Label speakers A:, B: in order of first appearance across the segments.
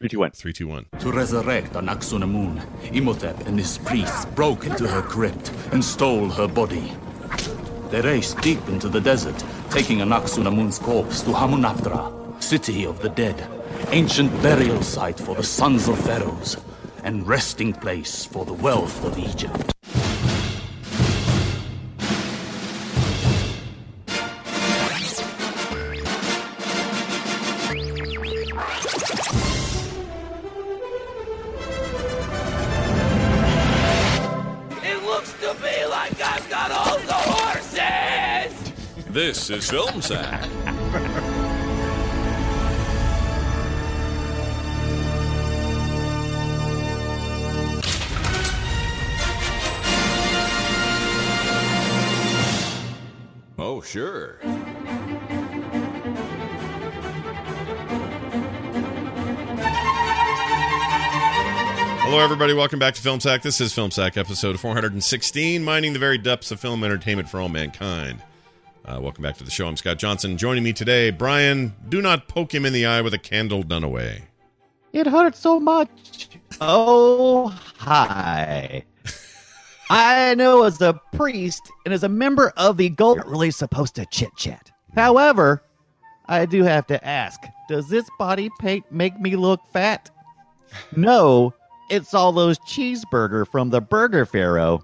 A: Three, two, one.
B: Three, two, one.
C: To resurrect on Axuna Moon, Imhotep and his priests broke into her crypt and stole her body. They raced deep into the desert, taking Anaxuna Moon's corpse to Hamunaptra, city of the dead, ancient burial site for the sons of pharaohs, and resting place for the wealth of Egypt.
D: It looks to me like I've got all the horses!
E: This is Film Sack. oh, sure.
B: Hello, everybody. Welcome back to Film Sack. This is Film Sack, episode 416, mining the very depths of film entertainment for all mankind. Uh, welcome back to the show. I'm Scott Johnson. Joining me today, Brian. Do not poke him in the eye with a candle done away.
F: It hurts so much. Oh, hi. I know as a priest and as a member of the gold, you're not really supposed to chit chat. However, I do have to ask Does this body paint make me look fat? No, it's all those cheeseburger from the Burger Pharaoh.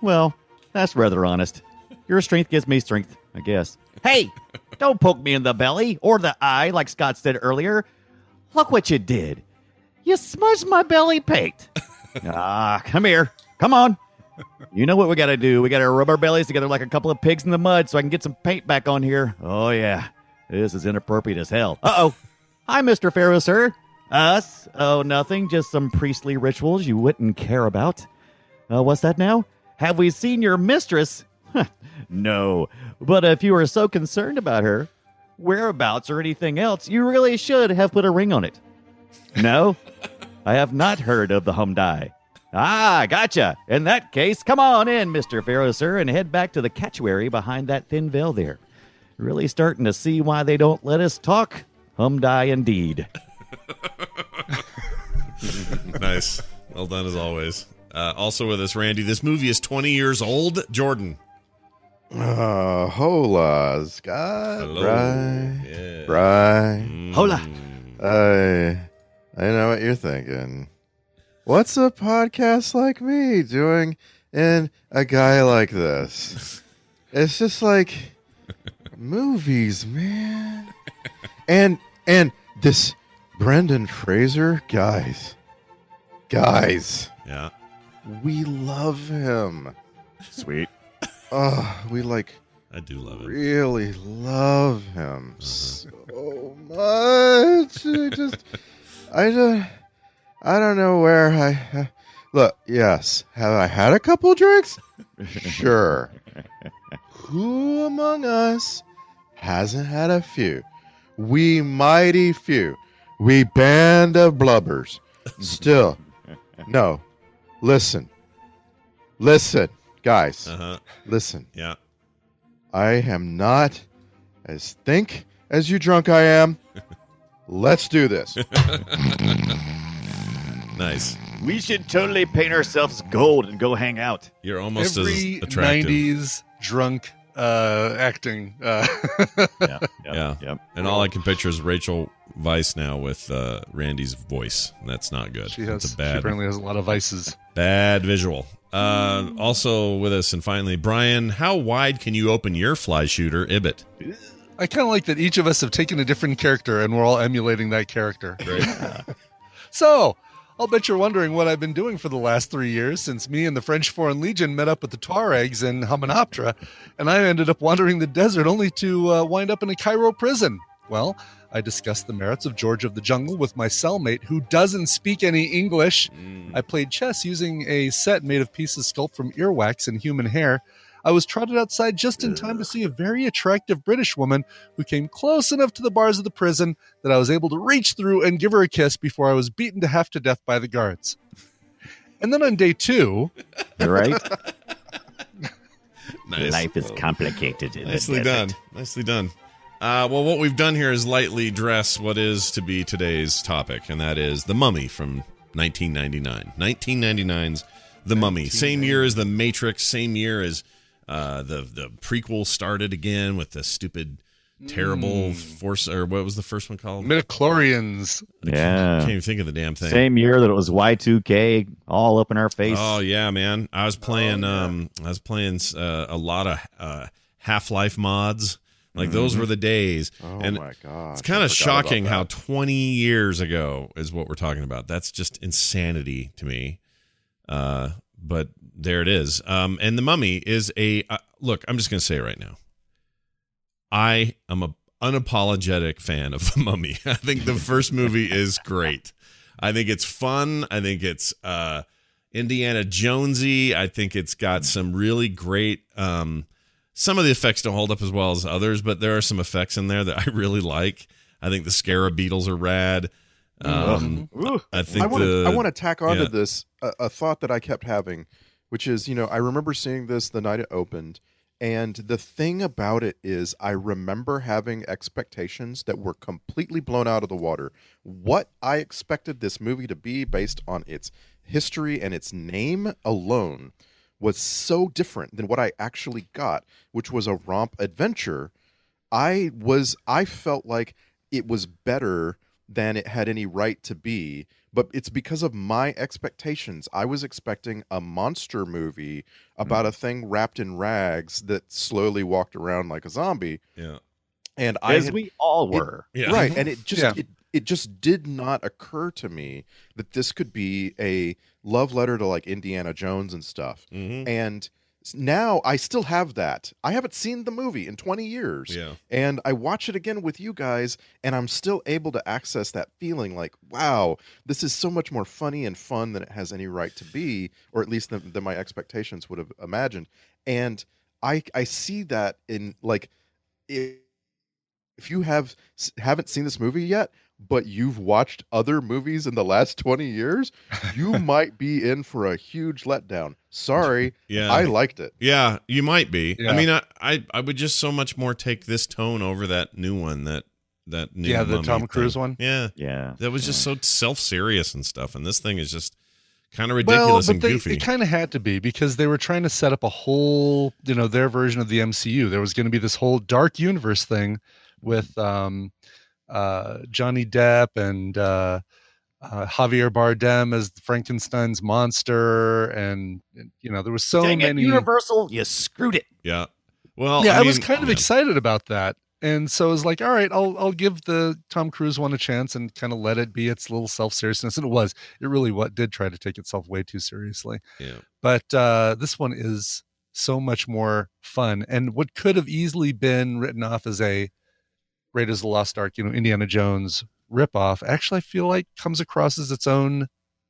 F: Well, that's rather honest. Your strength gives me strength, I guess. Hey, don't poke me in the belly or the eye like Scott said earlier. Look what you did. You smudged my belly paint. ah, come here. Come on. You know what we got to do. We got to rub our bellies together like a couple of pigs in the mud so I can get some paint back on here. Oh, yeah. This is inappropriate as hell. Uh oh. Hi, Mr. Pharaoh, sir. Us? Oh, nothing. Just some priestly rituals you wouldn't care about. Uh, what's that now? Have we seen your mistress? no. But if you are so concerned about her, whereabouts, or anything else, you really should have put a ring on it. No, I have not heard of the Humdai. Ah, gotcha. In that case, come on in, Mr. Pharaoh, sir, and head back to the catchwary behind that thin veil there. Really starting to see why they don't let us talk. Humdai indeed.
B: nice. Well done, as always. Uh, also with us, Randy. This movie is 20 years old. Jordan.
A: Uh, hola, Scott.
B: Hello.
A: Right.
B: Yeah. Mm-hmm.
A: Right.
F: Hola.
A: I, I know what you're thinking. What's a podcast like me doing in a guy like this? It's just like movies, man. And and this Brendan Fraser, guys, guys,
B: Yeah.
A: we love him.
B: Sweet.
A: Oh, we like
B: I do love it.
A: really love him so much. I just, I don't, I don't know where I. uh, look, yes, have I had a couple drinks? Sure. Who among us hasn't had a few? We mighty few. We band of blubbers. Still, no. Listen, listen, guys,
B: Uh huh.
A: listen.
B: Yeah.
A: I am not as think as you drunk I am. Let's do this.
B: Nice.
F: We should totally paint ourselves gold and go hang out.
B: You're almost
G: every
B: as attractive.
G: 90s drunk uh, acting. Uh,
F: Yeah.
B: Yeah.
F: Yep.
B: And all I can picture is Rachel Weiss now with uh, Randy's voice. And that's not good.
G: she
B: that's
G: has. She
B: a bad,
G: apparently has a lot of vices.
B: bad visual. Uh, also with us, and finally, Brian, how wide can you open your fly shooter, Ibit?
G: I kind of like that each of us have taken a different character and we're all emulating that character. so, I'll bet you're wondering what I've been doing for the last three years since me and the French Foreign Legion met up with the Tuaregs in Hamanoptera, and I ended up wandering the desert only to uh, wind up in a Cairo prison. Well, I discussed the merits of George of the Jungle with my cellmate who doesn't speak any English.
B: Mm.
G: I played chess using a set made of pieces sculpted from earwax and human hair. I was trotted outside just in time to see a very attractive British woman who came close enough to the bars of the prison that I was able to reach through and give her a kiss before I was beaten to half to death by the guards. And then on day two,
F: You're right.
B: Nice.
F: Life is complicated. In the
B: Nicely
F: desert.
B: done. Nicely done. Uh, well, what we've done here is lightly dress what is to be today's topic, and that is The Mummy from 1999. 1999's The Mummy. Same year as The Matrix, same year as uh, the, the prequel started again with the stupid, terrible force, or what was the first one called?
G: midichlorians.
B: I can't
F: Yeah.
B: even think of the damn thing.
F: Same year that it was Y2K, all up in our face.
B: Oh yeah, man. I was playing um I was playing uh, a lot of uh Half-Life mods. Like those were the days.
A: Oh
B: and
A: my god!
B: it's kind of shocking how 20 years ago is what we're talking about. That's just insanity to me. Uh but there it is. Um and The Mummy is a uh, look, I'm just going to say it right now. I am a unapologetic fan of The Mummy. I think the first movie is great. I think it's fun. I think it's uh Indiana Jonesy. I think it's
G: Hmm.
B: got some really great. Um, some of the effects don't hold up as well as others, but there are some effects in there that I really like. I think the scarab beetles are rad. Um, I think
A: I want to
B: the
A: I want to tack onto
B: yeah.
A: this a, a thought that I kept having, which is you know I remember seeing this the night it opened, and the thing about it is I remember having expectations that were completely blown out of the water. What I expected this movie to be based on its history and its name alone was so different than what I actually got, which was a romp adventure. I was I felt like it was better than it had any right to be, but it's because of my expectations. I was expecting a monster movie about a thing wrapped in rags that slowly walked around like a zombie.
B: yeah.
A: And I
F: As
A: had-
F: we all were.
B: Yeah.
A: right and it just
G: Yeah.
A: it, it just did not occur to me that this could be a love letter to like indiana jones and stuff
B: Mhm.
A: and s- now i still have that i haven't seen the movie in 20 years
B: Yeah.
A: and i watch it again with you guys and i'm still able to access that feeling like wow this is so much more funny and fun than it has any right to be or at least than, than my expectations would have imagined and i i see that in like i- if you have s- haven't seen this movie yet but you've watched other movies in the last 20 years you might be in for a huge letdown sorry
B: Yeah.
A: i liked it
B: Yeah, you might be.
G: Yeah.
B: I mean, I, I I would just so much more take this tone over that new one that that new
G: Yeah, the
B: Mummy
G: Tom
B: thing.
G: Cruise one?
B: Yeah,
F: Yeah.
B: that was just so self serious and stuff, and this thing is just kind of
G: Well,
B: ridiculous
G: but
B: and
G: they,
B: goofy.
G: it kind of had to be because they were trying to set up a whole, you know, their version of the MCU. There was going to be this whole dark universe thing with um, uh, Johnny Depp and uh, uh, Javier Bardem as Frankenstein's monster, and you know, there was so
F: Dang
G: many.
F: it, Universal, you screwed it.
B: yeah. Well,
G: yeah, I,
B: I,
G: was
B: mean-
G: kind of
B: yeah.
G: excited about that. And so I was like, all right, I'll I'll give the Tom Cruise one a chance and kind of let it be its little self seriousness. And it was. It really what did try to take itself way too seriously.
B: Yeah.
G: But uh, this one is so much more fun. And what could have easily been written off as a Raiders of the Lost Ark, you know, Indiana Jones ripoff, actually I feel like comes across as its own,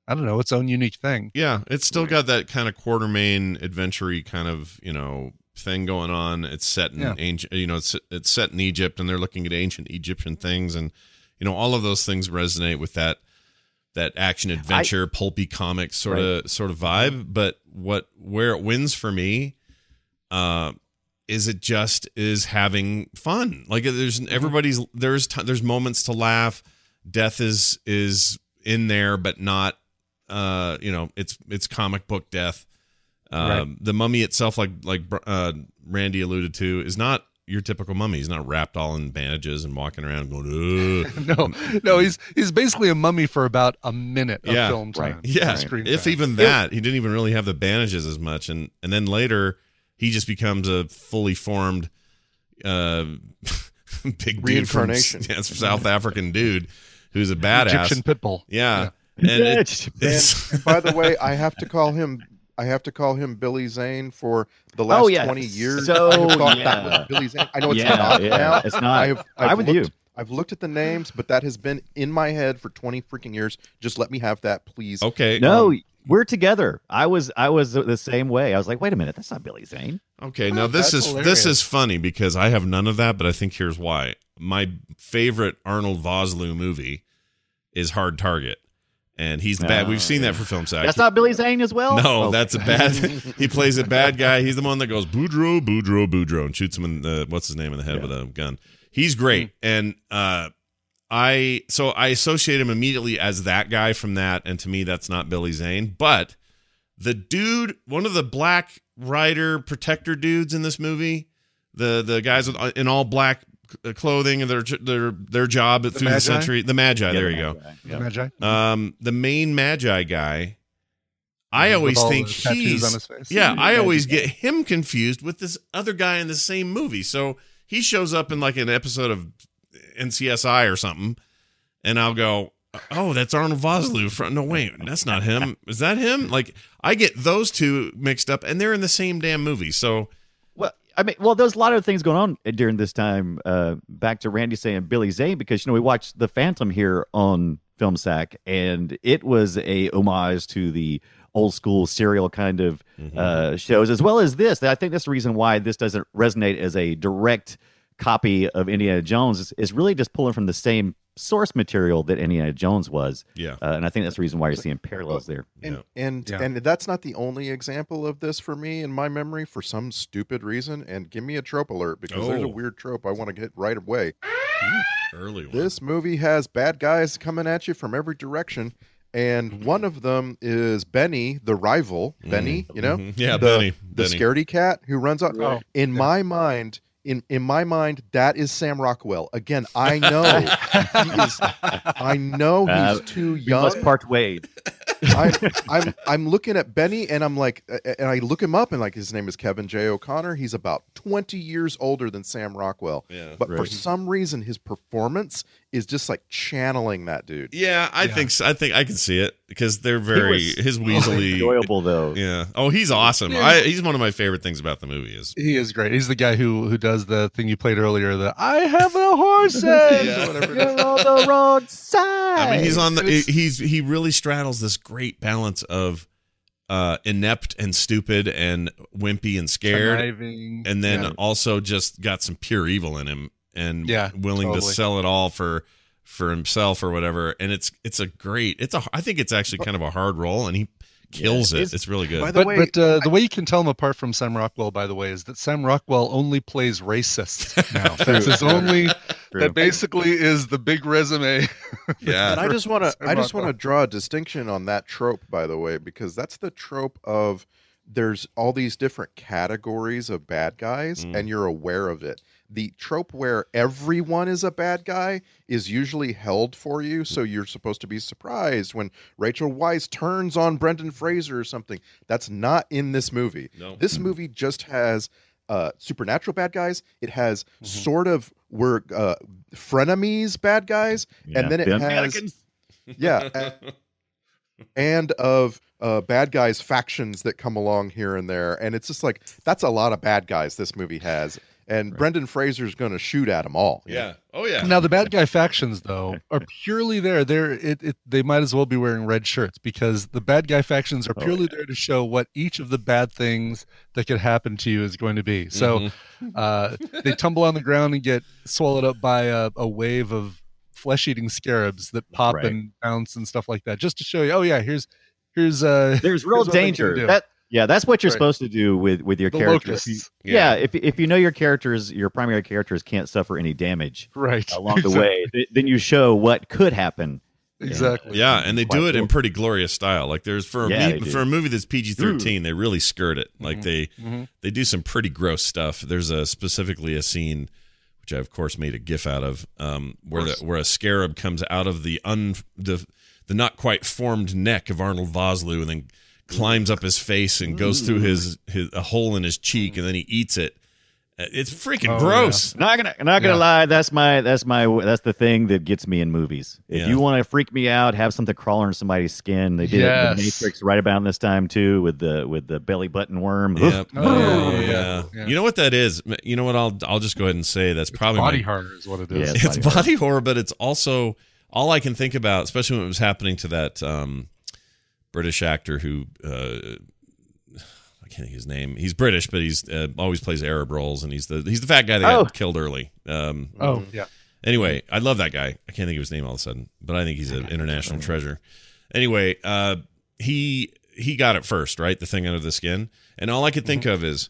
G: I don't know, its own unique thing.
B: Yeah, it's still got that kind of quartermain adventure kind of, you know, thing going on. It's set in
G: Yeah.
B: ancient, you know, it's it's set in Egypt and they're looking at ancient Egyptian things and you know, all of those things resonate with that that action adventure pulpy comic sort of sort of vibe, but what where it wins for me uh is it just is having fun. Like there's everybody's there's t- there's moments to laugh. Death is is in there but not uh you know it's it's comic book death Um, The mummy itself, like like uh, Randy alluded to, is not your typical mummy. He's not wrapped all in bandages and walking around going. "Ugh."
G: No, no, he's he's basically a mummy for about a minute of
B: Yeah,
G: film time.
B: Yeah,
G: of screen
B: if
G: time.
B: even that, he didn't even really have the bandages as much, and and then later he just becomes a fully formed, uh, big dude from,
A: Reincarnation.
B: yeah, South African dude who's a badass.
G: Egyptian pit bull.
B: Yeah, and it- it's-
A: By the way, I have to call him. I have to call him Billy Zane for the last
F: Oh, yeah.
A: twenty years.
F: So,
A: I have thought
F: yeah.
A: that was Billy Zane. I know it's
F: yeah,
A: not
F: yeah,
A: now.
F: it's not.
A: I've, I've
F: I'm with
A: looked,
F: you.
A: I've looked at the names, but that has been in my head for twenty freaking years. Just let me have that, please.
B: okay,
F: No, we're together. I was I was the same way. I was like, wait a minute, that's not Billy Zane.
B: Okay, now this
G: That's
B: is
G: hilarious.
B: this is funny because I have none of that, but I think here's why. My favorite Arnold Vosloo movie is Hard Target, and he's the bad.
F: Oh,
B: We've seen that for film sack.
F: That's not Billy Zane as well.
B: no,
F: Oh,
B: that's a bad. he plays a bad guy. He's the one that goes Boudreaux, Boudreaux, Boudreaux, and shoots him in the what's his name in the head with a gun. He's great,
F: Hmm.
B: and uh, I so I associate him immediately as that guy from that, and to me that's not Billy Zane, but the dude, one of the black rider protector dudes in this movie, the the guys with, uh, in all black uh, clothing and their their their job through
G: Magi?
B: the century, the Magi.
F: yeah,
B: there you
F: yeah,
B: go.
F: yeah, yeah.
G: Magi.
B: Um, the main Magi guy. I
G: With
B: always
G: all
B: think
G: the tattoos
B: he's
G: on his face.
B: yeah. I
F: Magi
B: always get him confused with this other guy in the same movie. So he shows up in like an episode of NCSI or something, and I'll go, "Oh, that's Arnold Vosloo from." No, wait, that's not him. Is that him? Like I get those two mixed up, and they're in the same damn movie. So
F: Well, I mean, well, there's a lot of things going on during this time. Uh, back to Randy saying Billy Zane because you know we watched The Phantom here on Film Sack, and it was a homage to the old school serial kind of uh, shows, as well as this. I think that's the reason why this doesn't resonate as a direct copy of Indiana Jones. Is it's really just pulling from the same source material that Indiana Jones was,
B: yeah,
F: uh, and I think that's the reason why you're seeing parallels there.
A: and
B: Yeah.
A: and
G: Yeah.
A: and that's not the only example of this for me in my memory for some stupid reason. And give me a trope alert because there's a
B: Oh.
A: weird trope I want to get right away.
B: early one.
A: This movie has bad guys coming at you from every direction, and one of them is Benny, the rival. Benny, you know,
B: Mhm. Mm-hmm. yeah,
A: the,
B: Benny,
A: the
B: Benny.
A: scaredy cat who runs out. In my mind, in in my mind, that is Sam Rockwell. Again, I know he is. I know he's
F: Uh,
A: too
F: We
A: young.
F: must part ways.
A: I'm, I'm I'm looking at Benny and I'm like uh, and I look him up and like his name is Kevin J O'Connor. He's about 20 years older than Sam Rockwell.
B: Yeah.
A: But for
F: Right.
A: some reason his performance is just like channeling that dude.
B: Yeah, I
G: Yeah. Oh,
B: think so. I think I can see it because they're very
F: He was
B: his weaselly.
F: enjoyable though.
B: Yeah. Oh, he's awesome. I, he's one of my favorite things about the movie is
G: He is great. He's the guy who who does the thing you played earlier. The I have a horses.
B: Yeah.
G: or whatever.
F: You're on the wrong side.
B: I mean, he's on the
G: And it's-
B: he's he really straddles this great balance of uh inept and stupid and wimpy and scared
G: Conniving.
B: and then
G: Yeah.
B: also just got some pure evil in him and
G: Yeah,
B: willing to
G: totally.
B: sell it all for for himself or whatever and it's it's a great it's a I think it's actually kind of a hard role and he kills it.
A: it's-
B: It's really
A: by
B: good.
A: the
G: But,
A: way,
G: but uh, the way you can tell him apart from Sam Rockwell, by the way, is that Sam Rockwell only plays racists now. That's his only. That basically is the big resume.
A: and
B: Yeah.
A: I just want to
G: Sam
A: I just want
G: Rockwell.
A: to draw a distinction on that trope by the way because that's the trope of there's all these different categories of bad guys
B: Mm.
A: and you're aware of it. The trope where everyone is a bad guy is usually held for you
B: Mm.
A: so you're supposed to be surprised when Rachel Weisz turns on Brendan Fraser or something. That's not in this movie.
B: No.
A: This movie just has uh, supernatural bad guys. It has
B: Mm-hmm.
A: sort of we're uh, frenemies bad guys, and then it
F: Ben-
A: has yeah, a- and of uh, bad guys factions that come along here and there, and it's just like that's a lot of bad guys this movie has, and Brendan Fraser's going to shoot at them all. you know?
B: yeah. Oh yeah.
G: Now the bad guy factions though are purely there. They're it, it they might as well be wearing red shirts because the bad guy factions are purely there to show what each of the bad things that could happen to you is going to be. So
B: Mm-hmm.
G: uh, they tumble on the ground and get swallowed up by a, a wave of flesh-eating scarabs that pop
F: Right.
G: and bounce and stuff like that, just to show you. Oh yeah, here's here's uh
F: There's real
G: Here's what they can
F: danger.
G: do.
F: That yeah, that's what you're
G: Right.
F: supposed to do with with your
G: the
F: characters.
G: locusts.
F: Yeah. if if you know your characters, your primary characters can't suffer any damage
G: Right
F: along the way, th- then you show what could happen
G: Exactly.
B: Yeah, and they do
F: Quite
B: it in
F: cool.
B: pretty glorious style. Like there's for a
F: Yeah,
B: me-
F: they do.
B: for a movie that's PG thirteen, they really skirt it. Like they
G: Mhm.
B: they do some pretty gross stuff. There's a specifically a scene which I of course made a gif out of um, where the, where a scarab comes out of the un the the not quite formed neck of Arnold Vosloo and then climbs up his face and goes through his, his a hole in his cheek and then he eats it. Uh, It's freaking
G: Oh,
B: gross.
F: Not gonna, not gonna
G: Yeah.
F: lie. That's my, that's my, that's the thing that gets me in movies. If
B: Yeah.
F: you want to freak me out, have something crawl under somebody's skin. They did it in the
G: Yes.
F: Matrix right about this time too, with the with the belly button worm.
B: Yep.
G: Oh,
B: yeah,
G: yeah.
B: yeah.
G: Yeah.
B: You know what that is? You know what? I'll I'll just go ahead and say that's probably my-
G: Body harder is what it is.
F: Yeah.
B: it's
F: It's
B: body,
F: body
B: horror. but it's also all I can think about, especially when it was happening to that um, British actor who uh, I can't think his name. He's British, but he's uh, always plays Arab roles, and he's the he's the fat guy that
F: Oh.
B: got killed early. Um,
G: Oh yeah.
B: Anyway, I love that guy. I can't think of his name all of a sudden, but I think he's an international treasure. Anyway, uh, he he got it first, right? The thing under the skin, and all I could think of is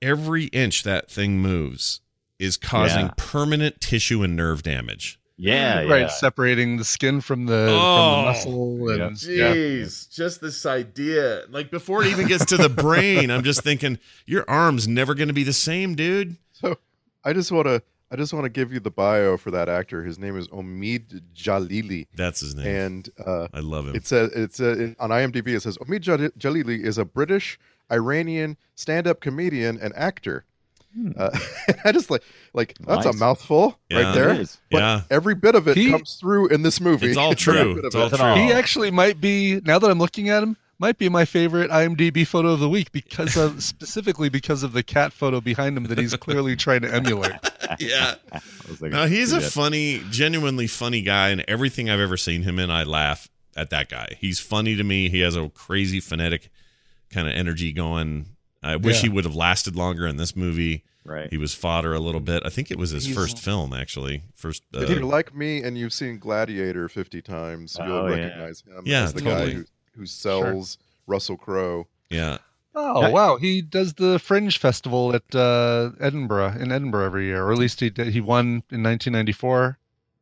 B: every inch that thing moves is causing
F: Yeah.
B: permanent tissue and nerve damage.
F: Yeah,
G: Right.
F: yeah.
G: Separating the skin from the, from
B: Oh.
G: the muscle and yeah.
B: Jeez, just this idea. Like before it even gets to the brain, I'm just thinking your arm's never going to be the same, dude.
A: I just want to. I just want to give you the bio for that actor. His name is Omid Jalili,
B: That's his name.
A: and uh,
B: I love him.
A: It says it's a, on IMDb. It says Omid Jal- Jalili is a British Iranian stand-up comedian and actor. Uh, I just like like that's a
F: Nice.
A: mouthful
B: Hmm. Yeah.
A: right there.
F: It is.
A: But
B: Yeah.
A: every bit of it
G: He-
A: comes through in this movie.
B: It's all
A: Every
B: true.
A: bit of
B: It's all
A: it.
F: That's
B: true.
F: all.
G: He actually might be. Now that I'm looking at him, might be my favorite IMDb photo of the week because of specifically because of the cat photo behind him that he's clearly trying to emulate.
B: yeah.
F: I was like,
B: No, he's a
F: yeah.
B: funny, genuinely funny guy, and everything I've ever seen him in, I laugh at that guy. He's funny to me. He has a crazy phonetic kind of energy going. I wish
G: Yeah.
B: he would have lasted longer in this movie.
F: right.
B: He was fodder a little bit. I think it was his
G: He's-
B: first film, actually. First, uh,
A: If you're like me and you've seen Gladiator 50 times, you'll
F: Oh, yeah.
A: recognize him
B: Yeah,
A: as the
B: totally.
A: guy who, who sells Russell Crowe.
B: yeah,
G: Oh wow, he does the Fringe Festival at uh, Edinburgh in Edinburgh every year, or at least he did, he won in 1994.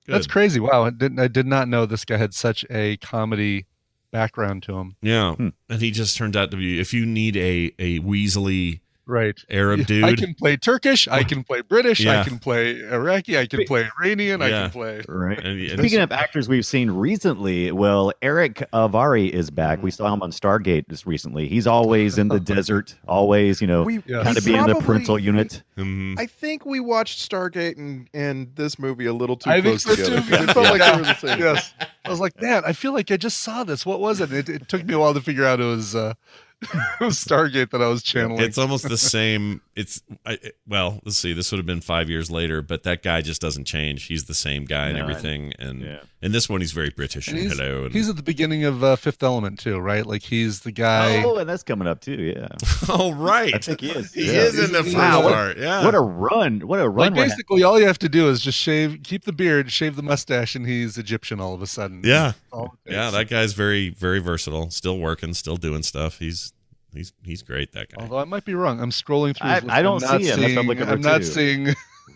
G: That's
B: Good.
G: crazy. Wow, I didn't I did not know this guy had such a comedy background to him.
B: Yeah,
F: Hmm.
B: and he just turned out to be. If you need a a Weasley
G: Right.
B: Arab dude,
G: I can play Turkish, I can play British,
B: Yeah.
G: I can play Iraqi, I can play Iranian, I
B: Yeah.
G: can play
F: Right.
B: and- and-
F: Speaking of actors we've seen recently, well, Eric Avari is back. We saw him on Stargate just recently. He's always in the desert, always, you know,
A: We
G: Yeah.
F: kind of being in the
A: probably-
F: parental unit.
B: Mhm.
A: I think we watched Stargate and, and this movie a little too
G: I think
A: close
G: so
A: together.
G: too.
A: 'cause It felt like they were the same.
G: yes. I was like, man, I feel like I just saw this. What was it? It, it took me a while to figure out it was uh, it was Stargate that I was channeling.
B: it's almost the same. It's I, it- well, let's see. This would have been five years later, but that guy just doesn't change. He's the same guy and
F: No.
B: everything. And and this one, he's very British.
G: And
B: And
G: he's-
B: hello, and,
G: He's at the beginning of uh, Fifth Element too, right? Like he's the guy.
F: oh, and that's coming up too. Yeah.
B: all right.
F: I think he is.
B: he
F: yeah.
B: is in the first
G: Wow, what-
B: part. Yeah.
F: What a run. What a
G: like
F: run. we're having.
G: basically, all you have to do is just shave, keep the beard, shave the mustache, and he's Egyptian all of a sudden.
B: yeah.
G: All it
B: Yeah.
G: takes.
B: That guy's very very versatile. Still working. Still doing stuff. He's he's he's great. That guy.
G: Although I might be wrong, I'm scrolling through.
F: I-
G: his list.
F: I don't
G: I'm not
F: see him. That's what I'm
G: seeing-
F: looking for,
G: I'm not
F: too.
G: seeing.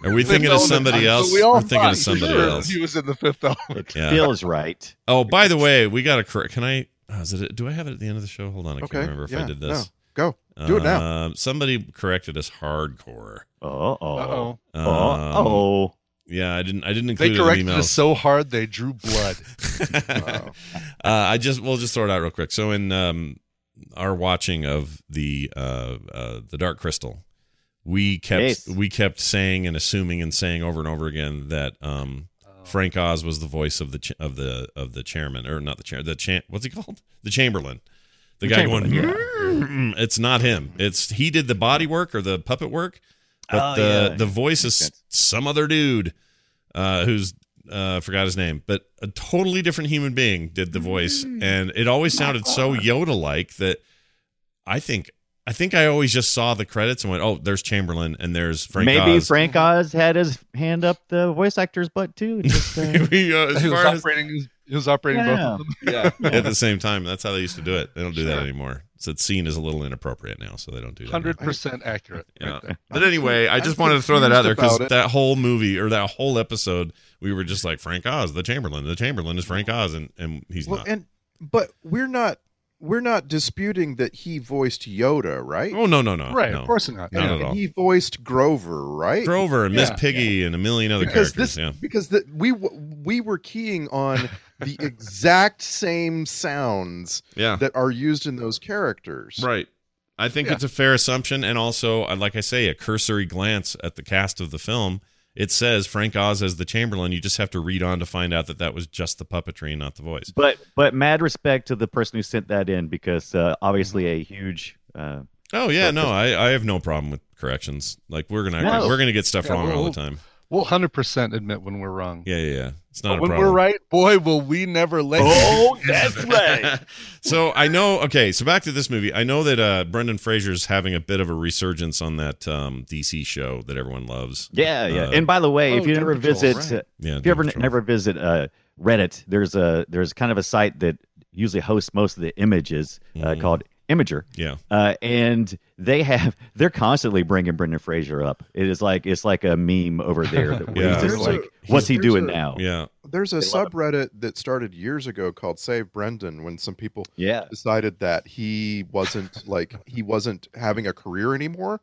B: Are we
G: Fifth
B: thinking of
G: Element,
B: somebody
G: but
B: else?
G: We all
B: are thinking
G: thought
B: of
G: for
B: somebody
G: sure
B: else.
G: He was in the Fifth Element.
F: It
B: Yeah.
F: feels right.
B: Oh, by the way, we got a correct. Can I? oh, is it? Do I have it at the end of the show? Hold on, I
A: Okay.
B: can't remember if I
A: yeah,
B: did
A: no.
B: this.
A: Go. Do it now.
B: Um, somebody corrected us hardcore.
F: Uh oh.
G: Uh-oh.
B: Um,
F: Oh.
B: yeah, I didn't. I didn't
G: They
B: include it in the
G: corrected
B: email.
G: us so hard they drew blood.
B: uh, I just we'll just throw it out real quick. So in um, our watching of the uh, uh, the Dark Crystal, we kept
F: Yes.
B: we kept saying and assuming and saying over and over again that um, Frank Oz was the voice of the ch- of the of the chairman or not the chair the cha- what's he called the Chamberlain. The, guy going, "Mm, it's not him. It's he did the body work or the puppet work, but
F: Oh,
B: the
F: yeah.
B: the voice is
F: Makes sense.
B: some other dude uh, who's uh, forgot his name, but a totally different human being did the voice,
G: Mm.
B: and it always sounded so Yoda like that. I think I think I always just saw the credits and went, "Oh, there's Chamberlain and there's Frank."
F: Maybe
B: Oz.
F: Frank Oz had his hand up the voice actor's butt too. Just, uh,
B: We, uh, as
G: he was
B: far as-
G: operating. He was operating both of them.
B: at the same time. That's how they used to do it. They don't do that anymore. So it's seen as a little inappropriate now, so they don't do that. anymore.
G: Hundred percent accurate.
B: Yeah.
G: Right there.
B: But anyway, I
G: I'm
B: just wanted to throw that out there because
G: confused about it.
B: that whole movie or that whole episode, we were just like Frank Oz, the Chamberlain. The Chamberlain is Frank Oz, and, and he's
A: well,
B: not.
A: and but we're not we're not disputing that he voiced Yoda, right?
B: oh no, no, no,
G: Right,
B: no.
G: of course not.
B: Not
G: Yeah.
B: at all.
A: He voiced Grover, right?
B: Grover and Miss
G: Yeah.
B: Piggy and a million other
A: because
B: characters.
A: this
B: yeah,
A: because the, we w- we were keying on the exact same sounds
B: yeah,
A: that are used in those characters.
B: right. I think
G: Yeah.
B: it's a fair assumption, and also, uh, like I say, a cursory glance at the cast of the film. It says Frank Oz as the Chamberlain. You just have to read on to find out that that was just the puppetry and not the voice.
F: But but mad respect to the person who sent that in because uh, obviously a huge. Uh,
B: Oh yeah,
F: But
B: no, I, I have no problem with corrections. Like we're gonna
F: No.
B: we're gonna get stuff
G: Yeah,
B: wrong all the
G: we'll-
B: time.
G: We'll hundred percent admit when we're wrong.
B: Yeah, yeah, yeah. It's not
G: But
B: a
G: when
B: problem.
G: we're right, boy, will we never let
C: Oh, that's right.
B: so I know. Okay, so back to this movie. I know that uh, Brendan Fraser's having a bit of a resurgence on that um, DC show that everyone loves.
F: yeah, yeah.
B: Uh,
F: and by the way,
G: oh,
F: if you
G: Doom
F: never
G: Patrol,
F: visit,
G: right.
F: uh,
B: Yeah,
F: if you ever
B: Doom Patrol.
F: never visit uh, Reddit, there's a there's kind of a site that usually hosts most of the images uh,
B: Mhm.
F: called Imager,
B: Yeah,
F: uh, and they have they're constantly bringing Brendan Fraser up. It is like it's like a meme over there. That
B: Yeah.
F: yeah.
A: There's
F: just
A: a-
F: like, what's he
A: there's
F: doing
A: a-
F: now?
B: yeah,
A: There's a
F: They love
A: subreddit that started years ago called Save Brendan when some people
F: Yeah.
A: decided that he wasn't like he wasn't having a career anymore.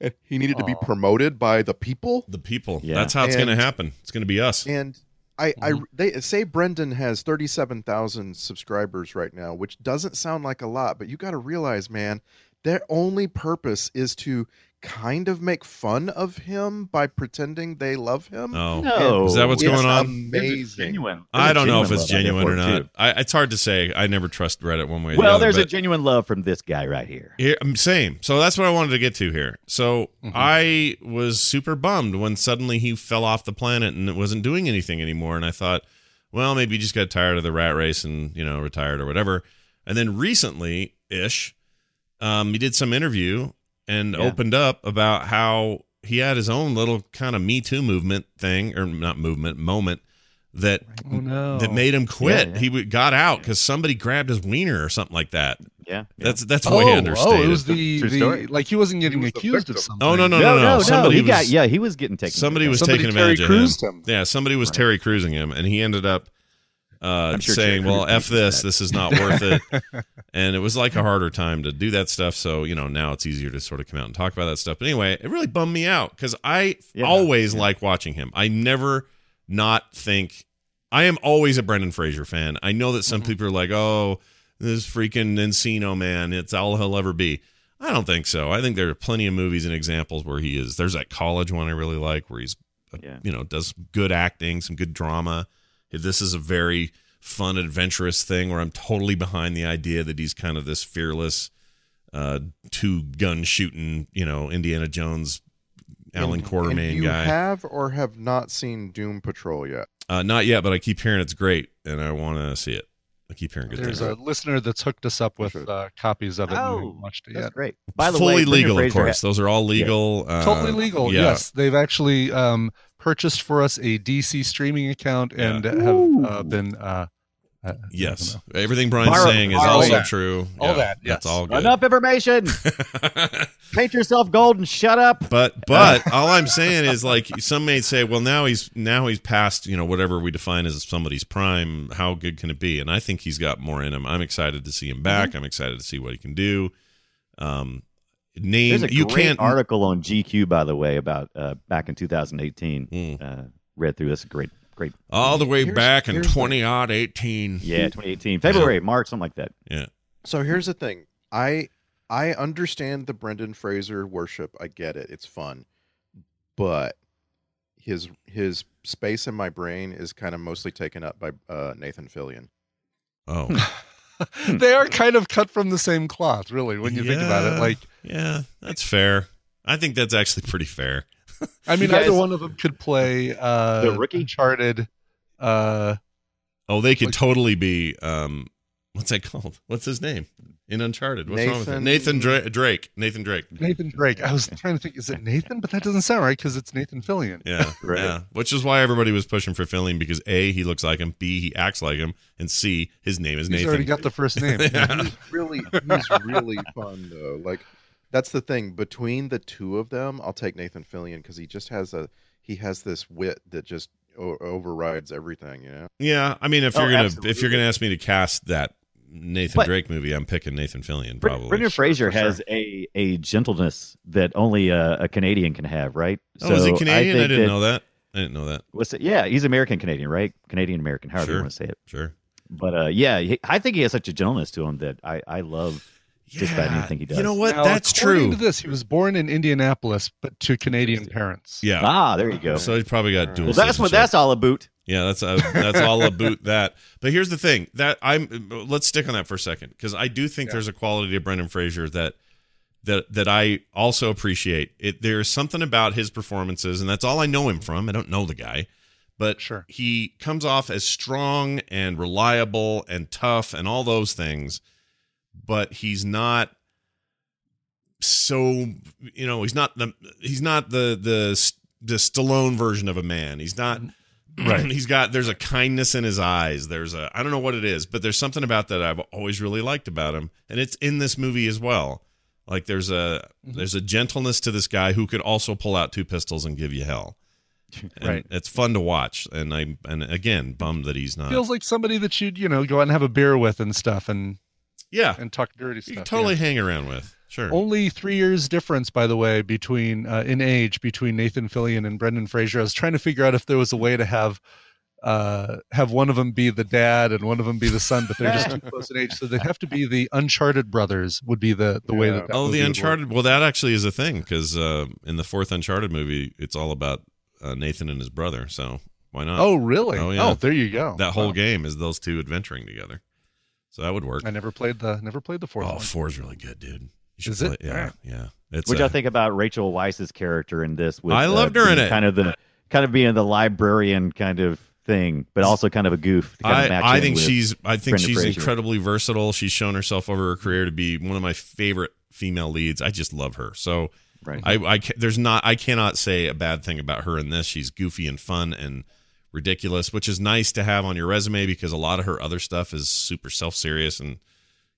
A: and He needed to be promoted by the people.
B: the people.
F: Yeah.
B: That's how it's gonna
A: And-
B: happen. It's gonna be us.
A: And I, I
B: Mm-hmm.
A: they say Brendan has 37,000 subscribers right now, which doesn't sound like a lot, but you got to realize, man, their only purpose is to kind of make fun of him by pretending they love him.
B: Oh,
F: No.
B: is that what's
A: It's
B: going on?
A: Amazing.
B: I don't know if it's
F: Genuine
B: genuine
F: love
B: or
F: out there for it,
B: not. I, it's hard to say. I never trust Reddit one way. Or
F: too. Well,
B: the other,
F: there's a
B: but-
F: genuine love from this guy right here.
B: Here, um, same. So that's what I wanted to get to here. So
G: Mhm.
B: I was super bummed when suddenly he fell off the planet and it wasn't doing anything anymore. And I thought, well, maybe he just got tired of the rat race and you know retired or whatever. And then recently, ish, um, he did some interview and
F: Yeah.
B: opened up about how he had his own little kind of Me Too movement thing, or not movement moment that
G: Oh no.
B: that made him quit.
F: Yeah, yeah.
B: He w- got out because somebody grabbed his wiener or something like that.
F: Yeah.
B: That's that's
G: oh,
B: way
G: oh,
B: understated.
G: it was the,
F: True
G: the
F: story.
G: like he wasn't getting
A: was the
G: accused of
A: victim.
G: something.
B: Oh no no
F: No,
B: no no!
F: no, no.
B: Somebody
F: he
B: was,
F: got yeah, he was getting taken.
B: Somebody was
G: Somebody
B: taking
G: Terry
B: advantage
G: Crews
B: of him.
G: him.
B: Yeah, somebody was Terry cruising him, and he ended up uh,
F: I'm sure
B: saying,
F: Terry
B: "Well,
F: Crews
B: f
F: thinks
B: this.
F: that.
B: This is not worth it." and it was like a harder time to do that stuff. So you know now it's easier to sort of come out and talk about that stuff. But anyway, it really bummed me out because I
F: Yeah,
B: always
F: yeah.
B: like watching him. I never not think. I am always a Brendan Fraser fan. I know that some
F: Mm-hmm.
B: people are like, "Oh, this freaking Encino man. It's all he'll ever be." I don't think so. I think there are plenty of movies and examples where he is. There's that college one I really like where he's, uh,
F: Yeah.
B: you know, does good acting, some good drama. This is a very fun, adventurous thing where I'm totally behind the idea that he's kind of this fearless, uh, two gun shooting, you know, Indiana Jones, Alan
A: And
B: Quartermain
A: you
B: guy.
A: have or have not seen Doom Patrol yet?
B: uh, not yet, but I keep hearing it's great and I want to see it. I keep hearing good
G: There's
B: things.
G: a listener that's hooked us up with
A: Sure.
G: uh, copies of it. and we haven't
F: Oh,
G: watched it
F: That's
G: yet.
F: great. By the
B: Fully
F: way, Brendan
B: legal, of
F: Fraser
B: course. Those are all legal. Uh,
G: totally
F: Oh,
G: legal.
B: yeah.
G: Yes, they've actually um, purchased for us a DC streaming account
B: Yeah.
G: and
F: Ooh.
G: have uh, been. Uh, uh,
B: Yes, everything Brian's
F: Borrow-
B: saying is
F: borrow
B: also
G: that.
B: true.
G: All that, yes.
B: that's all
F: had
B: good.
F: Enough information. Paint yourself gold and shut up.
B: but but all I'm saying is like some may say, well now he's now he's past you know whatever we define as somebody's prime. How good can it be? And I think he's got more in him. I'm excited to see him back. I'm excited to see what he can do. Um, name
F: There's a
B: you
F: great
B: can't
F: article on GQ, by the way, about uh, back in 2018.
B: Mm.
F: Uh, read through. That's a great, great.
B: all the way
A: Here's-
B: back in
A: here's the-
B: twenty odd eighteen.
F: Yeah, 2018, February, March, something like that.
A: So here's the thing. I I understand the Brendan Fraser worship. I get it. It's fun. But his his space in my brain is kind of mostly taken up by uh, Nathan Fillion.
B: Oh
G: they are kind of cut from the same cloth, really, when you think about
B: Yeah.
G: it. Like,
B: yeah, that's fair. I think that's actually pretty fair.
G: I mean,
F: You guys-
G: either one of them could play uh,
F: The Rookie?
G: Uncharted. Uh,
B: Oh, they could
G: Like-
B: totally be. Um, What's that called? What's his name in Uncharted? What's wrong with it?
A: Nathan-
B: Nathan Dra- Drake. Nathan Drake.
G: Nathan Drake. I was trying to think, is it Nathan? But that doesn't sound right because it's Nathan Fillion.
B: Yeah,
F: Right.
B: yeah. Which is why everybody was pushing for Fillion because a he looks like him, b he acts like him, and c his name is
G: He's
B: Nathan.
G: already got the first name.
B: Yeah.
A: he's really he's really fun though. Like that's the thing between the two of them, I'll take Nathan Fillion because he just has a he has this wit that just o- overrides everything. You know,
B: yeah, I mean if
F: Oh,
B: you're gonna if
F: absolutely.
B: you're gonna ask me to cast that Nathan
F: But-
B: Drake movie, I'm picking Nathan Fillion
F: Br-
B: probably.
F: Brendan Fraser
B: For sure.
F: has a a gentleness that only a, a Canadian can have, right?
B: Oh, is he Canadian? I,
F: think
B: didn't know that. I didn't know that.
F: What's it? Yeah, he's American Canadian, right? Canadian American, however
B: Sure.
F: you want to say it.
B: Sure.
F: But uh, yeah, he, I think he has such a gentleness to him that I I love. Just about anything he does.
B: You know what?
G: Now,
B: That's
G: according
B: true.
G: To this, he was born in Indianapolis, but to Canadian parents.
B: yeah.
F: Ah, there you go.
B: So he probably got
F: well,
B: dual.
F: that's what
B: citizenship.
F: that's all about.
B: Yeah, that's uh, that's all about that. But here's the thing that I'm. Let's stick on that for a second because I do think there's a quality to Brendan Fraser that that that I also appreciate. It there's something about his performances, and that's all I know him from. I don't know the guy, but
G: Sure.
B: he comes off as strong and reliable and tough and all those things, but he's not so you know he's not the he's not the the the Stallone version of a man. He's not
G: Right.
B: he's got there's a kindness in his eyes. There's a I don't know what it is, but there's something about that I've always really liked about him, and it's in this movie as well. Like there's a
G: Mm-hmm.
B: there's a gentleness to this guy who could also pull out two pistols and give you hell. And
G: Right.
B: It's fun to watch, and I and again bummed that he's not.
G: Feels like somebody that you'd, you know, go out and have a beer with and stuff and,
B: yeah,
G: and talk dirty
B: you
G: stuff.
B: can totally
G: yeah. Oh,
B: hang around with. Sure.
G: Only three years difference, by the way, between uh, in age between Nathan Fillion and Brendan Fraser. I was trying to figure out if there was a way to have uh, have one of them be the dad and one of them be the son, but they're just too close in age, so they'd have to be the Uncharted brothers. Would be the the way
A: Yeah.
G: that, that
B: oh,
G: movie
B: the
G: would work.
B: Uncharted. Well, that actually is a thing because uh, in the fourth Uncharted movie, it's all about uh, Nathan and his brother. So why not?
G: Oh, really?
B: Oh, yeah.
G: there you go.
B: that whole
G: Wow.
B: game is those two adventuring together. So that would work.
G: I never played the never played the
B: Oh,
G: fourth one.
B: four is really good, dude. You should
G: Is it?
B: play- Yeah,
G: Alright.
B: yeah. It's
F: Which
B: uh,
F: I think about Rachel Weisz's character in this. With, uh,
B: I loved her in
F: being
B: it.
F: Kind of the kind of being the librarian kind of thing, but also kind of a goof. to kind of match
B: I, I
F: in
B: think
F: with.
B: she's I think
F: Brendan
B: she's
F: Fraser.
B: incredibly versatile. She's shown herself over her career to be one of my favorite female leads. I just love her. So
F: Right.
B: I, I ca- there's not I cannot say a bad thing about her in this. She's goofy and fun and ridiculous, which is nice to have on your resume because a lot of her other stuff is super self serious and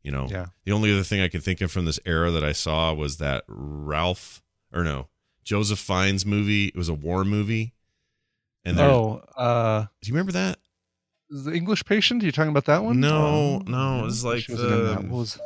B: you know
G: Yeah.
B: the only other thing I could think of from this era that I saw was that Ralph or no Joseph Fiennes movie. It was a war movie. And there,
G: oh, uh,
B: do you remember that?
G: the English Patient. Are you talking about that one?
B: No, no, it was like
G: Um, she wasn't in that.
B: the-
G: What was-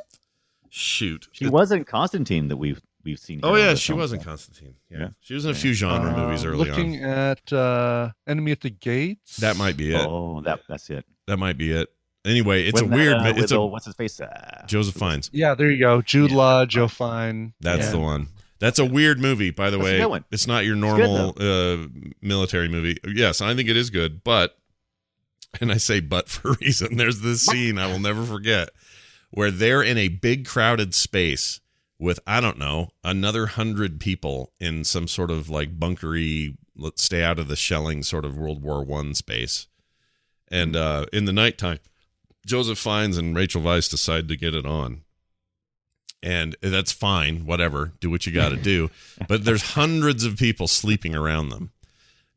B: Shoot.
F: she wasn't Constantine that we've we've seen.
B: Oh
F: her
B: yeah,
F: on
B: she
F: the
B: was in
F: film.
B: Constantine. Yeah.
F: Yeah.
B: She was in a few genre
G: uh,
B: movies early on.
G: Looking at uh, Enemy at the Gates.
B: That might be it.
F: Oh, that that's it.
B: That might be it. Anyway, it's
F: Wasn't
B: a
F: that,
B: weird
F: uh,
B: mi-
F: with
B: it's a
F: old- what's his face? Uh,
B: Joseph Fiennes.
G: Yeah, there you go. Jude
B: Yeah.
G: Law, Joe Fine.
B: That's the one. That's a weird movie, by the
F: That's a
B: way.
F: good one.
B: It's not your
F: good,
B: normal uh, military movie. Yes, I think it is good, but and I say but for a reason. There's this scene I will never forget where they're in a big crowded space with I don't know another hundred people in some sort of like bunkery, let's stay out of the shelling sort of World War One space, and uh, in the nighttime, Joseph Fiennes and Rachel Weisz decide to get it on. And that's fine, whatever. Do what you got to do. But there's hundreds of people sleeping around them.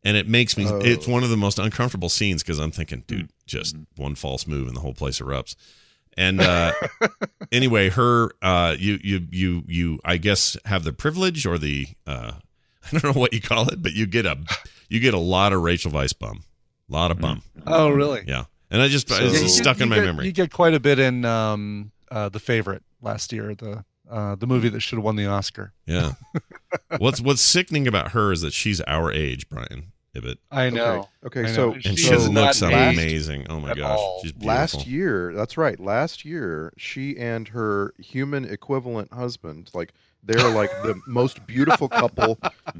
B: And it makes me,
A: Oh.
B: it's one of the most uncomfortable scenes because I'm thinking, dude, just one false move and the whole place erupts. And uh, anyway, her, uh, you, you, you, you, I guess, have the privilege or the, uh, I don't know what you call it, but you get a, you get a lot of Rachel Weisz bum, a lot of bum.
G: Oh, really?
B: Yeah. And I just,
A: So-
B: it's
G: Yeah, you
B: just
G: get-
B: stuck in
G: you
B: my
G: get-
B: memory.
G: You get quite a bit in um, uh, the favorite last year, the uh, the movie that should have won the Oscar.
B: Yeah. what's What's sickening about her is that she's our age, Brian Ibbett,
G: I know.
A: Okay,
G: I know.
A: so
B: and
G: She
B: she
A: so
G: does not
B: looks
G: aged
B: amazing. Oh my
G: at
B: gosh,
G: all.
B: she's beautiful.
A: last year, that's right. Last year, she and her human equivalent husband, like they're like the most beautiful couple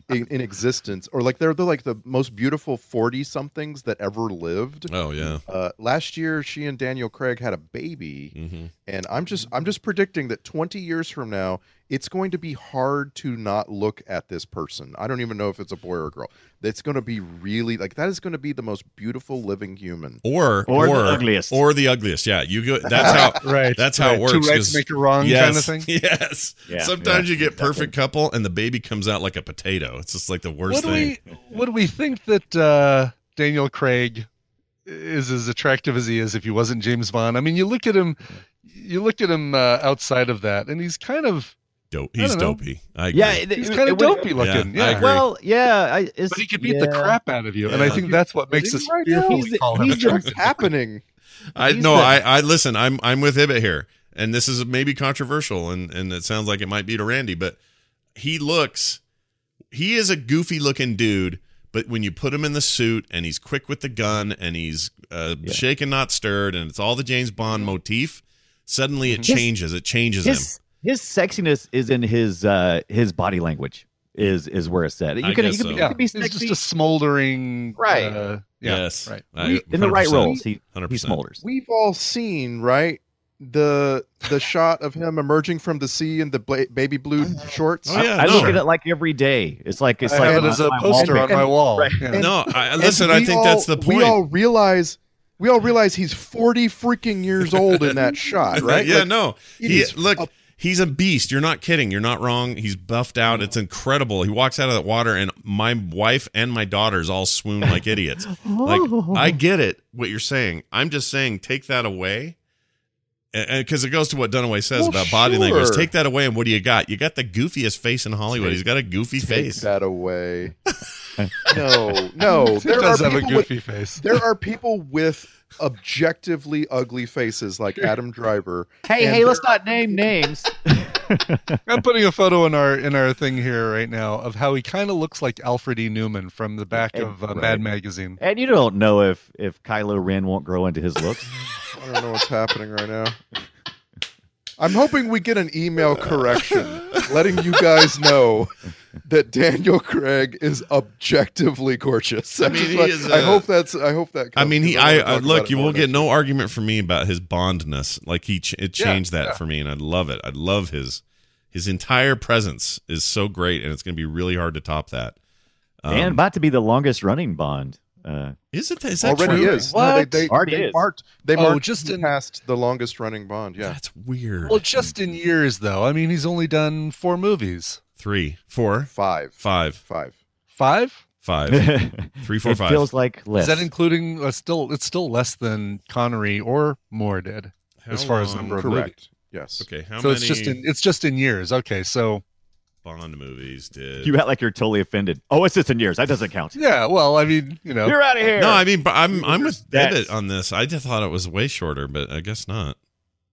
A: in, in existence, or like they're they're like the most beautiful forty somethings that ever lived.
B: Oh yeah.
A: Uh, last year, she and Daniel Craig had a baby,
B: hmm
A: and I'm just I'm just predicting that 20 years from now, it's going to be hard to not look at this person. I don't even know if it's a boy or a girl. That's going to be really like that is going to be the most beautiful living human.
B: Or,
F: Or the ugliest.
B: Or the ugliest. Yeah. You go that's how
G: Right.
B: that's how
G: right.
B: it works.
G: Two rights
B: 'cause-
G: make a wrong
B: yes,
G: kind of thing.
B: Yes.
F: Yeah,
B: Sometimes
F: yeah,
B: you get perfect couple and the baby comes out like a potato. It's just like the worst
G: Would
B: thing.
G: we would we think that uh, Daniel Craig is as attractive as he is if he wasn't James Bond? I mean, you look at him, you look at him uh, outside of that, and he's kind of
B: Dope.
G: I
B: He's
G: don't know.
B: dopey. I agree.
F: Yeah, it-
G: he's
F: it-
G: kind
F: it
G: of
F: would-
G: dopey
B: Yeah,
G: looking.
B: I
G: Yeah,
B: agree.
F: Well, yeah, I, it's,
G: but he could beat the
F: yeah.
G: crap out of you, and I
B: Yeah.
G: think that's what makes us
A: Right now,
G: fearfully
F: he's the-
G: call him
F: he's the-
G: attractive.
A: What's happening?
B: I
F: He's
B: no,
F: the-
B: I, I listen. I'm I'm with Ibbot here, and this is maybe controversial, and and it sounds like it might be to Randy, but he looks, he is a goofy looking dude, but when you put him in the suit and he's quick with the gun and he's uh,
F: Yeah.
B: shaken not stirred, and it's all the James Bond motif, suddenly it
F: Mhm. His-
B: changes. It changes him.
F: his his sexiness is in his uh his body language is is where it's at. You
B: I
F: can
B: guess
F: you can,
B: so.
F: you
G: yeah,
F: can be
G: he's just
F: sexy
G: a smoldering.
F: Right.
G: Uh, yeah,
B: yes,
G: Right.
B: I-
F: He- in the right
B: 100%,
F: roles. He he
B: 100%.
F: smolders.
A: We've all seen right the the shot of him emerging from the sea in the bla- baby blue shorts.
B: Oh, yeah,
F: I, I
B: no.
F: look at it like every day. It's like it's
G: I
F: like
G: have it
F: my-
G: as a
F: my
G: poster on
F: wallpaper.
G: my wall.
F: Right.
G: yeah.
B: No, I, I-
A: And
B: listen. I
A: we
B: think
A: all-
B: that's the point.
A: We all realize we all realize he's forty freaking years old in that shot, right?
B: yeah,
A: Like,
B: no.
A: it
B: He,
A: is
B: look,
A: a-
B: he's a beast. You're not kidding. You're not wrong. He's buffed out. It's incredible. He walks out of that water, and my wife and my daughters all swoon like idiots. Like,
A: Oh.
B: I get it, what you're saying. I'm just saying, take that away. Because it goes to what Dunaway says
A: Well,
B: about body language.
A: sure.
B: Take that away, and what do you got? You got the goofiest face in Hollywood. He's got a goofy
A: Take
B: face.
A: that away. no, no.
G: He
A: There are,
G: does have a
A: people with,
G: goofy face.
A: there are people with objectively ugly faces like Adam Driver.
H: Hey,
A: And
H: hey, let's not name names.
G: I'm putting a photo in our in our thing here right now of how he kind of looks like Alfred E. Newman from the back of uh, Mad Magazine.
F: And you don't know if if Kylo Ren won't grow into his looks.
A: I don't know what's happening right now. I'm hoping we get an email correction letting you guys know that Daniel Craig is objectively gorgeous. I,
B: mean,
A: just
B: he
A: want-
B: is
A: I
B: a-
A: hope that's. I hope that.
B: I
A: comes,
B: mean, he.
A: 'cause wanna
B: I,
A: talk
B: I
A: about
B: look.
A: it
B: You will
A: more
B: get
A: next-
B: no argument from me about his bondness. Like he, ch- it changed that for me, and I love it. I love his, his entire presence is so great, and it's going to be really hard to top that. Um,
F: and about to be the longest running Bond. Uh,
B: is it? Is that
A: Already
B: true?
A: is. No,
F: What?
A: they, they,
F: Already
A: they
F: is.
A: marked. They
G: Oh,
A: marked
G: just
A: just
G: in-
A: past the longest running Bond. Yeah.
B: That's weird.
G: Well, just in years though. I mean, he's only done four movies.
B: Three, four,
A: Five.
B: five,
A: Five.
G: Five?
B: five, three, four,
F: it
B: five.
F: feels like less.
G: Is that including? Uh, still, it's still less than Connery or Moore did.
B: How
G: as far as number of
B: long-
A: Correct. Yes.
B: Okay, how
G: so
B: many
G: it's just in it's just in years. Okay, so
B: Bond movies did?
F: you act like you're totally offended. Oh, it's just in years. That doesn't count.
G: yeah. Well, I mean, you know,
F: You're out of here.
B: no, I mean, but I'm I'm with
F: That's-
B: Bennett on this. I just thought it was way shorter, but I guess not.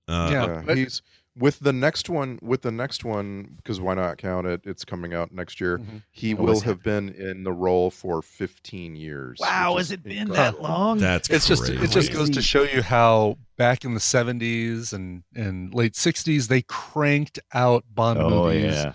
B: Uh,
G: Yeah.
A: Yeah,
G: but-
A: he's with the next one. With the next one, because why not count it? It's coming out next year.
G: Mhm.
A: He
F: Oh,
A: will
F: is it?
A: have been in the role for 15 years.
H: Wow,
A: which
H: has
A: is
H: it been that
A: incredible.
H: long?
B: That's
G: it's just
B: crazy.
G: it just goes to show you how back in the '70s and and late '60s they cranked out Bond
F: oh
G: movies
F: yeah.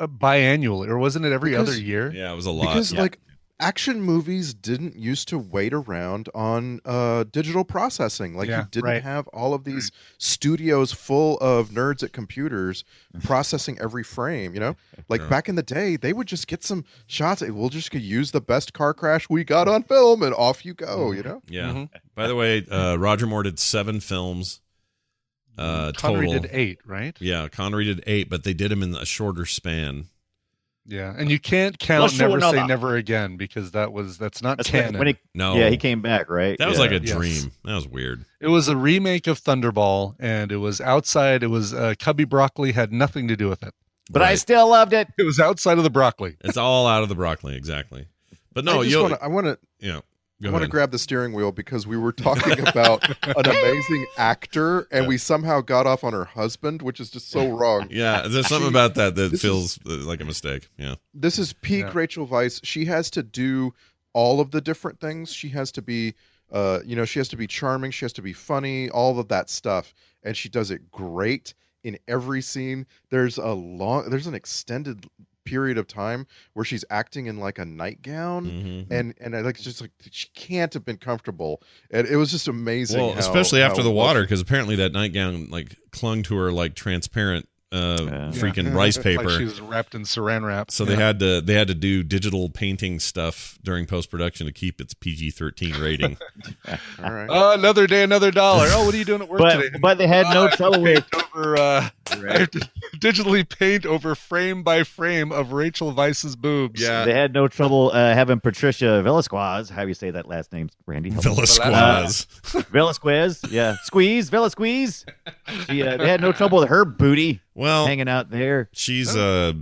G: uh, biannually, or wasn't it every
A: Because-
G: other year?
B: Yeah, it was a lot.
A: Because
F: yeah.
A: like action movies didn't used to wait around on uh, digital processing. Like
G: Yeah,
A: you didn't
G: right.
A: have all of
B: Mm.
A: these studios full of nerds at computers processing every frame. You know, like
B: Yeah.
A: back in the day, they would just get some shots. We'll just use the best car crash we got on film, and off you go. Oh,
B: Mm.
A: You know.
B: yeah.
G: Mhm.
B: By the way, uh, Roger Moore did seven films. Uh,
G: Connery
B: total.
G: did eight, right?
B: Yeah, Connery did eight, but they did him in a shorter span.
G: Yeah, and you can't count
H: Let's do
G: "Never Say
H: another.
G: Never Again" because that was that's not
F: That's
G: canon.
F: when he,
B: No,
F: yeah, he came back, right?
B: Oh. That was
F: Yeah.
B: like a
G: Yes.
B: dream. That was weird.
G: It was a remake of Thunderball, and it was outside. It was uh, Cubby Broccoli had nothing to do with it.
H: But I
B: Right.
H: still loved it.
G: It was outside of the broccoli.
B: it's all out of the broccoli, exactly. But no,
A: I just
B: you
A: wanna, I want to
B: yeah.
A: I
B: Go
A: want to
B: ahead.
A: grab the steering wheel because we were talking about an amazing actor and we somehow got off on her husband, which is just so wrong.
B: yeah, there's something about that that
A: This
B: feels uh, like a mistake. Yeah.
A: This is peak
G: Yeah.
A: Rachel Weisz. She has to do all of the different things. She has to be, uh, you know, she has to be charming. She has to be funny, all of that stuff. And she does it great in every scene. There's a long, there's an extended period of time where she's acting in like a nightgown.
B: hmm
A: And and I like it's just like she can't have been comfortable, and it was just amazing.
B: Well,
A: how-
B: especially after
A: how
B: the
A: well
B: water, because apparently that nightgown like clung to her like transparent uh,
F: Yeah.
B: freaking
G: Yeah.
B: rice
G: Like
B: paper.
G: she was wrapped in saran wrap.
B: so they had to they had to do digital painting stuff during post production to keep its PG thirteen rating.
A: All right.
G: Uh, another day, another dollar. Oh, what are you doing at work today?
F: But but they had
G: Oh, I
F: no
G: have to
F: trouble with
G: paint over. Uh, I have to digitally paint over frame by frame of Rachel Vice's boobs.
F: they had no trouble uh, having Patricia Velasquez. How do you say that last name, Randy? Help me.
B: Velasquez.
F: Velasquez, yeah, squeeze, Velasquez. She, uh, they had no trouble with her booty
B: well,
F: hanging out there.
B: she's a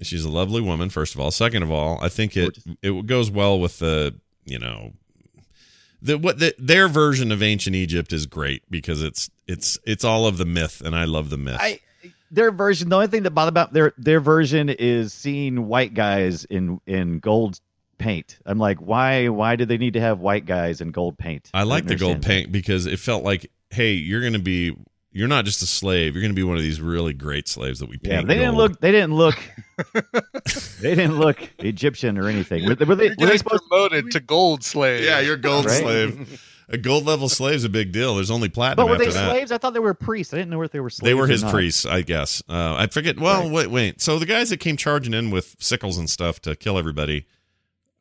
B: she's a lovely woman first of all second of all i think it it goes well with the you know the what the, their version of ancient egypt is great because it's it's it's all of the myth and i love the myth
F: I their version. The only thing that bothered about their their version is seeing white guys in in gold paint. I'm like, why why do they need to have white guys in gold paint?
B: I like the
F: don't
B: gold
F: understand
B: paint because it felt like hey you're gonna be you're not just a slave you're gonna be one of these really great slaves that we
F: that.
B: paint
F: Yeah, they didn't
B: gold.
F: look. They didn't look. they didn't look Egyptian or anything. Were, they- were they,
G: You're
F: were they
G: getting
F: supposed?
G: promoted to gold slave.
B: yeah you're a gold
F: Right?
B: slave a gold level slave's a big deal there's only
F: But
B: platinum
F: were
B: after
F: they
B: that
F: slaves? I thought they were priests. I didn't know if they were slaves.
B: they were
F: or
B: his
F: not.
B: priests, I guess. Uh, I forget. Well,
F: Right.
B: wait, wait. So the guys that came charging in with sickles and stuff to kill everybody,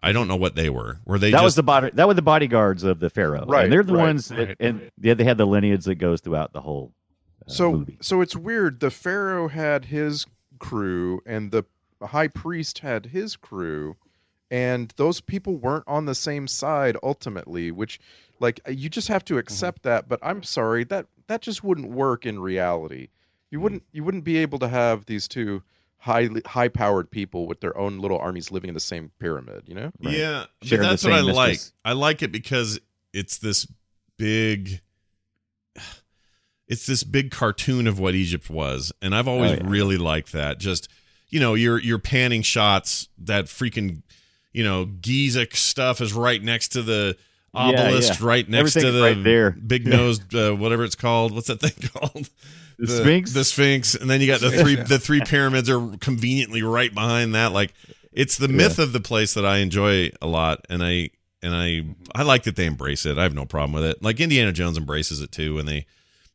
B: I don't know what they were. Were they
F: that
B: just
F: was the body. That were the bodyguards of the pharaoh.
G: Right,
F: And they're the
G: right,
F: ones that,
G: right.
F: and yeah, they had the lineage that goes throughout the whole. uh,
A: so
F: movie.
A: so it's weird the pharaoh had his crew and the high priest had his crew and those people weren't on the same side ultimately which like uh, you just have to accept that but i'm sorry that that just wouldn't work in reality you wouldn't you wouldn't be able to have these two highly high powered people with their own little armies living in the same pyramid you know
F: Right.
B: Yeah, but
F: Sharing the
B: that's what I
F: same
B: like.
F: mistress.
B: I like it because it's this big, it's this big cartoon of what Egypt was, and I've always
F: Oh, yeah.
B: really liked that. Just you know, you're you're panning shots that freaking you know Giza stuff is right next to the
F: Yeah,
B: obelisk,
F: yeah.
B: right next to
F: Everything's
B: the
F: right there.
B: big nosed uh, whatever it's called. What's that thing called?
F: The Sphinx?
B: The Sphinx, and then you got the three the three pyramids are conveniently right behind that. Like it's the myth of the place that I enjoy a lot, and I and I I like that they embrace it. I have no problem with it. Like Indiana Jones embraces it too, when they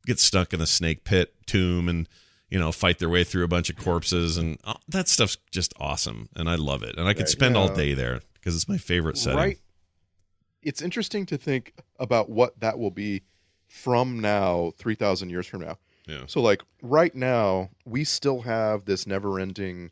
B: get stuck in the snake pit tomb and you know fight their way through a bunch of corpses, and uh, that stuff's just awesome, and I love it, and I could spend all
A: Yeah.
B: day there because it's my favorite setting.
A: right it's interesting to think about what that will be from now 3000 years from now
B: Yeah.
A: so like right now we still have this never ending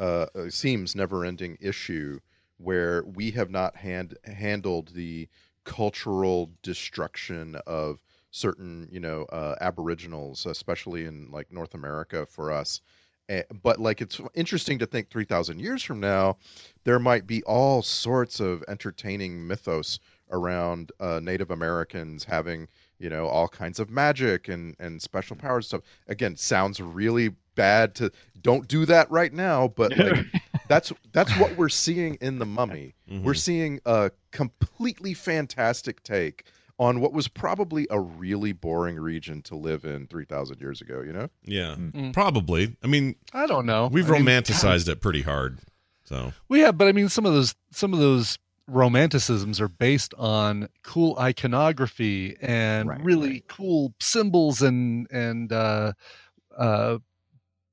A: uh uh, seems never ending issue where we have not hand handled the cultural destruction of certain you know uh, aboriginals especially in like north america for us Eh, but like it's interesting to think 3000 years from now there might be all sorts of entertaining mythos around uh, native americans having you know all kinds of magic and and special powers and stuff again sounds really bad to don't do that right now but like that's that's what we're seeing in the mummy
B: Mm-hmm. Mm.
A: we're seeing a completely fantastic take on what was probably a really boring region to live in 3000 years ago you know
B: Yeah,
G: Mm.
B: probably. I mean,
G: I don't know.
B: we've
G: Oh, I mean,
B: romanticized it pretty hard. So
G: Well, yeah, but I mean, some of those some of those romanticisms are based on cool iconography and
F: Right,
G: really cool symbols and and uh, uh,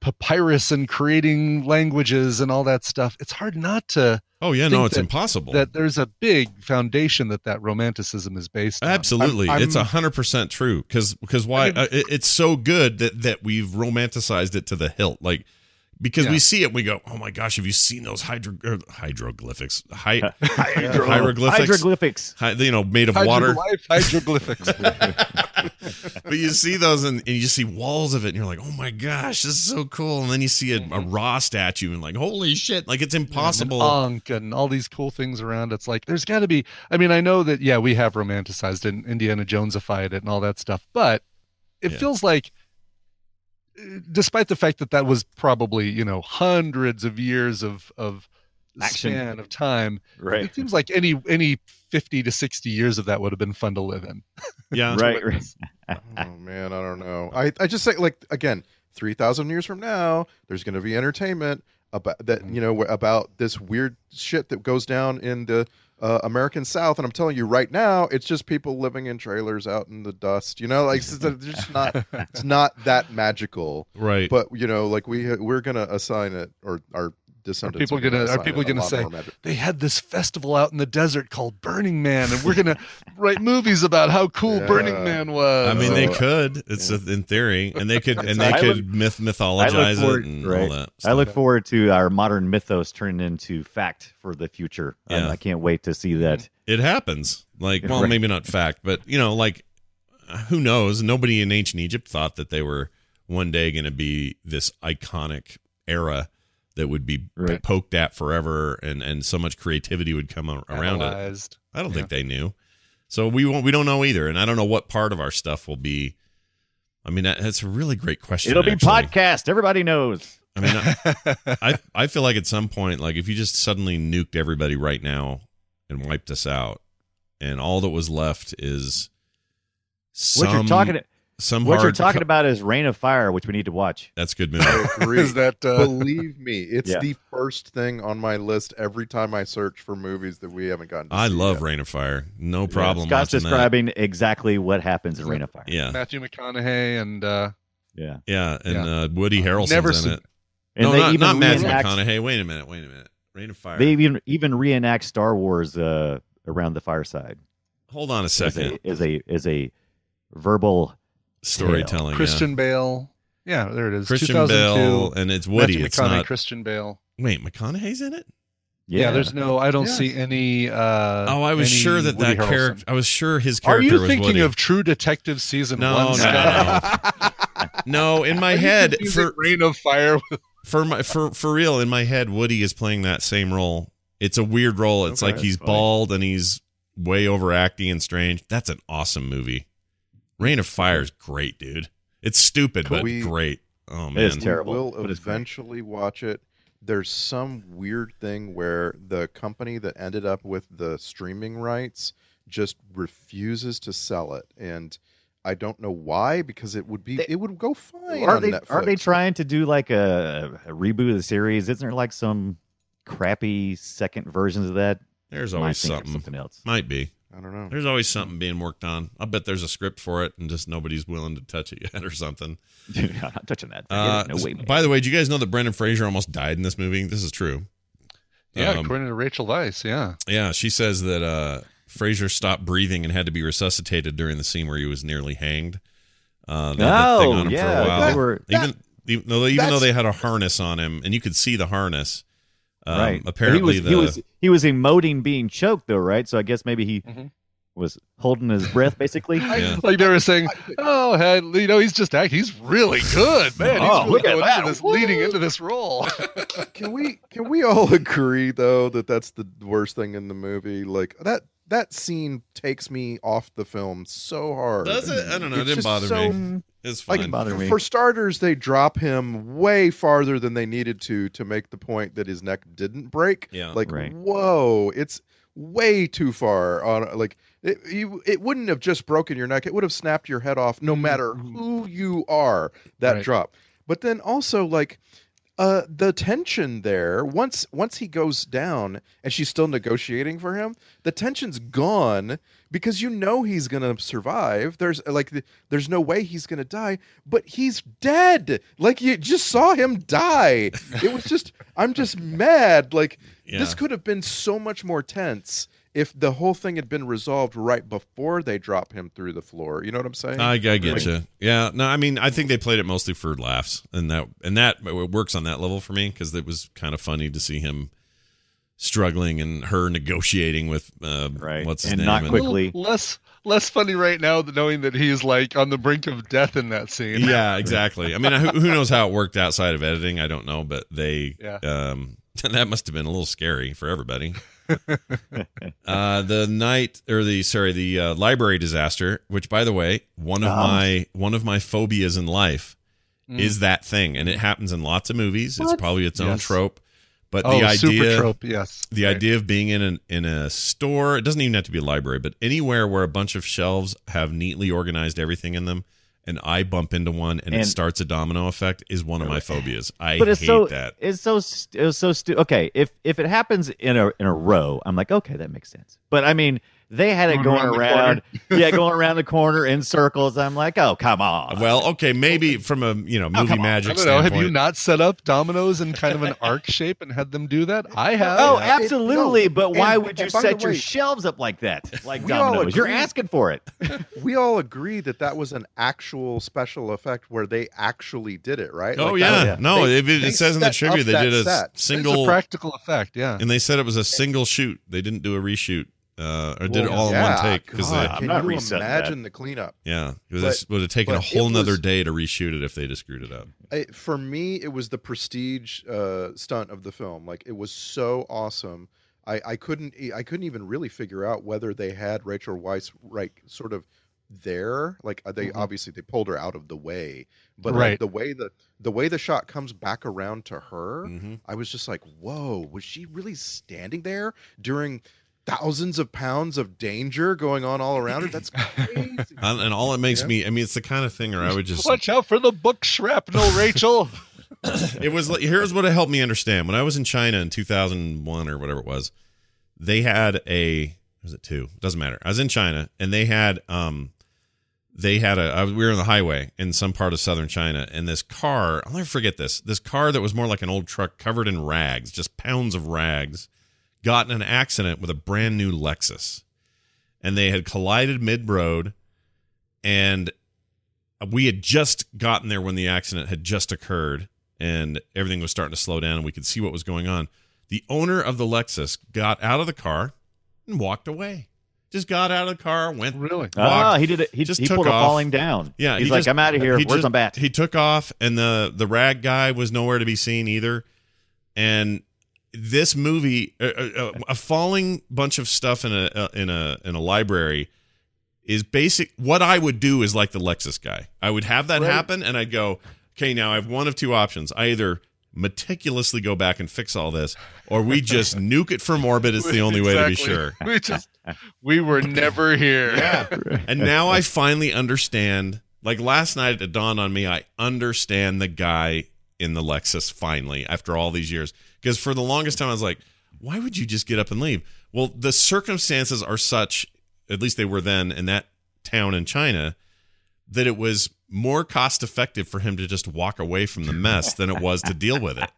G: papyrus and creating languages and all that stuff. It's hard not to
B: oh yeah,
G: Think
B: no, it's
G: that-
B: impossible.
G: that there's a big foundation that that romanticism is based on.
B: Absolutely,
A: I'm-
B: it's a
A: I'm-
B: hundred percent true. Because why
G: mean-
B: uh, it, it's so good that that we've romanticized it to the hilt. Like because we
G: Yeah.
B: see it, and we go, oh my gosh, have you seen those hydro er, hydroglyphics? Hy- hieroglyphics.
F: Hieroglyphics.
B: Hy- you know, made of water.
G: Hydroglyph- hydroglyphics.
B: But you see those and, and you see walls of it, and you're like, oh my gosh, this is so cool. And then you see a, a raw statue, and like, holy shit, like it's impossible.
G: And Ankh and all these cool things around. It's like there's got to be. I mean, I know that yeah, we have romanticized and Indiana Jonesified it and all that stuff, but it
B: Yeah.
G: feels like, uh, despite the fact that that was probably you know hundreds of years of of
F: Action.
G: span of time,
F: Right.
G: it seems like any any fifty to sixty years of that would have been fun to live in.
B: yeah,
F: Right. right.
A: oh man, I don't know. I, I just say like again, three thousand years from now, there's going to
G: Mm-hmm.
A: be entertainment about that you know wh- about this weird shit that goes down in the uh, American South, and I'm telling you right now, it's just people living in trailers out in the dust. You know, like it's it's just not it's not that magical,
B: Right.
A: but you know, like we uh, we're gonna assign it or our descendants
G: people gonna- are
A: assign
G: people
A: it a
G: gonna
A: lot
G: say,
A: more magic.
G: They had this festival out in the desert called Burning Man, and we're gonna write movies about how cool Burning
A: Yeah.
G: Man was.
B: I mean,
A: so-
B: they could. It's a, in theory, and they could, and they
F: I
B: could
F: look-
B: myth mythologize
F: forward-
B: it and
F: right.
B: all that.
F: I
B: stuff.
F: look forward to our modern mythos turning into fact for the future. Um,
B: Yeah.
F: I can't wait to see that.
B: It happens. Like, well,
F: Right.
B: maybe not fact, but you know, like, who knows? Nobody in ancient Egypt thought that they were one day going to be this iconic era that would be
F: Right.
B: poked at forever, and and so much creativity would come a- around it.
G: Analyzed.
B: I don't think they knew. So we won't. We don't know either, and I don't know what part of our stuff will be. I mean, that, that's a really great question.
F: It'll be
B: actually.
F: podcast. Everybody knows.
B: I mean, I, I I feel like at some point, like if you just suddenly nuked everybody right now and wiped us out, and all that was left is some,
F: what you're talking.
B: some
F: What you're
B: hard-
F: talking about is Rain of Fire, which we need to watch.
B: That's a good movie.
A: Agree.
G: Is that uh,
A: Believe me, it's
F: Yeah.
A: the first thing on my list every time I search for movies that we haven't gotten. To
B: I
A: see
B: love
A: yet.
B: Rain of Fire. No problem.
F: Scott's
B: watching that.
F: describing exactly what happens in Rain of Fire.
B: Yeah,
G: Matthew McConaughey and uh,
F: Yeah.
B: yeah, and
G: Yeah.
B: Uh, Woody Harrelson's
G: Never
B: in
G: seen-
B: it. no, not, not Matthew
F: reenact-
B: McConaughey. Wait a minute. Wait a minute. Rain of Fire.
F: They even even reenact Star Wars uh, around the fireside
B: Hold on a
F: as
B: second.
F: a, as a as a verbal.
B: Storytelling.
G: Christian Bale. Yeah, there it
B: yeah.
G: is.
B: Oh, Christian
G: 2002.
B: Bale, and it's Woody.
G: Matthew
B: It's
G: McConaughey,
B: not.
G: Christian Bale.
B: Wait, McConaughey's in it.
G: Yeah, there's no. I don't
A: Yes.
G: see any. Uh,
B: Oh, I was
G: any
B: sure that
G: Woody
B: that
G: Harrelson.
B: character. I was sure his
G: Are
B: character.
G: you
B: was
G: thinking
B: Woody.
G: of True Detective season
B: No,
G: one?
B: no,
G: Scott?
B: no? In my
G: Are you
B: head,
G: confusing
B: for
G: Rain of Fire
B: for my for for real, in my head, Woody is playing that same role. It's a weird role. It's
A: Okay,
B: like he's
A: that's funny.
B: bald and he's way overacting and strange. That's an awesome movie. Rain of Fire is great, dude. It's stupid,
A: Cool.
B: but
A: We-
B: great. Oh
F: is
B: man,
F: terrible.
A: We'll
F: but it's great.
A: eventually watch it. There's some weird thing where the company that ended up with the streaming rights just refuses to sell it, and I don't know why because it would be
F: They-
A: it would go fine
F: Are
A: on
F: they
A: Netflix.
F: are they trying to do like a, a reboot of the series? Isn't there like some crappy second versions of that?
B: there's
F: Am I
B: always
F: thinking of
B: something.
F: something else.
B: Might be.
A: I don't know.
B: There's always something being worked on. I bet there's a script for it, and just nobody's willing to touch it yet, or something.
F: Dude, I'm not touching that. Forget
B: Uh,
F: it. No way. man.
B: by the way, do you guys know that Brendan Fraser almost died in this movie? This is true.
G: Yeah,
B: Um,
G: according to Rachel Weisz. Yeah.
B: yeah. She says that uh, Fraser stopped breathing and had to be resuscitated during the scene where he was nearly hanged. Uh, they had that thing
F: oh
B: on him
F: yeah,
B: for a while.
F: they were
B: even even, though, even though
A: that's-
B: they had a harness on him, and you could see the harness. Um,
F: right. But he
B: Apparently,
F: was,
B: the
F: he was he was emoting being choked though, right? So I guess maybe he
A: Mm-hmm.
G: Mhm.
F: was holding his breath basically.
B: Yeah.
G: Like they were saying, oh, hey, you know, he's just act. He's really good, man.
F: Oh,
G: he's
F: look at
G: really going
F: that.
G: into this, leading into this role.
A: Can we can we all agree though that that's the worst thing in the movie? Like that that scene takes me off the film so hard.
B: does it? I don't know. it
A: It's
B: didn't
A: just
B: bother
A: so
B: me. It's
A: Like,
B: fine.
F: bother me.
A: For starters, they drop him way farther than they needed to to make the point that his neck didn't break.
B: Yeah.
A: Like,
F: Right.
A: whoa, it's way too far. On like, it, you, it wouldn't have just broken your neck. It would have snapped your head off,
F: Mm-hmm.
A: no matter who you are. That
G: Right.
A: drop. But then also like. Uh, the tension there once once he goes down and she's still negotiating for him the tension's gone because you know he's gonna survive. There's like the, there's no way he's gonna die, but he's dead. Like you just saw him die. It was just I'm just mad. Like
B: yeah.
A: this could have been so much more tense if the whole thing had been resolved right before they drop him through the floor. You know what I'm saying?
B: I, I get you. Yeah. No, I mean, I think they played it mostly for laughs, and that and that it works on that level for me because it was kind of funny to see him struggling and her negotiating with uh,
F: Right.
B: what's his
F: And
B: name
F: not
B: and-
F: quick- Quickly.
G: Less less funny right now than knowing that he is like on the brink of death in that scene.
B: yeah, exactly. I mean, who, who knows how it worked outside of editing? I don't know, but they
G: Yeah.
B: um, that must have been a little scary for everybody. uh, the night or the sorry, the uh, library disaster, which by the way, one of
G: Uh-huh.
F: Oh.
B: my one of my phobias in life
G: Mm.
B: is that thing, and it happens in lots of movies. It's probably its own
G: Yes.
B: trope, but
G: oh,
B: the
G: super
B: idea
G: trope. Yes.
B: the
G: Right.
B: idea of being in an in a store it doesn't even have to be a library but anywhere where a bunch of shelves have neatly organized everything in them and I bump into one and, it
F: And-
B: starts a domino effect is one of my phobias. I
F: but it's
B: hate
F: so
B: that.
F: it's so st- it's so stu- okay. If if it happens in a in a row, I'm like, okay, that makes sense. But I mean, they had it
G: Going
F: going
G: around the
F: around, yeah, going around the corner in circles. I'm like, oh come on.
B: Well, okay, maybe from a you know
F: come
B: movie
F: on.
B: magic
G: I don't know. Have you
B: standpoint.
G: not set up dominoes in kind of an arc shape and had them do that? I have.
F: Oh,
G: Yeah.
F: absolutely!
A: no,
F: but why
A: and-
F: would
A: and
F: you
A: by the
F: set your
A: way-
F: shelves up like that, like
A: We all
F: dominoes? You're
A: agree.
F: asking for it.
A: we all agree that that was an actual special effect where they actually did it, right?
B: Oh
A: Like,
B: yeah.
A: that-
B: no!
A: they-
B: it, it
A: they
B: says in the
A: set
B: trivia
A: up
B: they
A: that
B: did a
A: set.
B: s-
G: It's
B: single,
G: a practical effect. Yeah.
B: and they said it was a single shoot. They didn't do a reshoot, uh, or did it
F: Well,
B: all in
A: yeah,
B: one take because
A: God,
B: they,
F: I'm
A: can
F: not
A: you
F: resetting that.
A: imagine the cleanup?
B: yeah, because
A: But-
B: this would have taken a
A: but
B: whole
A: it
B: nother
A: was-
B: day to reshoot it if they just screwed it up.
A: I- for me, it was the prestige uh, stunt of the film. Like it was so awesome. I, I couldn't e- I couldn't even really figure out whether they had Rachel Weisz like sort of there. Like uh, they
B: Mm-hmm.
A: obviously they pulled her out of the way, but like,
G: Right.
A: the way the the way the shot comes back around to her,
B: Mm-hmm.
A: I was just like, whoa, was she really standing there during thousands of pounds of danger going on all around her? That's crazy.
B: And, and all it makes
A: Yeah.
B: me, I mean, it's the kind of thing where I would just
G: Watch out for the book shrapnel, Rachel.
B: it was like here's what it helped me understand when i was in china in 2001 or whatever it was they had a was it two doesn't matter i was in china and they had um they had a I, we were on the highway in some part of southern china and this car i'll never forget this this car that was more like an old truck covered in rags just pounds of rags got in an accident with a brand new lexus and they had collided mid-road and we had just gotten there when the accident had just occurred and everything was starting to slow down and we could see what was going on. The owner of the Lexus got out of the car and walked away. Just got out of the car, went
G: really?
F: Ah,
B: walked.
F: he did it. He,
B: Just
F: he
B: took
F: pulled a
B: off.
F: falling down.
B: Yeah,
F: he's
B: he
F: like,
B: just-
F: I'm out of here.
B: he
F: Where's
B: just-
F: my bat?
B: He took off and the the rag guy was nowhere to be seen either. And this movie a, a, a falling bunch of stuff in a, a in a in a library is basic what I would do is like the Lexus guy. I would have that
A: Right.
B: happen and I'd go, "Okay, now I have one of two options. I either meticulously go back and fix all this or we just nuke it from orbit. It's the only way to be
G: Exactly.
B: sure."
G: We just we were never here.
B: And now I finally understand. Like last night, it dawned on me. I understand the guy in the Lexus finally after all these years. Because for the longest time, I was like, why would you just get up and leave? Well, the circumstances are such, at least they were then in that town in China, that it was more cost effective for him to just walk away from the mess than it was to deal with it.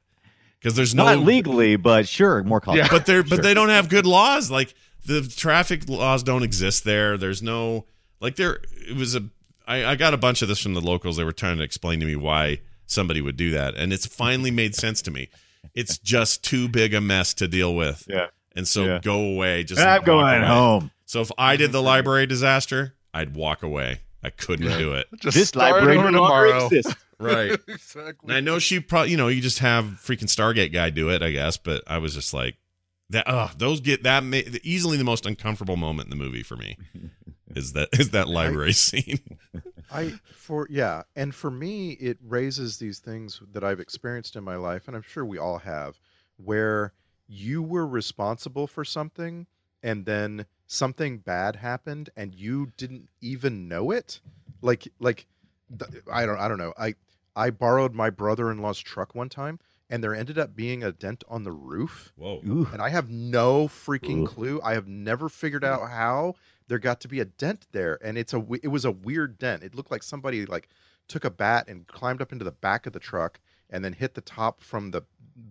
B: Because there's no
F: Not legally, but sure, more complicated.
B: but they're but
F: Sure.
B: they don't have good laws. Like the traffic laws don't exist there. There's no like there. It was a. I, I got a bunch of this from the locals. They were trying to explain to me why somebody would do that, and it's finally made sense to me. It's just too big a mess to deal with.
F: Yeah.
B: And so
F: Yeah.
B: go away. Just
F: I'm
B: walk
F: going
B: away.
F: home.
B: So if I did the library disaster, I'd walk away. I couldn't do it.
G: Just
F: This
G: start
F: library
G: over
F: no longer
G: tomorrow.
F: exists.
B: Right. And
G: exactly.
B: I know she probably, you know, you just have freaking Stargate guy do it, I guess. But I was just like, that. Ugh, those get that ma- easily the most uncomfortable moment in the movie for me is that is that library scene.
A: I for yeah, and for me, it raises these things that I've experienced in my life, and I'm sure we all have, where you were responsible for something, and then something bad happened, and you didn't even know it. Like like, th- I don't I don't know. I I borrowed my brother-in-law's truck one time, and there ended up being a dent on the roof
B: Whoa.
F: Ooh.
A: and I have no freaking
F: Ooh.
A: clue. I have never figured out how there got to be a dent there, and it's a w- it was a weird dent. It looked like somebody like took a bat and climbed up into the back of the truck and then hit the top from the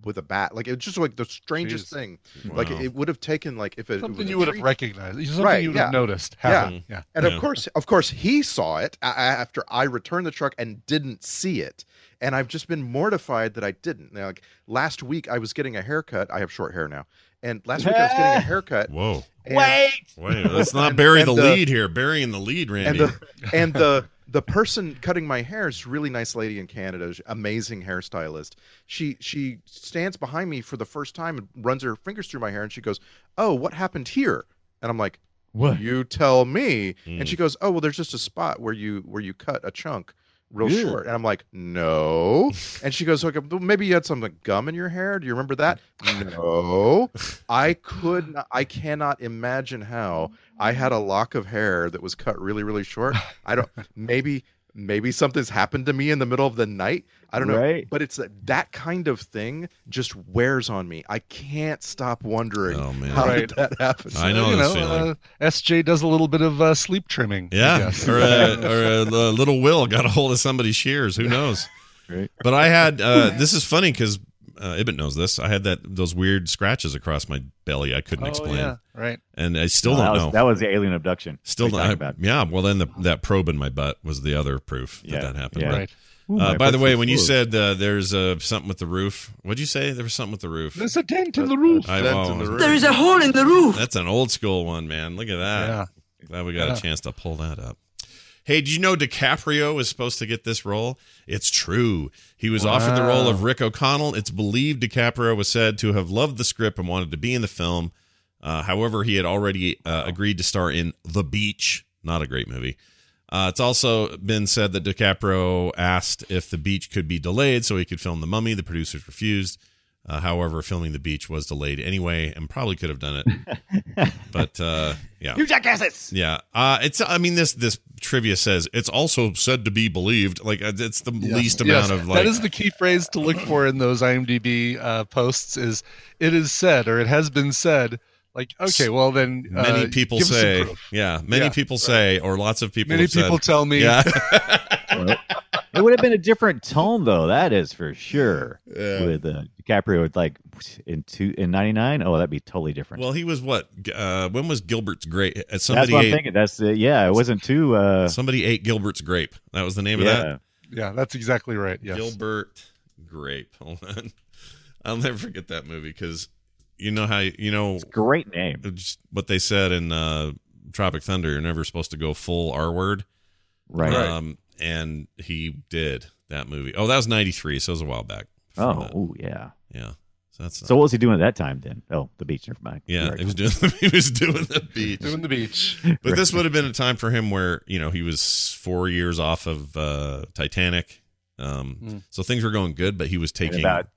A: with a bat. Like it was just like the strangest
G: Jeez.
A: thing. Like it would have taken like if it, it was
G: Something
A: a
G: you would have
A: tree-
G: recognized. Something
A: Right,
G: you would
A: yeah.
G: have noticed
A: Yeah.
G: happen. Yeah.
A: and
B: Yeah.
A: of course, of course, he saw it a- a- after I returned the truck and didn't see it. And I've just been mortified that I didn't. Now, like last week, I was getting a haircut. I have short hair now. And last week I was getting a haircut.
B: Whoa.
A: and-
B: Wait. Let's not
A: And-
B: bury
A: and
B: the,
A: the-
B: lead here. Burying the lead,
A: and
B: Randy.
A: the and the the person cutting my hair is a really nice lady in Canada, she's an amazing hairstylist. She she stands behind me for the first time and runs her fingers through my hair and she goes, "Oh, what happened here?" And I'm like,
F: What?
A: "You tell me."
B: Mm.
A: And she goes, "Oh, well, there's just a spot where you where you cut a chunk." Real
F: Ew.
A: short, and I'm like, no. And she goes, okay, well, maybe you had some like, gum in your hair. Do you remember that? No. I could not, I cannot imagine how I had a lock of hair that was cut really really short. I don't maybe maybe something's happened to me in the middle of the night. I don't know.
F: Right.
A: But it's that, that kind of thing just wears on me. I can't stop wondering
B: Oh, man.
A: how
G: Right.
A: did that happen.
B: I know
G: you
B: this
G: know,
B: feeling.
G: uh, SJ does a little bit of uh, sleep trimming. I
B: Yeah,
G: guess.
B: or uh, a, or a, a little Will got a hold of somebody's shears. Who knows?
F: Right.
B: But I had uh, this is funny because uh, Ibit knows this. I had that those weird scratches across my belly. I couldn't
G: Oh,
B: explain,
G: yeah. Right.
B: and I still
F: that
B: don't
F: was,
B: know.
F: That was the alien abduction.
B: still
F: we're talking
B: not.
F: about.
B: Yeah. Well, then the, that probe in my butt was the other proof that
F: Yeah,
B: that happened.
F: yeah.
B: But,
G: Right.
F: Ooh,
B: Uh,
F: my
B: by the
F: butt's
B: way,
F: so
B: when you
F: full.
B: said uh, there's uh, something with the roof, what'd you say? There was something with the roof.
G: There's a dent in the roof.
B: I-
A: Dent
B: oh,
A: in the
B: I was-
A: roof.
I: There is a hole in the roof.
B: That's an old school one, man. Look at that.
G: yeah.
B: Glad we got
G: Yeah.
B: a chance to pull that up. Hey, did you know DiCaprio was supposed to get this role? It's true. He was offered the role of Rick O'Connell. It's believed DiCaprio was said to have loved the script and wanted to be in the film. Uh, however, he had already uh, agreed to star in The Beach, not a great movie. Uh, it's also been said that DiCaprio asked if The Beach could be delayed so he could film The Mummy. The producers refused. Uh, however, filming The Beach was delayed anyway and probably could have done it. but uh, yeah.
H: You jackasses!
B: Yeah, uh, it's. I mean, this this trivia says it's also said to be believed. Like uh, it's the least amount
G: Yes,
B: of like.
G: that is uh, the key phrase to look for in those IMDb uh, posts. Is it is said or it has been said? Like okay, well then uh,
B: many people
G: give us some
B: say,
G: proof.
B: yeah, many
G: Yeah,
B: people say, or lots of people.
G: Many
B: have said-
G: people tell me.
B: yeah,
F: it would have been a different tone though. That is for sure. With uh, DiCaprio, with, like in two in '99. Oh, that'd be totally different.
B: well, he was what? Uh, when was Gilbert's grape? uh,
F: That's
B: Somebody
F: what I'm
B: ate.
F: thinking. That's uh, yeah. It wasn't too. Uh,
B: Somebody ate Gilbert's grape. That was the name of that.
F: yeah.
G: Yeah, that's exactly right. Yes.
B: Gilbert Grape. Hold on, I'll never forget that movie because you know how you know
F: Great name.
B: just what they said in uh, Tropic Thunder. You're never supposed to go full R word.
F: Right.
B: Um, and he did that movie. Oh, that was '93, so it was a while back. before
F: Oh,
B: that.
F: ooh, yeah.
B: yeah. So that's
F: So what was he doing at that time then? Oh, the beach. Never mind.
B: yeah.
F: Right.
B: He was doing he was doing the beat,
G: Doing the beach.
B: but this would have been a time for him where you know he was four years off of uh, Titanic, um,
G: Mm.
B: so things were going good, but he was
F: And
B: taking
F: about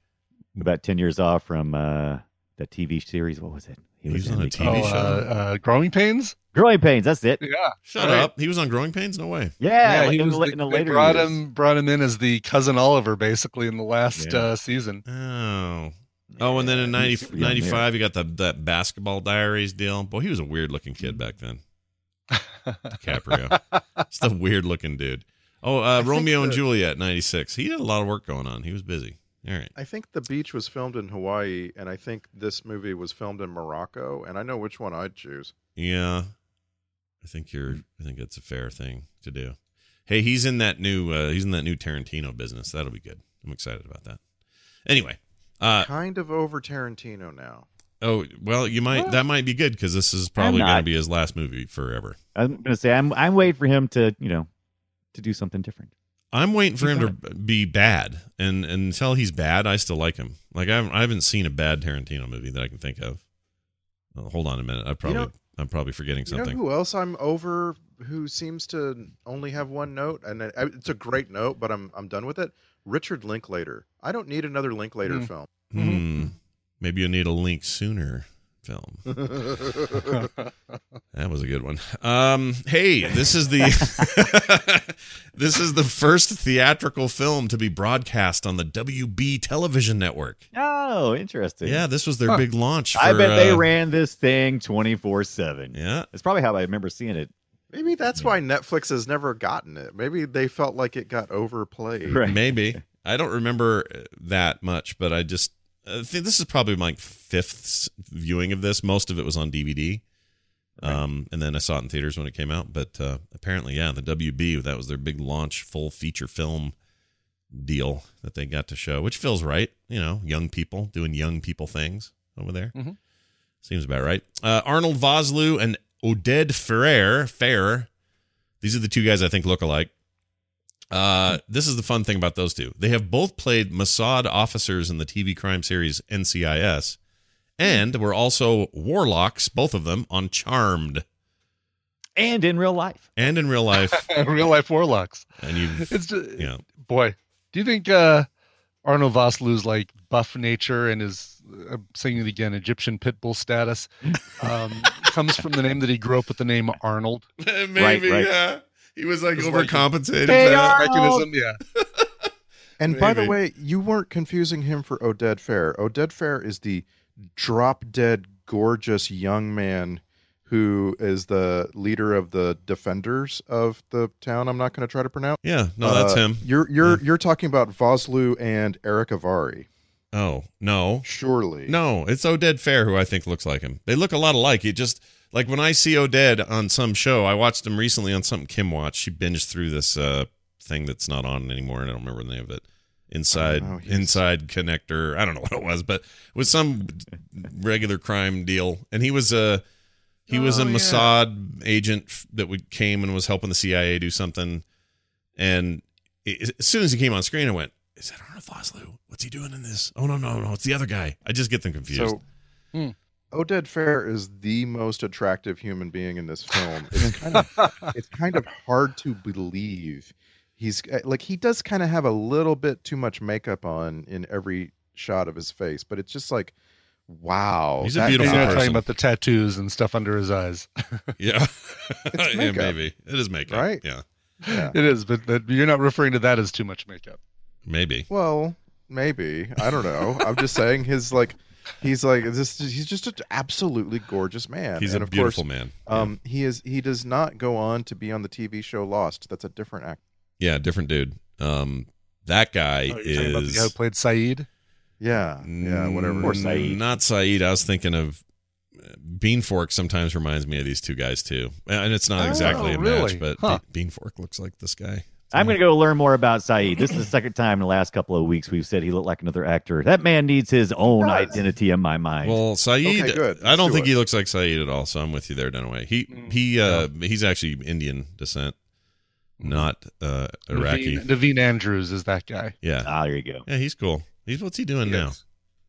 F: about ten years off from uh, the TV series. What was it?
B: He was on
F: in
B: a
F: the-
B: TV
G: oh,
B: show?
G: Uh, uh, growing pains.
F: Growing pains. That's it.
G: Yeah.
B: shut
G: Right.
B: up. He was on Growing Pains. No way.
F: Yeah, like in, the,
G: the-
F: in the
G: they
F: later
G: brought
F: years.
G: him brought him in as the cousin Oliver basically in the last
F: Yeah.
G: uh, season.
B: Oh. Oh, and then in
F: Yeah, he was
B: 90,
F: super young there.
B: 95, he got the that basketball diaries deal. Boy, he was a weird looking kid back then. DiCaprio. Just a weird looking dude. Oh,
A: I
B: uh,
A: think
B: Romeo and
A: the-
B: Juliet, 96. He had a lot of work going on. He was busy. All right.
A: I think the beach was filmed in Hawaii, and I think this movie was filmed in Morocco. And I know which one I'd choose.
B: Yeah. I think you're, I think that's a fair thing to do. Hey, he's in that new, uh, he's in that new Tarantino business. That'll be good. I'm excited about that. Anyway. Uh,
A: Kind of over Tarantino now.
B: oh, well, you might, that might be good because this is probably
F: not-
B: going to be his last movie forever.
F: I'm gonna say I'm I'm waiting for him to you know to do something different.
B: I'm waiting for him to be bad, and, and until he's bad, I still like him. Like I haven't, I haven't seen a bad Tarantino movie that I can think of. Uh, hold on a minute, I probably
A: know-
B: I'm probably forgetting
A: You know
B: something.
A: who else I'm over? Who seems to only have one note, and it- it's a great note, but I'm I'm done with it. Richard Linklater. I don't need another Linklater
G: Hmm.
A: film.
B: hmm. Maybe you need a link sooner film. That was a good one. Um, hey, this is the this is the first theatrical film to be broadcast on the WB television network.
F: Oh, interesting.
B: Yeah, this was their
G: Huh.
B: big launch.
F: I
B: for,
F: bet they
B: uh,
F: ran this thing twenty four seven.
B: Yeah,
F: It's probably how I remember seeing it.
A: Maybe that's why Netflix has never gotten it. Maybe they felt like it got overplayed.
F: Right.
B: Maybe I don't remember uh, that much, but I just I think this is probably my fifth s- viewing of this. Most of it was on DVD, um, and then I saw it in theaters when it came out. But uh, apparently, yeah, the WB that was their big launch full feature film deal that they got to show, which feels right. You know, young people doing young people things over there
G: Mhm.
B: seems about right. Uh, Arnold Vosloo and Oded Ferrer, Ferrer. These are the two guys I think look alike. Uh, this is the fun thing about those two. They have both played Mossad officers in the TV crime series NCIS, and were also warlocks, both of them, on Charmed
F: And in real life.
B: and in real life.
G: Real life warlocks.
B: and you've,
G: It's just,
B: you know,
G: boy. Do you think uh Arnold Vosloo's like buff nature and his uh, saying it again Egyptian pit bull status um, comes from the name that he grew up with the name Arnold?
B: maybe
F: right.
B: yeah. He was like
G: It's like-
B: overcompensating.
H: Hey,
B: for that.
H: Arnold!
G: mechanism. Yeah.
A: And by the
B: Maybe.
A: way, you weren't confusing him for Odette Fair. Odette Fair is the drop dead gorgeous young man who is the leader of the defenders of the town. I'm not going to try to pronounce.
B: Yeah, no, that's
A: Uh,
B: him.
A: You're you're you're talking about Vosloo and Eric Avari.
B: Oh no,
A: Surely.
B: no, it's Oded Fair who I think looks like him. They look a lot alike. It just like when I see Oded on some show, I watched him recently on something Kim watched. She binged through this uh thing that's not on anymore, and I don't remember the name of it. Inside,
A: Oh, he's-
B: inside connector. I don't know what it was, but it was some regular crime deal, and he was a he was a
A: Oh, yeah.
B: Mossad agent f- that would came and was helping the CIA do something, and it, as soon as he came on screen, I went, "Is that Arnold Vosloo? What's he doing in this? Oh no, no, no! It's the other guy. I just get them confused.
A: So
G: Hmm.
A: Odette Fair is the most attractive human being in this film. It's kind of it's kind of hard to believe. He's uh, like he does kind of have a little bit too much makeup on in every shot of his face, but it's just like wow.
B: He's a
A: that-
G: You're
B: Beautiful
G: not
B: person.
G: talking about the tattoos and stuff under his eyes.
B: yeah, yeah,
A: makeup.
B: maybe it is makeup,
A: Right?
B: Yeah,
A: yeah.
G: It is, but that, you're not referring to that as too much makeup.
B: maybe.
A: Well, maybe. I don't know. I'm just saying his like he's like this he's just an absolutely gorgeous man.
B: He's
A: and
B: a
A: of
B: beautiful
A: course,
B: man.
A: Um he is he does not go on to be on the TV show Lost. That's a different act.
B: yeah, different dude. Um, that guy
G: Oh, you're talking about the guy who
B: is
G: played Saeed?
A: Yeah. Yeah, whatever.
B: Or Saeed. Mm, Not Saeed. I was thinking of Beanfork. Sometimes reminds me of these two guys too, and it's not
G: Oh,
B: exactly a
G: really?
B: match, but
G: Huh.
B: Be- Beanfork looks like this guy.
F: I'm going to go learn more about Saeed. This is the second time in the last couple of weeks we've said he looked like another actor. That man needs his own
A: Yes.
F: identity in my mind.
B: Well, Saeed,
A: Okay, good.
B: I don't
A: Do
B: think
A: it. Mm.
B: he looks like Saeed at all. So I'm with you there, Dunaway. He he uh he's actually Indian descent,
A: Mm.
B: not uh Iraqi.
G: Naveen, Naveen Andrews is that guy.
B: Yeah,
F: ah, there you go.
B: yeah, he's cool. He's what's he doing now?
G: Yes.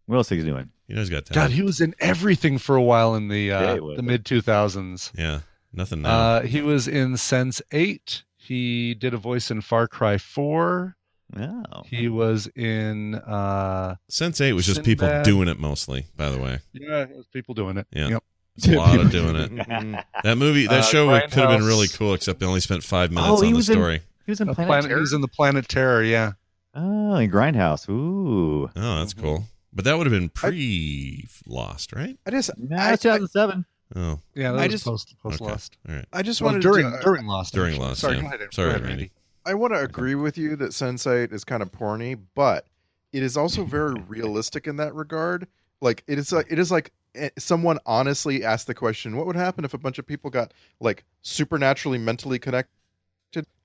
F: What else is he doing?
B: You know, he's got
G: God,
B: talent.
G: he was in everything for a while in the
F: Yeah,
G: uh,
F: he was.
G: the mid 2000s.
B: yeah, nothing now.
G: Uh, he was in Sense 8. He did a voice in Far Cry 4.
F: Oh.
G: He was in uh,
B: Sense eight was just people
G: Sinbad.
B: doing it mostly. By the way,
G: yeah, it was people doing it.
B: Yeah.
G: Yep.
B: There's a lot of doing it.
A: Mhm.
B: That movie, that
G: Uh,
B: show would- could have been
G: Grindhouse.
B: really cool, except they only spent five minutes
F: Oh, he
B: on the
F: was in-
B: story.
F: He was in
G: The
F: Planet,
G: planet, he
F: Terror.
G: was in the Planet Terror. Yeah.
F: oh, in Grindhouse. Ooh.
B: Oh, that's
G: Mhm.
B: cool. But that would have been pre-lost, right?
A: I just
F: No,
A: I-
F: 2007.
B: Oh,
G: Yeah. That
A: I
G: was
A: just-
G: post, post
B: okay.
G: Lost.
B: all right.
A: I just
G: Well,
A: wanted
G: during,
A: to, uh,
G: during Lost.
B: during
G: actually.
B: Lost,
G: Sorry,
B: yeah.
G: go ahead,
B: Sorry,
G: go ahead,
B: Randy.
G: Randy.
A: I want to agree with you that Sense8 is kind of porny, but it is also very realistic in that regard. Like it is like it is like eh, someone honestly asked the question, what would happen if a bunch of people got like supernaturally mentally connected?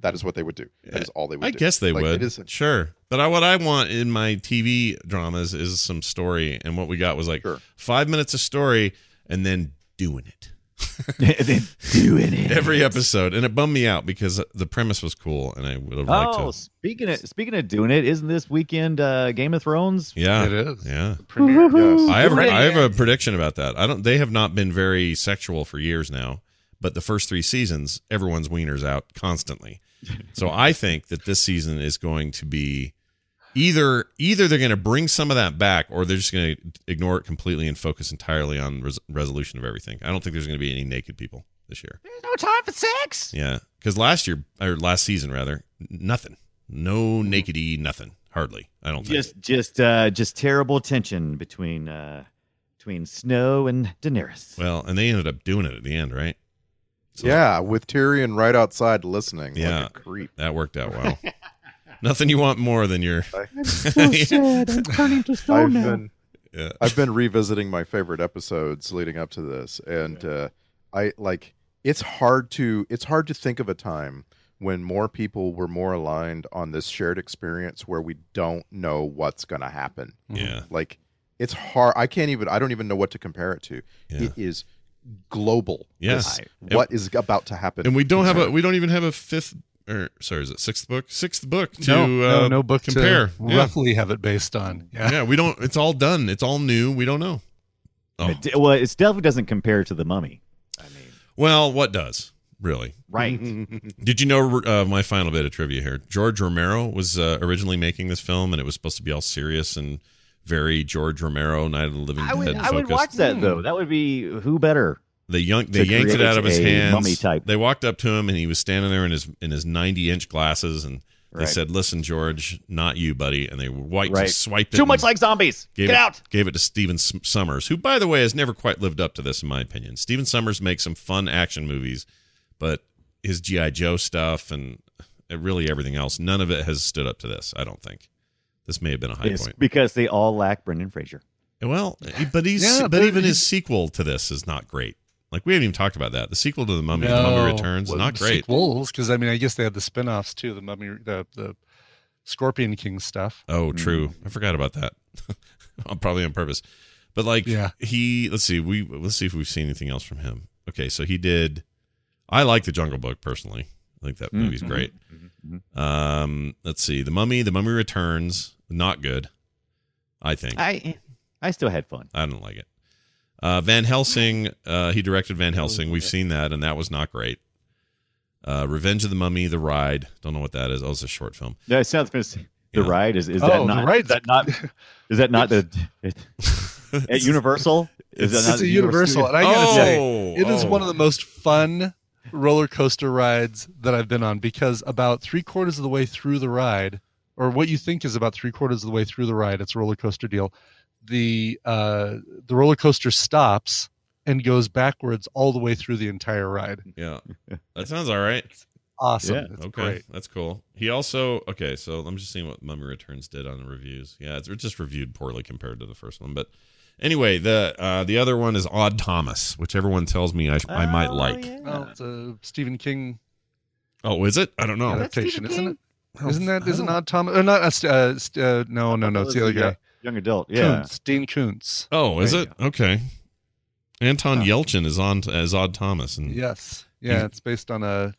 A: That is what they would do. That is all they would
B: Eh, I
A: do.
B: guess they
A: Like,
B: would.
A: It is
B: Sure. But I, what I want in my TV dramas is some story. And what we got was like
A: Sure.
B: five minutes of story and then doing it
F: They're doing it.
B: every episode. And it bummed me out because the premise was cool and I would have liked
F: Oh,
B: to.
F: speaking of speaking of doing it, isn't this weekend uh, Game of Thrones?
B: Yeah.
G: It is.
B: Ah. Yeah.
G: The premiere.
A: yes.
B: I have,
F: Doing it
B: I have a prediction about that. I don't. They have not been very sexual for years now, but the first three seasons, everyone's wieners out constantly. So I think that this season is going to be either either they're going to bring some of that back, or they're just going to ignore it completely and focus entirely on res- resolution of everything. I don't think there's going to be any naked people this year.
F: There's no time for sex.
B: Yeah, because last year or last season rather, n- nothing, no
F: Mm-hmm.
B: nakedy, nothing, hardly. I don't think.
F: Just just uh, just terrible tension between uh, between Snow and Daenerys.
B: Well, and they ended up doing it at the end, right? So-
A: yeah, with Tyrion right outside listening
B: Yeah.
A: like a creep.
B: That worked out well. Nothing you want more than your.
F: I'm turning to stone
A: I've been
B: Yeah.
A: I've been revisiting my favorite episodes leading up to this, and uh, I like it's hard to it's hard to think of a time when more people were more aligned on this shared experience where we don't know what's going to happen.
B: Yeah.
A: Like it's hard. I can't even. I don't even know what to compare it to.
B: Yeah.
A: It is global.
B: Yes.
A: this- what is about to happen?
B: And we don't have a. We don't even have a fifth. Or sorry, is it sixth book? Sixth book to
G: no, no,
B: uh,
G: no book
B: compare.
G: to
B: yeah.
G: roughly have it based on. Yeah.
B: yeah, we don't. It's all done. It's all new. We don't know. Oh.
F: It- well, it definitely doesn't compare to the Mummy. I mean,
B: Well, what does really?
F: right?
B: Did you know uh, my final bit of trivia here? George Romero was uh, originally making this film, and it was supposed to be all serious and very George Romero, Night of the Living
F: I
B: Dead
F: would I
B: focused.
F: would watch that though. That would be who better
B: They, yank, they
F: to
B: yanked it
F: create
B: out of his
F: a
B: hands.
F: mummy type.
B: They walked up to him, and he was standing there in his in his ninety inch glasses, and they
F: Right.
B: said, "Listen, George, not you, buddy." And they wiped
F: Right.
B: swiped it
F: Too
B: and
F: much like zombies.
B: gave
F: Get
B: it,
F: out.
B: Gave it to Steven S- Summers, who, by the way, has never quite lived up to this, in my opinion. Steven Summers makes some fun action movies, but his GI Joe stuff and uh, really everything else, none of it has stood up to this. I don't think this may have been a high
F: It's
B: point.
F: because they all lack Brendan Fraser.
B: Well, but he's
G: Yeah,
B: but,
G: but
B: even
G: he-
B: his sequel to this is not great. Like we haven't even talked about that. The sequel to the Mummy,
G: No.
B: the Mummy Returns,
G: Well,
B: not
G: the
B: great.
G: Sequels, because I mean, I guess they had the spin-offs too. The mummy, the the Scorpion King stuff.
B: Oh, true. I forgot about that. I'm probably on purpose. But like
G: Yeah.
B: he let's see, we let's see if we've seen anything else from him. Okay, so he did I like the Jungle Book personally. I think
G: Mm-hmm.
B: that movie's great. Um let's see. The Mummy, The Mummy Returns, not good. I think. I,
F: I I still had fun.
B: don't like it. Uh Van Helsing, uh he directed Van
F: Oh,
B: Helsing. We've seen that and that was not great. Uh Revenge of the Mummy, The Ride. Don't know what that is. Oh, it's a short film.
F: Yeah, it sounds fantastic. The
B: Yeah.
F: ride is is
G: Oh,
F: that
G: the
F: not
G: ride-
F: is that not is that not the at Universal? Is
B: it's-
F: that not
G: It's
F: the
G: a Universal,
B: Oh,
G: and I gotta say, it is one of the most fun roller coaster rides that I've been on because about three quarters of the way through the ride, or what you think is about three quarters of the way through the ride, it's a roller coaster deal. The uh, the roller coaster stops and goes backwards all the way through the entire ride.
B: Yeah. That sounds all right.
G: Awesome!
F: Yeah,
G: It's
B: okay.
G: great.
B: That's cool. He also okay, so I'm just seeing what Mummy Returns did on the reviews. Yeah, it's it's just reviewed poorly compared to the first one. But anyway, the uh the other one is Odd Thomas, which everyone tells me I sh- I might
F: Oh,
B: like.
F: yeah.
G: Well, it's a Stephen King
B: Oh, is it? I don't know.
F: that's
G: adaptation,
F: Stephen
G: isn't it?
B: King. Oh.
G: Isn't that
B: I
G: isn't
B: don't-
G: Odd Thomas? Or not? Uh, st- uh, st- uh, no, no, no. It's the other guy.
F: uh, Young adult. Yeah.
G: Koontz, Dean Koontz.
B: Oh, is
F: There you
B: it? Okay. Anton Yelchin is on t- as Odd Thomas and
G: Yes,
B: He's-
G: yeah. It's based on a.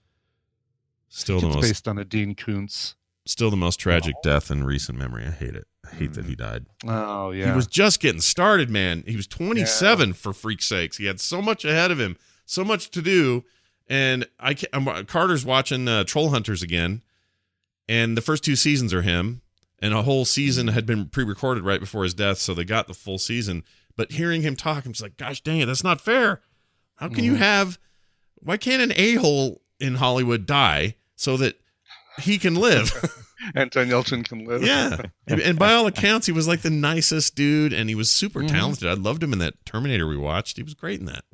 B: still the
G: it's
B: most
G: based on a Dean Koontz.
B: still the most tragic death in recent memory. I hate it. I hate that he died.
G: Oh yeah.
B: He was just getting started, man. He was 27 for freak's sakes. He had so much ahead of him, so much to do. And I can't, I'm, Carter's watching uh, Troll Hunters again, and the first two seasons are him, and a whole season had been pre-recorded right before his death, so they got the full season. But hearing him talk, I'm just like, gosh dang it, that's not fair. How can you have? Why can't an a-hole in Hollywood die so that he can live?
G: Anton Yelchin can live.
B: yeah and by all accounts he was like the nicest dude and he was super
G: Mhm.
B: talented i loved him in that terminator we watched he was great in that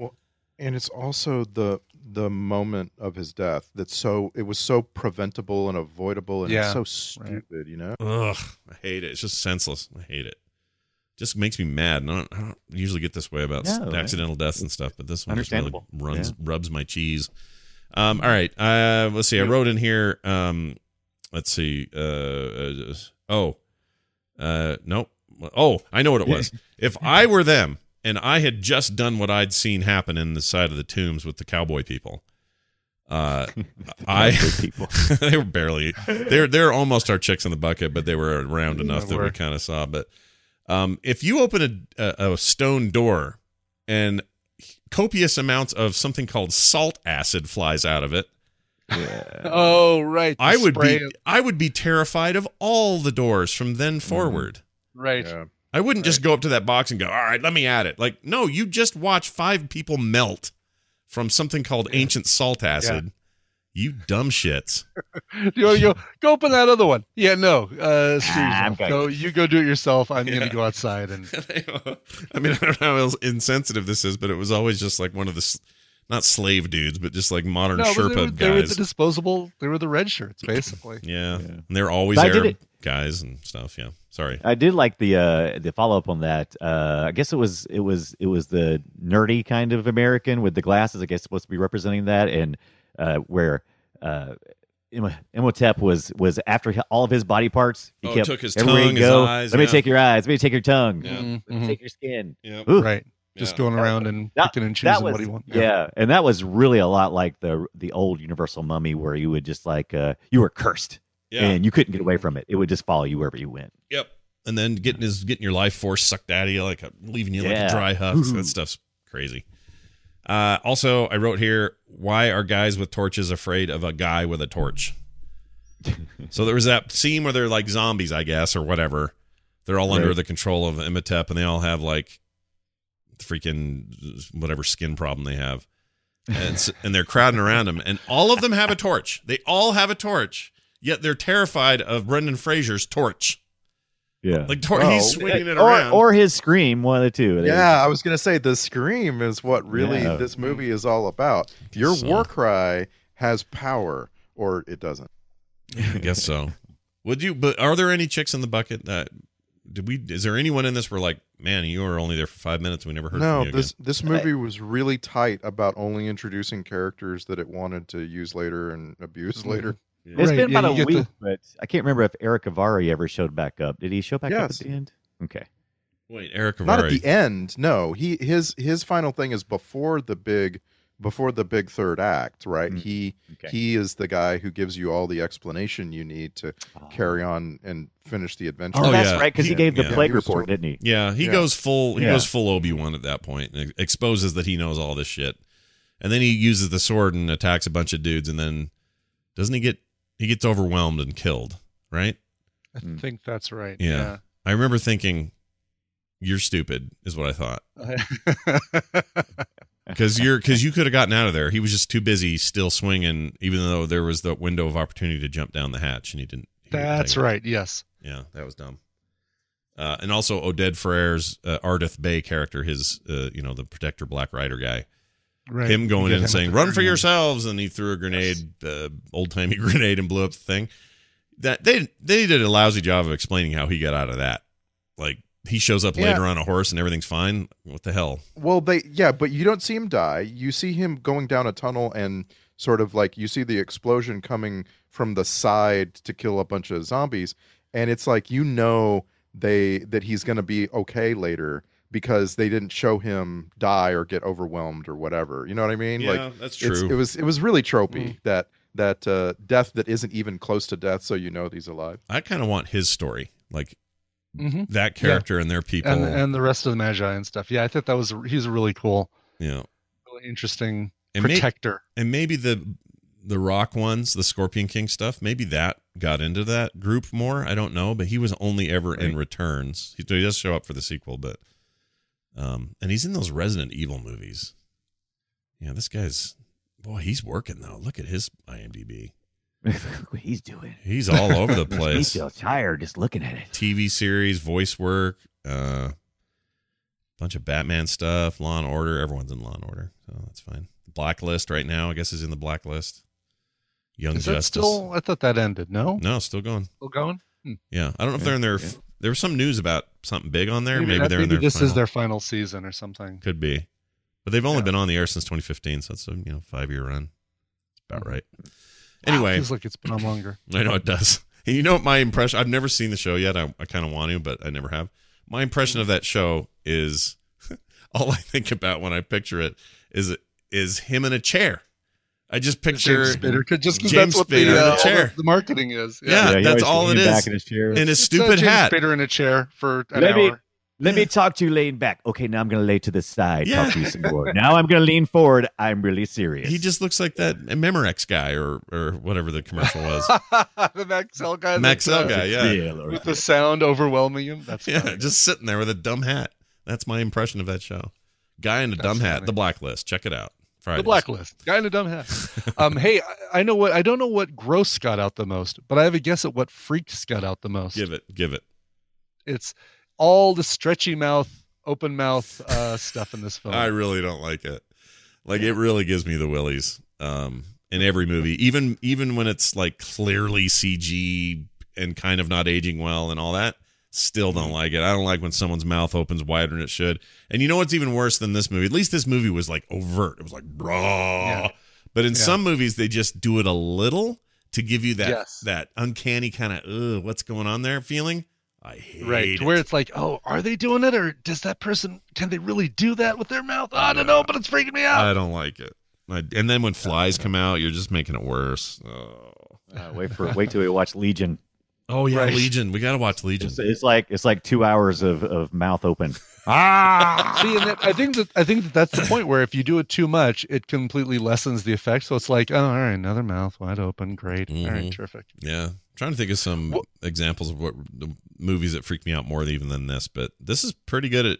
A: and it's also the the moment of his death that's so it was so preventable and avoidable and it's
G: Yeah,
A: so stupid you know
B: ugh i hate it it's just senseless i hate it just makes me mad and i don't, I don't usually get this way about s-
F: No, right.
B: accidental deaths and stuff but this one just really
F: Understandable.
B: runs
F: Yeah.
B: rubs my cheese um all right uh let's see i wrote in here um let's see uh, uh oh uh nope oh i know what it was if i were them and i had just done what i'd seen happen in the side of the tombs with the cowboy people uh i
F: Cowboy people.
B: they were barely they're they're almost our chicks in the bucket but they were round enough
G: They
B: that we
G: were.
B: kind of saw but um if you open a, a a stone door and copious amounts of something called salt acid flies out of it
G: Oh right. the
B: I would
G: spray
B: be
G: of- Mm-hmm.
B: I would be terrified of all the doors from then forward.
G: right.
A: yeah
B: I wouldn't just go up to that box and go, "All right, let me at it." Like, no, you just watch five people melt from something called ancient salt acid. You dumb shits.
G: You wanna go go open that other one. Yeah. No. Uh, screw
F: Ah, I'm
G: yourself.
F: going-
G: Go. You go do it yourself. I'm
B: Yeah.
G: gonna go outside and.
B: I mean, I don't know how else insensitive this is, but it was always just like one of the s- not slave dudes, but just like modern
G: No, but they, were,
B: Sherpa
G: they were the
B: guys.
G: disposable. They were the red shirts, basically.
B: yeah.
F: Yeah.
B: and they're always
F: But I did
B: Arab
F: it-
B: guys and stuff. Yeah, sorry.
F: I did like the uh, the follow up on that. Uh, I guess it was it was it was the nerdy kind of American with the glasses. I guess supposed to be representing that, and uh, where uh, Im- Imhotep was was after he- all of his body parts. He
B: Oh,
F: kept
B: took his
F: everywhere
B: tongue,
F: he'd
B: his
F: go,
B: eyes,
F: Let me
B: yeah.
F: take your eyes. Let me take your tongue.
B: Yeah. Mm-hmm.
G: Mhm,
F: Let me
G: mhm.
F: take your skin.
B: Yeah.
F: Ooh.
G: Right. Just
B: Yeah.
G: going around and
F: That-
G: picking and
F: that
G: choosing
F: was
G: what he wants.
F: yeah. and that was really a lot like the the old Universal Mummy, where you would just like uh, you were cursed
B: Yeah.
F: and you couldn't get away from it. It would just follow you wherever you went.
B: Yep. And then getting his getting your life force sucked out of you, like a, leaving you like
F: Yeah.
B: a dry husk. That stuff's crazy. Uh, also, I wrote here, why are guys with torches afraid of a guy with a torch? so there was that scene where they're like zombies, I guess, or whatever. They're all under
F: Right.
B: the control of Imhotep, and they all have like freaking whatever skin problem they have, and s- and they're crowding around him, and all of them have a torch. They all have a torch, yet they're terrified of Brendan Fraser's torch.
F: Yeah.
B: Like tor-
A: Oh.
B: he's swinging it
F: Eh, or,
B: around.
F: or his scream, one of the two. It is-
A: Yeah, I was gonna say the scream is what really
F: Yeah.
A: this movie is all about. Your
B: So-
A: war cry has power, or it doesn't.
B: I guess so. Would you? But are there any chicks in the bucket that? Did we? Is there anyone in this? We're like, man, you were only there for five minutes. We never heard
A: no,
B: from you
A: this this movie was really tight about only introducing characters that it wanted to use later and abuse
G: Mm-hmm.
A: later.
B: again.
F: It's
G: Right,
F: been
G: yeah,
F: about
G: you
F: a
G: get the-
F: week, but I can't remember if Eric Avari ever showed back up. Did he show back up at
A: Yes.
F: the end? Okay.
B: Wait, Eric
A: Not at
B: Avari.
A: the end. No, he his his final thing is before the big before the big third act, right?
F: Mm.
A: He
F: Okay.
A: he is the guy who gives you all the explanation you need to carry on and finish the adventure.
F: Oh,
B: Oh,
F: that's
B: yeah.
F: right, because he
B: Yeah,
F: gave the
B: yeah.
F: plague
A: He was
F: report,
A: still-
F: didn't he?
B: Yeah, he
A: Yeah.
B: goes full he
F: Yeah.
B: goes full Obi Wan at that point and exposes that he knows all this shit. And then he uses the sword and attacks a bunch of dudes and then doesn't he get he gets overwhelmed and killed, right?
G: I
F: Mm.
G: think that's right.
B: Yeah. I remember thinking you're stupid is what I thought.
G: Uh, yeah.
B: Cuz you're cuz you could have gotten out of there. He was just too busy still swinging even though there was the window of opportunity to jump down the hatch and he didn't he didn't
G: that's
B: take it.
G: right. Yes.
B: Yeah, that was dumb. Uh, and also Oded Ferrer's uh, Ardeth Bay character, his uh, you know the protector Black Rider guy.
G: Right.
B: him
G: You
B: going in
G: get
B: and
G: him
B: saying
G: at the
B: run for
G: very end.
B: yourselves and he threw a grenade uh, old timey grenade and blew up the thing that they they did a lousy job of explaining how he got out of that like he shows up
A: Yeah.
B: later on a horse and everything's fine what the hell
A: Well, they yeah, but you don't see him die. You see him going down a tunnel and sort of like you see the explosion coming from the side to kill a bunch of zombies, and it's like you know they that he's going to be okay later because they didn't show him die or get overwhelmed or whatever. You know what I mean? like
B: that's
A: it's, it was it was really tropey
F: Mm.
A: that that uh, death that isn't even close to death, so you know that he's alive.
B: i kind of want his story like
G: Mhm.
B: that character and their people
G: And and the rest of the Magi and stuff. Yeah, I think that was he's really cool,
B: you know
G: really interesting
B: and, may-
G: protector.
B: and maybe the the rock ones the scorpion king stuff maybe that got into that group more i don't know but he was only ever in returns he, he does show up for the sequel but um and he's in those resident evil movies yeah this guy's boy he's working though look at his imdb
H: Look what he's doing.
B: he's all over the place
H: tired just looking at it.
B: tv series voice work uh bunch of batman stuff law and order everyone's in law and order so that's fine blacklist right now i guess is in the blacklist young
G: Is that
B: justice
G: still? I thought that ended. No,
B: No, still going.
G: still going.
B: Yeah, I don't know if they're in their. There was some news about something big on there. Maybe,
G: that-
B: they're in their.
G: this
B: final.
G: is their final season or something.
B: Could be, but they've only
G: Yeah.
B: been on the air since 2015, so it's a you know five year run.
G: Hmm.
B: About right. Anyway,
G: feels like it's been on longer.
B: I know it does. And you know what my impression? I've never seen the show yet. I, I kind of want to, but I never have. My impression of that show is all I think about when I picture it is is him in a chair. I just picture
G: James Spader could just because
B: James
G: that's what
B: Spader in
G: the,
B: a
G: uh, all
B: chair.
G: the, the marketing is.
B: Yeah,
F: he
B: that's
F: always
B: all it
F: leaned back
B: is.
F: in his chair.
B: in his
G: It's uh,
B: stupid
G: James
B: hat.
G: Spader in a chair for an
F: Let me-
G: hour.
F: Let me talk to you laying back. Okay, now I'm going to lay to the side.
B: Yeah.
F: Talk to you some more. Now I'm going to lean forward. I'm really serious.
B: He just looks like that Memorex guy or or whatever the commercial was.
G: the Maxell guy. that's,
B: Maxell
G: uh,
B: guy, yeah.
F: Real or-
G: With the sound overwhelming him. That's
B: Yeah,
G: funny.
B: just sitting there with a dumb hat. That's my impression of that show. Guy in a
G: That's
B: dumb hat,
G: funny.
B: The Blacklist. Check it out. Fridays.
G: the blacklist guy in a dumb hat. um, hey, I, I know what I don't know what gross got out the most, but I have a guess at what freaks got out the most.
B: Give it, give it.
G: It's all the stretchy mouth, open mouth uh, stuff in this film.
B: I really don't like it. Like it really gives me the willies. Um, in every movie, even even when it's like clearly CG and kind of not aging well and all that, still
G: Mm-hmm.
B: don't like it. I don't like when someone's mouth opens wider than it should. And you know what's even worse than this movie? At least this movie was like overt. It was like raw.
G: Yeah.
B: But in
G: Yeah.
B: some movies, they just do it a little to give you that
G: Yes.
B: that uncanny kind of what's going on there feeling. I hate
G: right
B: it.
G: to where it's like, oh, are they doing it, or does that person can they really do that with their mouth? I don't know, but it's freaking me out.
B: I don't like it. I, and then when flies come out, you're just making it worse. Oh,
F: Uh, wait for wait till we watch Legion.
B: oh yeah,
G: Right.
B: Legion. We gotta watch Legion.
F: It's, it's like it's like two hours of, of mouth open.
B: Ah!
G: See, and that, I think that I think that that's the point where if you do it too much, it completely lessens the effect. So it's like, oh, all right, another mouth wide open, great, all
B: Mhm.
G: right, terrific.
B: Yeah, I'm trying to think of some
G: Well-
B: examples of what the movies that freaked me out more even than this, but this is pretty good at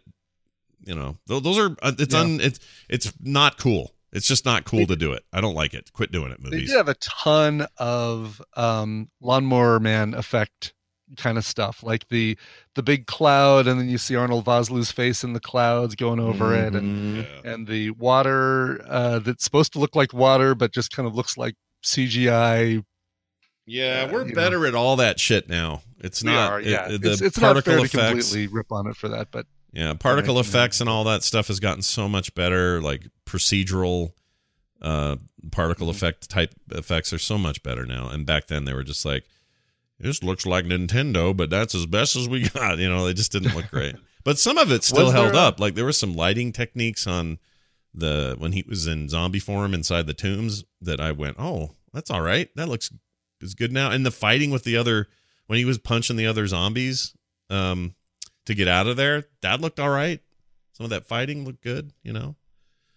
B: you know, tho- those are uh, it's
G: Yeah.
B: un it's it's not cool. It's just not cool to do it. I don't like it. Quit doing it.
G: They
B: Movies.
G: did have a ton of um, lawnmower man effect kind of stuff, like the the big cloud, and then you see Arnold Vosloo's face in the clouds going over it, and
B: Yeah.
G: and the water uh, that's supposed to look like water but just kind of looks like CGI.
B: Yeah,
G: Uh,
B: we're
G: you
B: better at all that shit now. It's
G: We
B: not
G: are,
B: it-
G: yeah.
B: it- the
G: it's it's not
B: particle
G: fair to
B: effects.
G: completely rip on it for that, but
B: Yeah, particle
G: Right, yeah.
B: effects and all that stuff has gotten so much better. Like procedural uh particle
G: Mm-hmm.
B: effect type effects are so much better now. And back then they were just like, this looks like Nintendo, but that's as best as we got. You know, they just didn't look great. but some of it still
G: Was there
B: held
G: a-
B: up. Like there were some lighting techniques on the when he was in zombie form inside the tombs that I went, oh, that's all right. That looks is good now. And the fighting with the other when he was punching the other zombies um, to get out of there, that looked all right. Some of that fighting looked good. You know,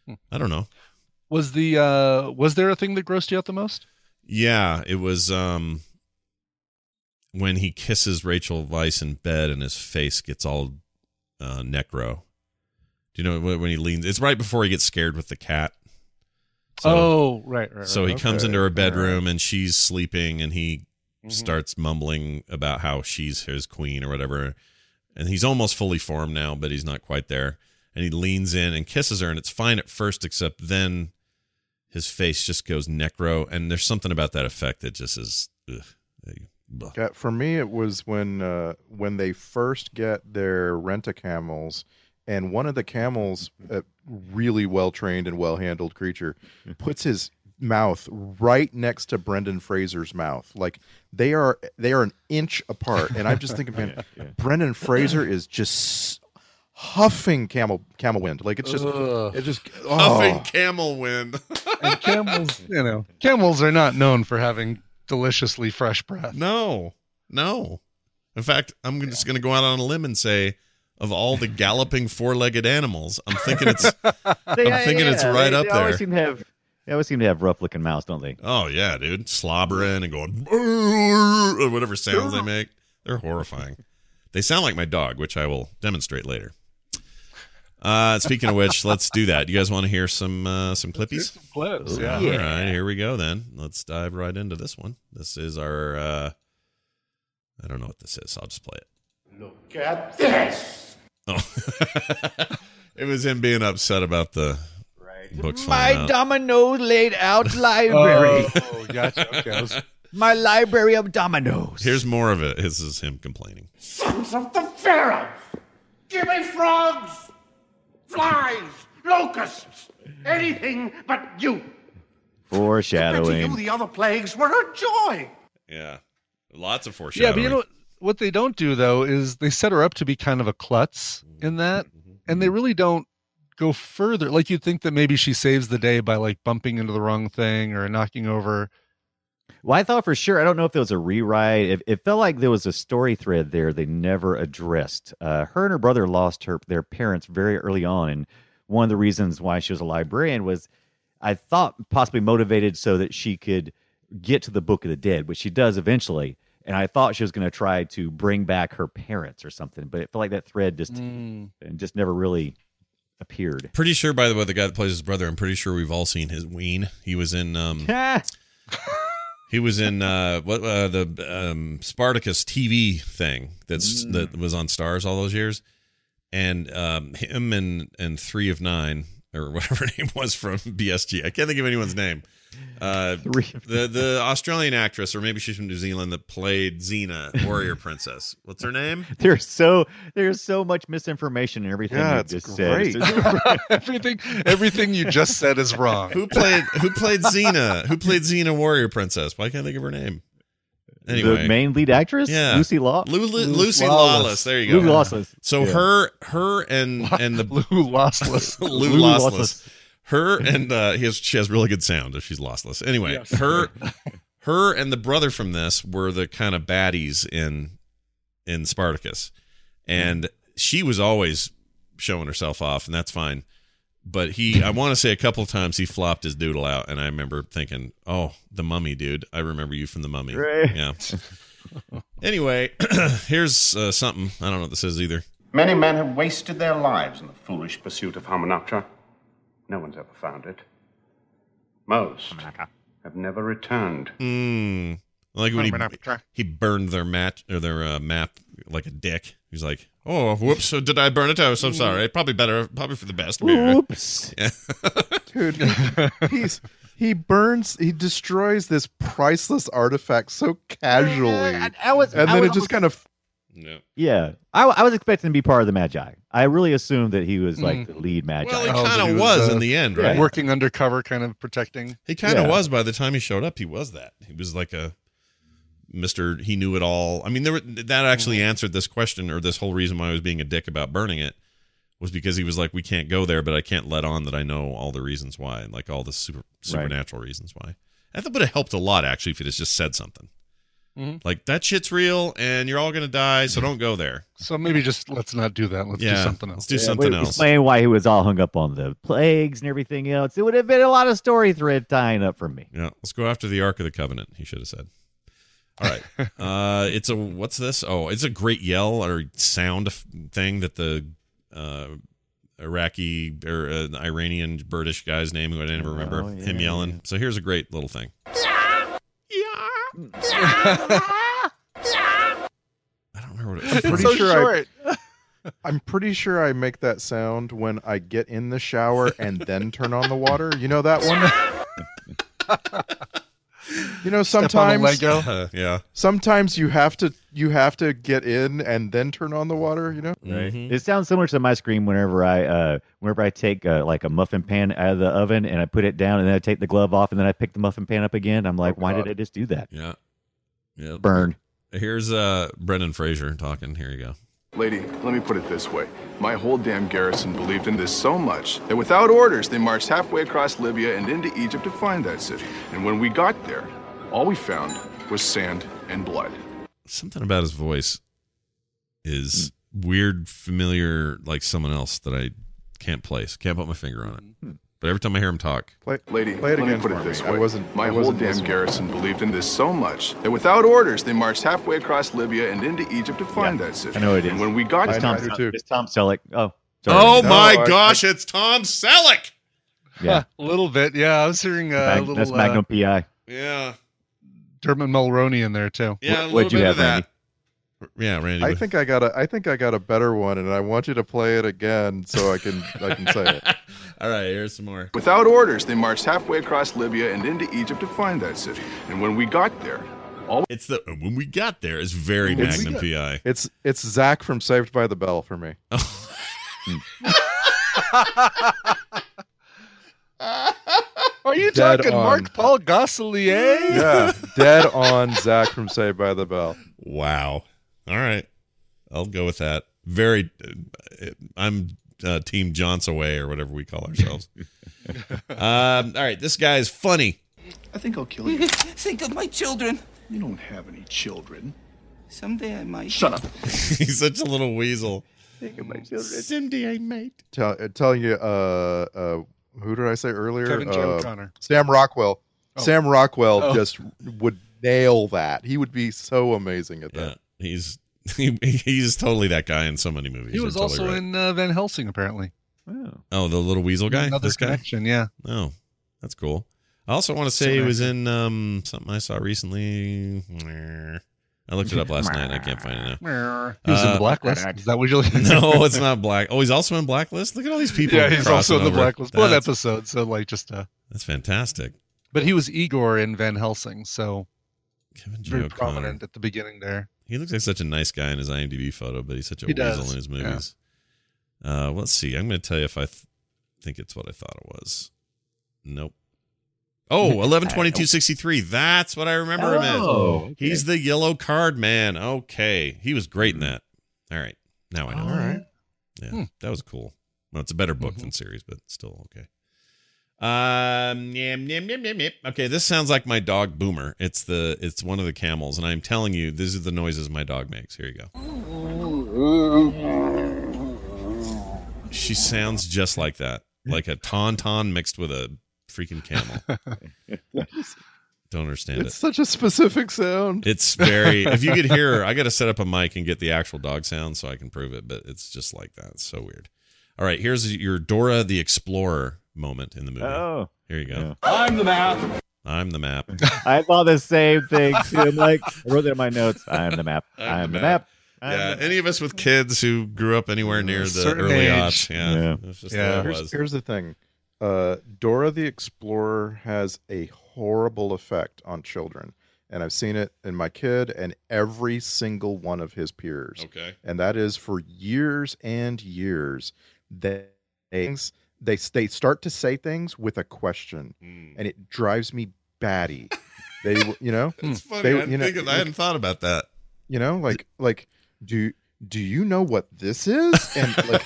G: Hmm.
B: I don't know.
G: was the uh, was there a thing that grossed you out the most?
B: Yeah, it was um, when he kisses Rachel Weiss in bed and his face gets all uh, necro. Do you know when when he leans? It's right before he gets scared with the cat. So-
G: oh, right, right. right.
B: So he comes
G: Okay.
B: into her
G: All right.
B: bedroom and she's sleeping and he
G: Mhm.
B: starts mumbling about how she's his queen or whatever. And he's almost fully formed now, but he's not quite there. And he leans in and kisses her and it's fine at first, except then his face just goes necro. And there's something about that effect that just is. Ugh, Like, blah.
A: Yeah, Uh, for me, it was when uh, when they first get their rent a camels, and one of the camels, a really well trained and well handled creature, puts his mouth right next to Brendan Fraser's mouth. Like they are they are an inch apart, and I'm just thinking, man, Brendan Fraser is just huffing camel camel wind. Like it's just
G: Ugh.
A: it just
B: Huffing
A: oh.
B: camel wind.
G: and camels, you know, camels are not known for having deliciously fresh breath.
B: No, no. In fact, I'm just going to go out on a limb and say, of all the galloping four-legged animals, I'm thinking it's. I'm thinking it's right
F: they,
B: up
F: they Always
B: there.
F: seem to have, they always seem to have rough looking mouths, don't they?
B: Oh yeah, dude, slobbering and going "Brrr," or whatever sounds they make. They're horrifying. They sound like my dog, which I will demonstrate later. Uh, speaking of which, let's do that. You guys want to hear some uh, some clippies?
G: Close, yeah.
B: All right, here we go then. Let's dive right into this one. This is our. Uh, I don't know what this is. I'll just play it.
I: Look at this.
B: Oh, it was him being upset about the books.
H: My
B: falling out.
H: domino laid out library.
G: Oh, gotcha. Okay, I was-
H: My library of dominoes.
B: Here's more of it. This is him complaining.
I: Sons of the Pharaoh! Give me frogs! Flies! Locusts! Anything but you! But to you,
F: Foreshadowing.
I: the other plagues were a joy!
B: Yeah, lots of foreshadowing.
G: yeah, but you know what? What they don't do though is they set her up to be kind of a klutz in that, and they really don't go further. Like you'd think that maybe she saves the day by like bumping into the wrong thing or knocking over.
F: Well, I thought for sure. I don't know if there was a rewrite. It, it felt like there was a story thread there they never addressed. Uh, her and her brother lost her their parents very early on, and one of the reasons why she was a librarian was, I thought, possibly motivated so that she could get to the Book of the Dead, which she does eventually. And I thought she was going to try to bring back her parents or something, but it felt like that thread just just never really appeared.
B: Pretty sure, by the way, the guy that plays his brother. I'm pretty sure we've all seen his Ween. He was in um, he was in uh, what uh, the um, Spartacus TV thing that's
G: Mm.
B: that was on Stars all those years, and um, him and and three of nine or whatever her name was from BSG. I can't think of anyone's name. Uh,
F: Three of-
B: the the Australian actress, or maybe she's from New Zealand, that played Xena, warrior princess. What's her name?
F: There's so there's so much misinformation and everything
A: Yeah,
F: you
A: it's
F: just said. It's
A: great.
F: just-
G: everything, everything you just said is wrong.
B: Who played who played Xena? Who played Xena, warrior princess? Why can't I think of her name? Anyway,
F: the main lead actress,
B: Yeah.
F: Lucy Law.
B: Lu- Lu-
G: Lu-
B: Lucy Lawless.
G: Lawless.
B: There you go.
F: Lucy Lawless.
B: So
F: Yeah.
B: her, her, and and the
G: Lou Lossless.
B: Lou,
F: Lou
B: Lossless.
F: Lossless.
B: Her and uh, he has, she has really good sound if she's lossless. Anyway, her, her and the brother from this were the kind of baddies in in Spartacus, and she was always showing herself off, and that's fine. But he, I want to say a couple of times he flopped his doodle out, and I remember thinking, "Oh, the Mummy, dude! I remember you from the Mummy."
F: Right.
B: Yeah. Anyway, here's uh, something I don't know what this is either.
J: Many men have wasted their lives in the foolish pursuit of Harmonoptera. No one's ever found it. Most have never returned.
B: Mm. Like when he,
J: Harmonoptera.
B: he burned their mat or their uh, map like a dick. He's like, oh, whoops, did I burn it? Oh, so sorry. Probably better, probably for the best.
A: Whoops.
B: Yeah.
A: dude. he- He's he burns, he destroys this priceless artifact so casually,
H: I, I was,
A: and
H: I
A: then
H: was
A: it just kind of
B: No.
F: Yeah, I, I was expecting to be part of the Magi. I really assumed that he was like the lead Magi.
B: Well, he
G: Oh,
B: kind
G: he
B: of
G: was,
B: was,
G: uh,
B: in the end,
F: yeah.
B: right?
G: Working undercover, kind of protecting.
B: He kind of
F: Yeah.
B: was by the time he showed up. He was that. He was like a Mister. He knew it all. I mean, there were, that actually
G: Mm-hmm.
B: answered this question or this whole reason why I was being a dick about burning it was because he was like, "We can't go there, but I can't let on that I know all the reasons why, and like all the super supernatural reasons why." I think would have helped a lot actually if he just said something
G: Mhm.
B: like, "That shit's real, and you're all gonna die, so don't go there."
G: So maybe just let's not do that. Mm-hmm. Let's do
B: Yeah,
G: something
B: Let's
G: else.
B: do something else.
F: Explain why he was all hung up on the plagues and everything else. It would have been a lot of story thread tying up for me.
B: Yeah, let's go after the Ark of the Covenant. He should have said. All right, uh, it's a what's this? Oh, it's a great yell or sound f- thing that the uh, Iraqi or uh, Iranian British guy's name, who I never remember,
F: Oh, yeah,
B: him yelling. So here's a great little thing. I don't remember what it
A: pretty
B: was.
G: so
A: sure I-
G: short.
A: I'm pretty sure I make that sound when I get in the shower and then turn on the water. You know that one? you know
G: Step on a
A: sometimes
G: Lego.
B: Uh, yeah,
A: sometimes you have to you have to get in and then turn on the water, you know?
B: right.
F: It sounds similar to my scream whenever I uh, whenever I take uh, like a muffin pan out of the oven and I put it down and then I take the glove off and then I pick the muffin pan up again. I'm
B: Oh,
F: like, why did I just do that?
B: Yeah, yeah.
F: Burn.
B: Here's uh, Brendan Fraser talking. Here you go.
K: Lady, let me put it this way. My whole damn garrison believed in this so much that without orders, they marched halfway across Libya and into Egypt to find that city. And when we got there, all we found was sand and blood.
B: Something about his voice is
A: Hmm.
B: weird, familiar, like someone else that I can't place. Can't put my finger on
A: Hmm.
B: it. But every time I hear him talk,
A: Play,
K: Lady,
A: play it
K: let me
A: again
K: put
A: for
K: it this
A: me.
K: way.
A: I wasn't
K: My
A: I
K: whole
A: wasn't
K: damn
A: listening.
K: garrison believed in this so much that without orders, they marched halfway across Libya and into Egypt to find that city.
F: I know it is.
K: And when we got
A: I
F: It's
K: there,
A: know.
F: Tom,
A: I do too.
F: it's Tom Selleck. Oh,
B: oh
F: sorry.
A: No,
B: my
A: I-
B: gosh, it's Tom Selleck.
F: yeah.
G: a little bit. Yeah, I was hearing uh, a
F: Mag-
G: little
F: that's
G: uh,
F: Magnum PI.
B: Yeah,
G: Dermot Mulroney in there too.
F: What-
B: yeah, a little
F: what'd you
B: bit
F: have,
B: of that. Yeah, Randy.
A: I
B: what-
A: think I got a I think I got a better one and I want you to play it again so I can I can say it.
B: All right, here's some more.
K: without orders, they marched halfway across Libya and into Egypt to find that city. And when we got there,
B: It's the uh, when we got there is very
A: When we
B: Magnum
A: got-
B: PI.
A: It's it's Zach from Saved by the Bell for me.
G: Are you
A: Dead
G: talking
A: on.
G: Mark Paul Gosselier?
A: Yeah, dead on Zach from Saved by the Bell.
B: Wow. All right, I'll go with that. Very. Uh, I'm uh, Team Johns away or whatever we call ourselves. um. All right, this guy is funny.
K: I think I'll kill you.
L: Think of my children.
K: You don't have any children.
L: Someday I might.
K: Shut up.
B: He's such a little weasel.
K: Think of my children.
B: Someday I might.
A: Tell, uh, telling you, uh, uh, who did I say earlier?
G: Kevin J.
A: Uh,
G: O'Connor.
A: Sam Rockwell.
G: Oh.
A: Sam Rockwell
G: Oh.
A: just would nail that. He would be so amazing at
B: Yeah,
A: that.
B: he's he, he's totally that guy in so many movies.
G: He
B: You're
G: was
B: totally
G: also
B: right.
G: in uh, Van Helsing, apparently.
B: Oh, the little weasel guy.
G: Another
B: this guy.
G: connection, yeah.
B: Oh, that's cool. I also want to say he was in um something I saw recently. I looked it up last night. and I can't find it now.
F: Oh.
G: He was in
B: Uh,
G: the blacklist. Is that what you're looking
B: No, it's not black. Oh, he's also in Blacklist. Look at all these people.
G: Yeah, he's also
B: crossing
G: in the
B: over.
G: blacklist. One
B: That's,
G: episode, so like just uh
B: that's fantastic.
G: but he was Igor in Van Helsing, so
B: Kevin J.
G: very
B: O'Connor.
G: prominent at the beginning there.
B: He looks like such a nice guy in his IMDb photo, but he's such a
G: He
B: weasel
G: does,
B: in his
G: yeah.
B: movies. Uh, let's see. I'm going to tell you if I th- think it's what I thought it was. Nope. Oh, 112263. That's what I remember him as.
F: Oh,
B: He's the yellow card man. Okay. He was great in that. All right. Now I know.
G: All right.
B: Yeah.
G: Hmm.
B: That was cool. Well, it's a better book than series, but still okay. Um, yam, yam, yam, yam, yam. Okay, this sounds like my dog Boomer. It's the it's one of the camels, and I'm telling you, these are the noises my dog makes. Here you go. She sounds just like that, like a tauntaun mixed with a freaking camel. Don't understand
A: It's
B: it.
A: such a specific sound.
B: It's very. if you could hear, I got to set up a mic and get the actual dog sound so I can prove it. But it's just like that. It's so weird. All right, here's your Dora the Explorer moment in the movie.
F: Oh.
B: here you go.
F: I'm the map.
B: I'm the map.
F: I thought the same thing too. I'm like, I wrote that in my notes. I'm the map. I'm, the map. I'm
B: yeah, any of us with kids who grew up anywhere near the
A: Certain
B: early
A: age.
B: aughts, yeah, That's just the way it
A: Here's,
B: was.
A: here's the thing. Uh, Dora the Explorer has a horrible effect on children, and I've seen it in my kid and every single one of his peers.
B: Okay.
A: and that is for years and years. They things they they start to say things with a question,
B: Hmm.
A: and it drives me batty. They, you know,
B: That's funny.
A: Hmm. They,
B: I didn't think of- I hadn't thought about that.
A: You know, like like do do you know what this is? And like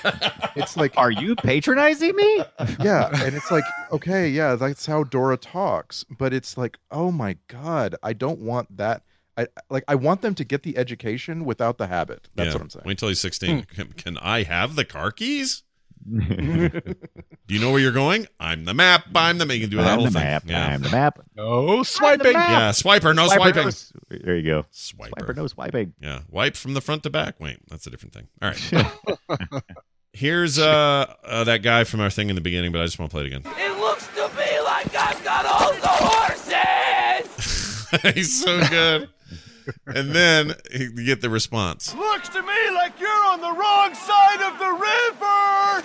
A: it's like
F: are you patronizing me?
A: Yeah, and it's like okay, yeah, that's how Dora talks, but it's like oh my god, I don't want that. I like I want them to get the education without the habit. That's
B: Yeah.
A: what I'm saying.
B: Wait till he's 16. Can, can I have the car keys? Do you know where you're going? I'm the map. I'm the. You can do that
F: I'm
B: whole
F: the
B: thing.
F: map.
B: Yeah.
F: I'm the map.
G: No swiping.
B: Yeah, swiper, no
F: Swiper,
B: swiping.
F: no s- There you go.
B: Swiper.
F: no swiping.
B: Yeah, wipe from the front to back. Wait, that's a different thing. All right. Here's uh, uh that guy from our thing in the beginning, but I just want to play it again.
I: It looks to me like I've got all the horses!
B: He's so good. and then you get the response.
I: looks to me like you're on the wrong side of the river!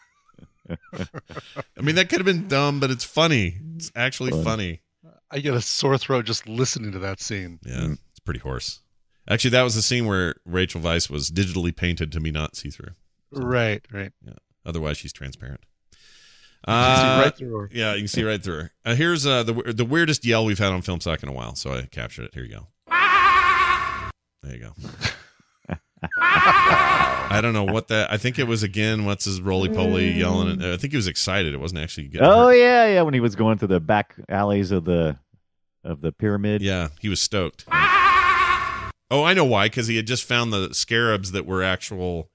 B: I mean, that could have been dumb, but it's funny. It's actually funny.
G: I get a sore throat just listening to that scene.
B: Yeah, it's pretty hoarse. Actually, that was the scene where Rachel Weisz was digitally painted to be not see through.
G: Right, right.
B: Yeah. Otherwise, she's transparent.
G: can see
B: Uh,
G: right through her.
B: Yeah, you can see right through her. Uh, here's uh, the the weirdest yell we've had on Film Sock in a while, so I captured it. Here you go. There you go. I don't know what that. I think it was again. What's his roly poly yelling? At, uh, I think he was excited. It wasn't actually getting.
F: Mm. Oh
B: hurt.
F: yeah, yeah. When he was going through the back alleys of the of the pyramid.
B: Yeah, he was stoked.
F: Ah.
B: Oh, I know why. Because he had just found the scarabs that were actual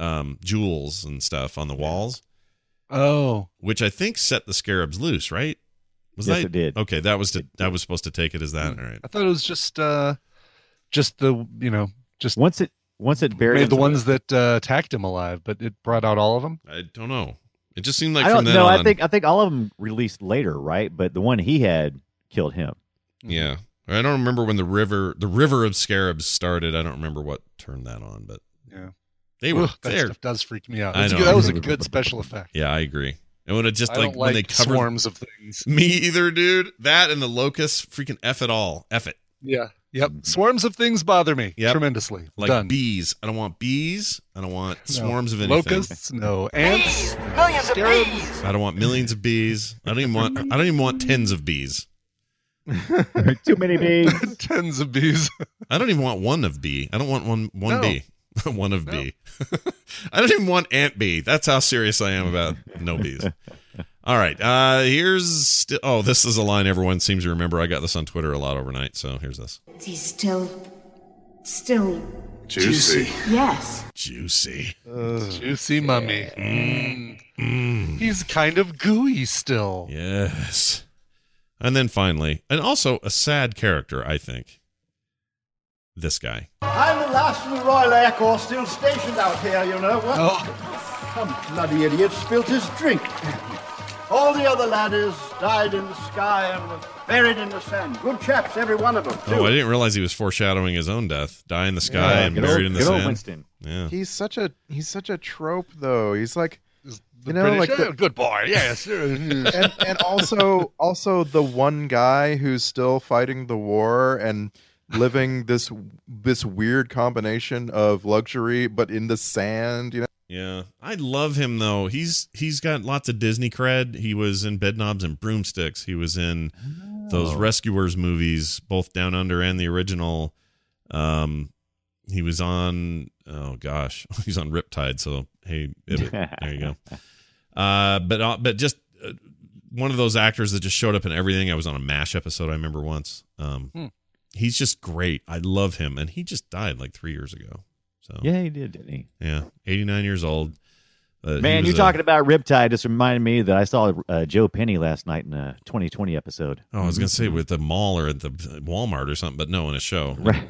B: um, jewels and stuff on the walls.
G: Oh.
B: which I think set the scarabs loose, right?
G: Yes,
B: that
G: it did.
B: Okay, that was to, I was supposed to take it as that. All right.
G: I thought it was just uh just the you know, just
F: once it once it buried
G: made the
F: him-
G: ones that uh, attacked him alive, but it brought out all of them.
B: I don't know. It just seemed like
F: I
B: from
F: don't
B: then
F: know.
B: on.
F: I think uh, I think all of them released later, right? But the one he had killed him.
B: yeah. I don't remember when the river the river of scarabs started. I don't remember what turned that on, but
G: Yeah.
B: they were
G: Ugh, that
B: there.
G: stuff does freak me out.
B: I
G: It's
B: know.
G: good- that was a good special effect.
B: Yeah, I agree. And when it just
G: I
B: like,
G: don't
B: when they
G: like
B: covered
G: swarms of things.
B: Me either, dude. That and the locusts, freaking f it all, f it.
G: Yeah. Yep. Swarms of things bother me
B: Yep.
G: tremendously.
B: Like
G: Done.
B: bees. I don't want bees. I don't want
G: No.
B: swarms of anything.
G: Locusts, no ants.
I: Millions of bees!
B: I don't want millions of bees. I don't even want. I don't even want tens of bees.
F: Too many bees.
G: Tens of bees.
B: I don't even want one of bee. I don't want one one
G: No.
B: bee. one of bee. I don't even want ant bee. That's how serious I am about no bees. All right. Uh here's sti- oh, this is a line everyone seems to remember. I got this on Twitter a lot overnight, so here's this.
M: He's still, still,
B: Juicy.
M: yes.
B: Juicy.
G: Juicy mummy.
B: Mm.
G: Mm. He's kind of gooey still.
B: Yes. And then finally, and also a sad character, I think. This guy.
N: I'm the last of the Royal Air Corps still stationed out here, you know. What?
B: Oh.
N: Some bloody idiot spilt his drink. All the other ladders died in the sky and were buried in the sand. Good chaps, every one of them.
B: Oh, I didn't realize he was foreshadowing his own death. Die in the sky
A: Yeah,
B: and
A: good
B: buried
A: old-
B: in the
A: good old
B: sand. Oh.
A: Winston.
B: Yeah.
A: He's such a he's such a trope though. He's like you know
G: British,
A: like
G: "Oh, good boy, yes."
A: and, and also also the one guy who's still fighting the war and living this this weird combination of luxury but in the sand, you know.
B: Yeah, I love him though. He's he's got lots of Disney cred. He was in Bedknobs and Broomsticks. He was in those Rescuers movies, both Down Under and the original. Um, he was on oh gosh, he's on Riptide. So hey, Ibbot. there you go. Uh, but uh, but just uh, one of those actors that just showed up in everything. I was on a Mash episode I remember once. Um,
G: Hmm.
B: he's just great. I love him, and he just died like three years ago. So
F: Yeah, he did, didn't he?
B: yeah, 89 years old. Uh, he
F: Man,
B: was
F: you
B: a-
F: talking about Riptide just reminded me that I saw uh, Joe Penny last night in a 2020 episode.
B: Oh, I was gonna say with the mall or at the Walmart or something, but no, in a show.
F: Right.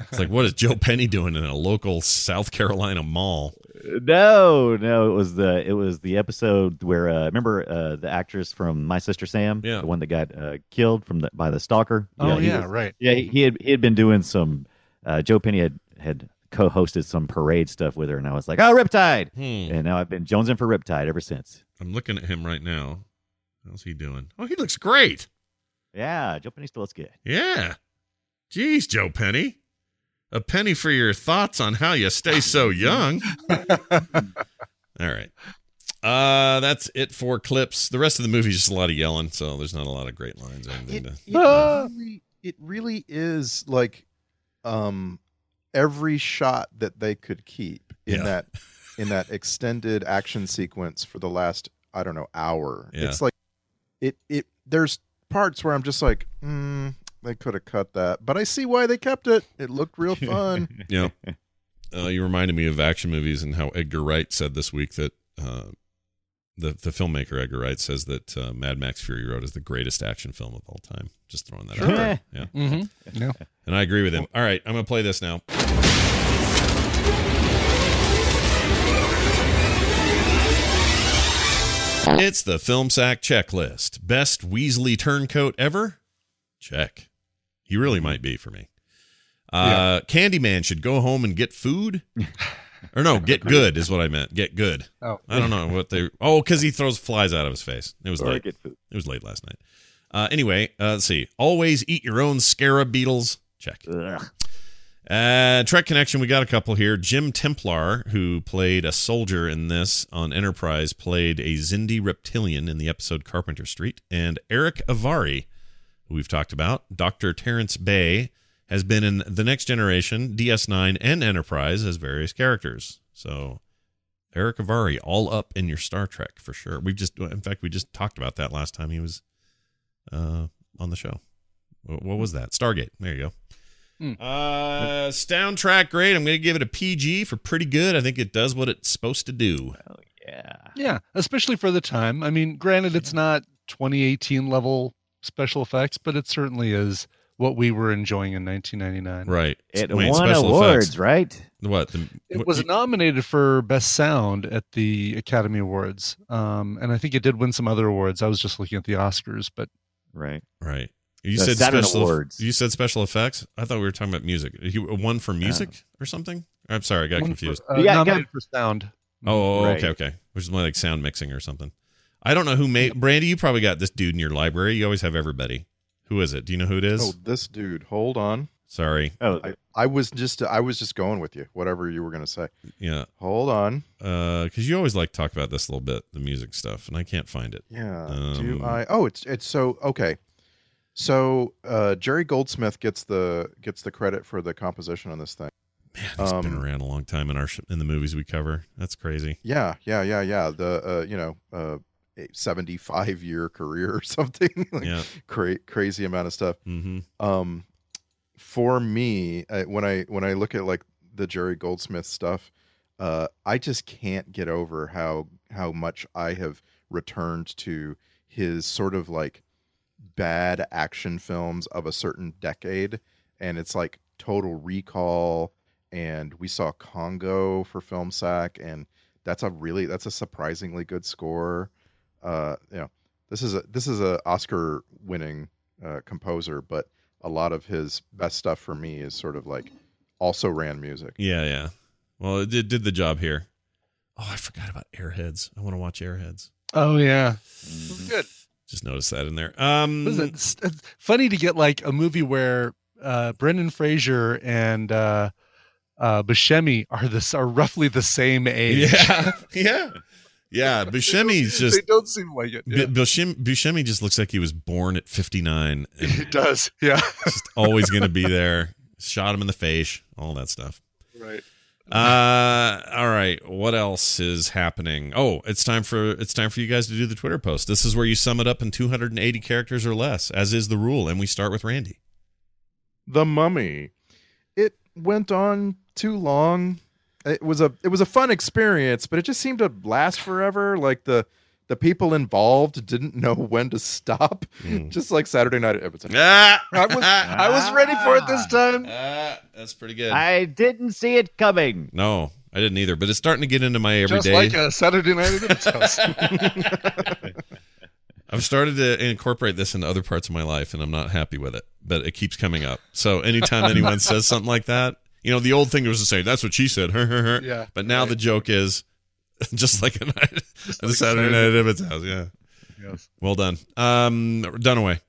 B: It's like, what is Joe Penny doing in a local South Carolina mall?
F: No, no, it was the it was the episode where uh, remember uh, the actress from My Sister Sam,
B: Yeah.
F: the one that got uh, killed from the, by the stalker.
G: Oh,
F: he
G: yeah,
F: was-
G: right.
F: Yeah, he, he had he had been doing some. Uh, Joe Penny had had co-hosted some parade stuff with her, and I was like, "Oh, Riptide!" And now I've been jonesing for Riptide ever since.
B: Hmm. I'm looking at him right now. How's he doing? Oh, he looks great.
F: Yeah, Joe Penny still looks good.
B: Yeah. Jeez, Joe Penny. A penny for your thoughts on how you stay so young. All right. Uh, that's it for clips. The rest of the movie is just a lot of yelling, so there's not a lot of great lines. Or anything to...
A: it really, it really is like um every shot that they could keep in
B: Yeah.
A: that in that extended action sequence for the last i don't know hour
B: Yeah.
A: it's like it it there's parts where i'm just like mm, they could have cut that but i see why they kept it it looked real fun
B: Yeah. Uh, you reminded me of action movies and how Edgar Wright said this week that uh, the the filmmaker Edgar Wright says that uh, Mad Max Fury Road is the greatest action film of all time. Just throwing that out there. Yeah.
G: Mm-hmm. Yeah.
B: And I agree with him. All right, I'm going to play this now. It's the Film Sack Checklist. Best Weasley turncoat ever? Check. He really might be for me. Uh, Candyman should go home and get food? or no, get good is what I meant. Get good.
G: Oh.
B: I don't know what they. Oh, because he throws flies out of his face. It was
F: Or
B: late.
F: get food.
B: It was late last night. Uh, anyway, uh, let's see. Always eat your own scarab beetles. Check.
F: Ugh.
B: Uh, Trek Connection, we got a couple here. Jim Templar, who played a soldier in this on Enterprise, played a Zindi reptilian in the episode Carpenter Street. And Eric Avari, who we've talked about, Dr. Terrence Bay, has been in The Next Generation, DS9, and Enterprise as various characters. So Eric Avari, all up in your Star Trek for sure. We've just, in fact, we just talked about that last time he was uh, on the show. Wh- What was that? Stargate. There you go. Uh, soundtrack grade. I'm going to give it a PG for pretty good. I think it does what it's supposed to do.
G: Yeah, especially for the time. I mean, granted, it's not 2018 level special effects, but it certainly is what we were enjoying in 1999.
B: Right.
F: It
B: Wait,
F: won
B: special
F: awards,
B: effects.
F: right?
B: What? The,
G: It
B: what-
G: was nominated for Best Sound at the Academy Awards, um, and I think it did win some other awards. I was just looking at the Oscars, but
F: Right.
B: Right. You
F: The
B: said
F: Saturn
B: special
F: Awards.
B: You said special effects. I thought we were talking about music. He one for music or something. I'm sorry, I got
G: One for-
B: confused.
G: uh,
F: Yeah,
G: nominated
F: got-
G: for sound.
B: oh,
F: Right.
B: okay, okay. Which is more like sound mixing or something. I don't know who made Brandy. You probably got this dude in your library. You always have everybody. Who is it? Do you know who it is?
A: oh this dude hold on
B: Sorry.
F: Oh,
A: I, I was just i was just going with you whatever you were gonna say
B: Yeah.
A: hold on
B: Because you always like to talk about this a little bit, the music stuff, and I can't find it.
A: Yeah.
B: Um,
A: do I? Oh, it's it's so okay. So uh, Jerry Goldsmith gets the gets the credit for the composition on this thing.
B: Man, it's been
A: Um,
B: around a long time in our sh- in the movies we cover. That's crazy.
A: Yeah, yeah, yeah, yeah. The uh, you know uh, seventy five year career or something. like
B: Yeah.
A: cra- crazy amount of stuff.
B: Mm-hmm.
A: Um, for me, uh, when I when I look at like the Jerry Goldsmith stuff, uh, I just can't get over how how much I have returned to his sort of like bad action films of a certain decade, and it's like Total Recall, and we saw Congo for Film Sack, and that's a really that's a surprisingly good score. Uh, you know, this is a this is a Oscar winning uh, composer, but a lot of his best stuff for me is sort of like also ran music.
B: Yeah, yeah. Well, it did, did the job here. Oh, I forgot about Airheads. I want to watch Airheads.
G: Oh yeah,
B: Just noticed that in there. Um,
G: What is it? It's- it's funny to get like a movie where uh, Brendan Fraser and uh, uh, Buscemi are this are roughly the same age.
B: Yeah, yeah, yeah. Buscemi's
G: they
B: just
G: don't seem like it.
B: B- Buscemi, Buscemi just looks like he was born at 59 and
G: It does. Yeah.
B: just always going to be there. Shot him in the face, all that stuff.
G: Right.
B: Uh, all right. What else is happening? Oh, it's time for it's time for you guys to do the Twitter post. This is where you sum it up in 280 characters or less, as is the rule. And we start with Randy.
A: The Mummy. It went on too long. it was a it was a fun experience, but it just seemed to last forever. Like the the people involved didn't know when to stop.
B: Hmm.
A: Just like Saturday Night It was
B: Ah!
A: I was I was ready for it this time.
B: Ah, that's pretty good.
H: I didn't see it coming.
B: no, I didn't either, but it's starting to get into my everyday.
G: Just like a Saturday night at its house.
B: I've started to incorporate this into other parts of my life, and I'm not happy with it, but it keeps coming up. So anytime anyone says something like that, you know, the old thing was to say, "That's what she said," her, her, her.
G: Yeah,
B: But now the joke is, just like a night, a
G: like
B: Saturday
G: Saturday.
B: night at Ibbot's house. Yeah.
G: Yes.
B: Well done. Um, Dunaway.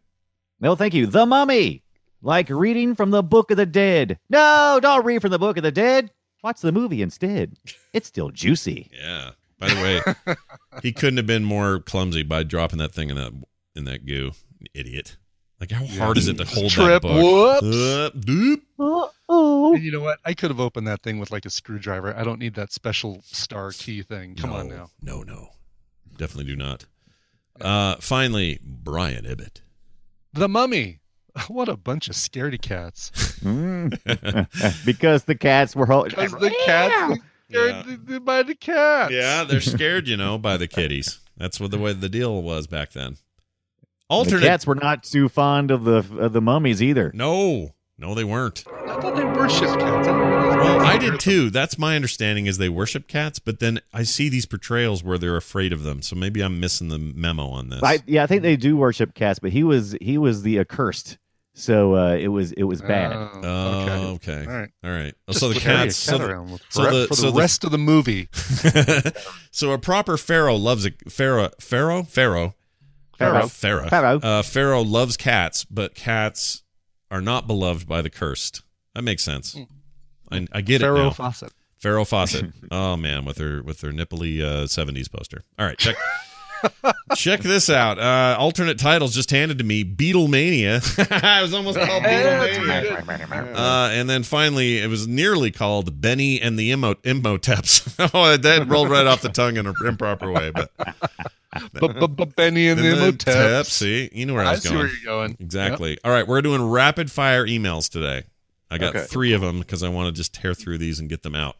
F: No, thank you. The Mummy, like reading from the Book of the Dead. No, don't read from the Book of the Dead. Watch the movie instead. It's still juicy.
B: Yeah. By the way, he couldn't have been more clumsy by dropping that thing in that in that goo. Idiot. Like how hard is it to hold
G: Trip.
B: that book?
G: Whoops.
B: Uh, doop.
F: Mm.
G: And you know what? I could have opened that thing with like a screwdriver. I don't need that special star key thing. Come on now.
B: No, no. Definitely do not. Uh finally, Brian Ibbett.
G: The Mummy. What a bunch of scaredy cats.
F: because the cats were ho-
G: Because the cats were scared by the cats.
B: Yeah, they're scared, you know, by the kitties. That's what the way the deal was back then. Alternate
F: The cats were not too fond of the of the mummies either.
B: No. No, they weren't.
G: I thought they worshipped cats. I didn't realize
B: Well,
G: cats
B: I
G: were
B: did
G: them.
B: too. That's my understanding is they worship cats, but then I see these portrayals where they're afraid of them. So maybe I'm missing the memo on this.
F: I, yeah, I think they do worship cats, but he was he was the accursed, so uh, it was it was bad.
G: Uh.
B: Oh, okay.
G: All right.
B: All right.
G: Just
B: so the
G: carry a
B: cats.
G: cat
B: so the-
G: around with-
B: so
G: for,
B: the,
G: for the
B: so
G: rest of the movie.
B: so a proper pharaoh loves a pharaoh pharaoh pharaoh
F: Pharaoh.
B: pharaoh
F: Pharaoh.
B: Uh, pharaoh loves cats, but cats are not beloved by the cursed. That makes sense. I, I get it.
G: Pharaoh
B: now.
G: Fawcett.
B: Pharaoh Fawcett. oh man, with her with her nipply uh, '70s poster. All right, check check this out. Uh, alternate titles just handed to me: Beatlemania. I was almost called Beatlemania.
G: Uh-huh.
B: Uh, and then finally, it was nearly called Benny and the Immo- Imhoteps. oh, that rolled right off the tongue in an improper way, but
G: Benny and the Imhotep.
B: Imhoteps. See, you knew where I
G: I
B: was
G: see
B: going.
G: where you're going.
B: Exactly. All right, we're doing rapid fire emails today. I got
A: Okay.
B: three of them because I want to just tear through these and get them out.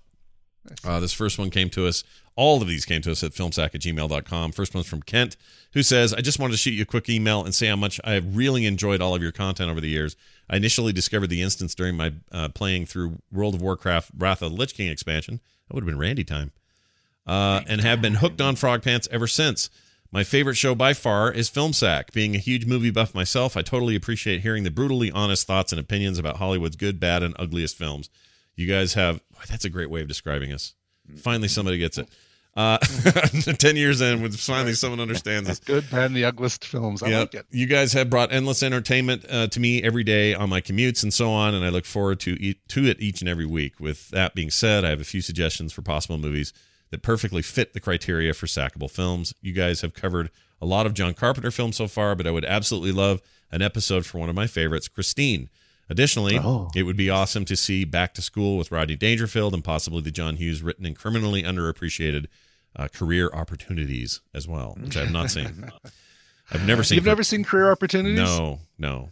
B: Uh, this first one came to us. All of these came to us at filmsack at gmail.com. First one's from Kent, who says, I just wanted to shoot you a quick email and say how much I have really enjoyed all of your content over the years. I initially discovered the instance during my uh, playing through World of Warcraft Wrath of the Lich King expansion. That would have been Randy time. Uh, and have been hooked on Frog Pants ever since. My favorite show by far is Film Sack. Being a huge movie buff myself, I totally appreciate hearing the brutally honest thoughts and opinions about Hollywood's good, bad, and ugliest films. You guys have boy, that's a great way of describing us. Finally, somebody gets it. Uh, ten years in, when finally someone understands us.
G: Good bad, and the ugliest films. I like it.
B: You guys have brought endless entertainment uh, to me every day on my commutes and so on, and I look forward to e- to it each and every week. With that being said, I have a few suggestions for possible movies that perfectly fit the criteria for sackable films. You guys have covered a lot of John Carpenter films so far, but I would absolutely love an episode for one of my favorites, Christine. Additionally,
F: Oh.
B: it would be awesome to see Back to School with Rodney Dangerfield and possibly the John Hughes written and criminally underappreciated uh, career opportunities as well, which I have not seen. I've never seen.
G: You've never seen Career Opportunities?
B: No, no.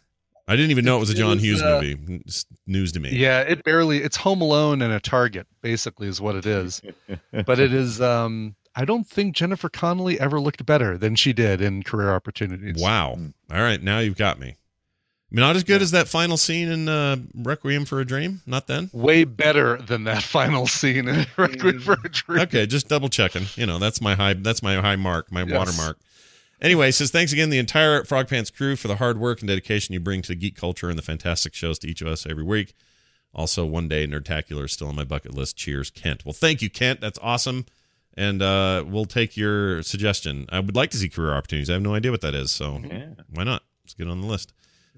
B: I didn't even know it was a
G: It
B: John
G: was,
B: Hughes
G: uh,
B: movie. N- s- News to me.
G: Yeah, it barely. It's Home Alone and a Target, basically, is what it is. but it is. um I don't think Jennifer Connelly ever looked better than she did in Career Opportunities.
B: Wow. All right, now you've got me. Not as good as that final scene in uh, Requiem for a Dream. Not then.
G: Way better than that final scene in Requiem for a Dream.
B: Okay, just double checking. You know, that's my high. That's my high mark. My
G: Yes.
B: watermark. Anyway, it says thanks again the entire Frog Pants crew for the hard work and dedication you bring to the geek culture and the fantastic shows to each of us every week. Also, one day Nerdtacular is still on my bucket list. Cheers, Kent. Well, thank you, Kent. That's awesome, and uh, we'll take your suggestion. I would like to see career opportunities. I have no idea what that is, so why not? Let's get on the list.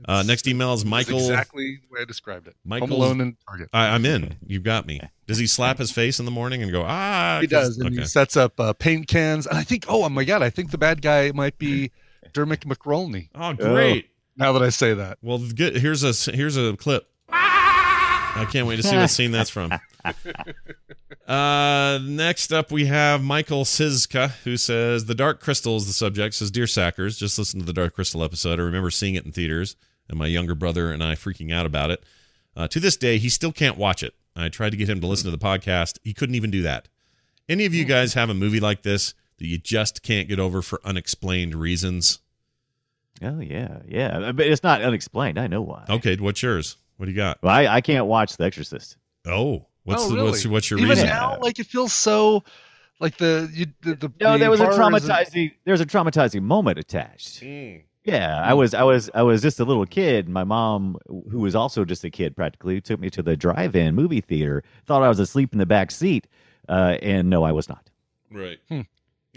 B: Uh, next email is
G: That's
B: Michael.
G: exactly the way I described it.
B: Michael's-
G: Home Alone and Target.
B: I, I'm in. You've got me. Does he slap his face in the morning and go ah?
G: he does,
B: 'cause-"
G: and he sets up uh, paint cans. And I think, oh my god, I think the bad guy might be Dermot McRolney.
B: Oh, great.
G: Now that I say that,
B: Well, good. Here's a here's a clip. I can't wait to see what scene that's from. Uh, next up, we have Michael Sizka, who says the Dark Crystal is the subject. Says, "Dear Sackers, just listen to the Dark Crystal episode. I remember seeing it in theaters, and my younger brother and I freaking out about it. Uh, to this day, he still can't watch it. I tried to get him to listen to the podcast. He couldn't even do that. Any of you guys have a movie like this that you just can't get over for unexplained reasons?
F: Oh yeah, yeah. But it's not unexplained. I know why.
B: Okay, what's yours? What do you got?
F: Well, I, I can't watch The Exorcist.
B: Oh, what's
G: Oh,
B: the,
G: really?
B: what's what's your
G: Even
B: reason?
G: now, like it feels so, like the you, the, the
F: No,
G: the
F: there was a
G: horror is
F: traumatizing. There was a traumatizing moment attached.
B: Mm.
F: Yeah, I was, I was, I was just a little kid. My mom, who was also just a kid practically, took me to the drive-in movie theater. Thought I was asleep in the back seat, uh, and no, I was not.
B: Right.
G: Hmm.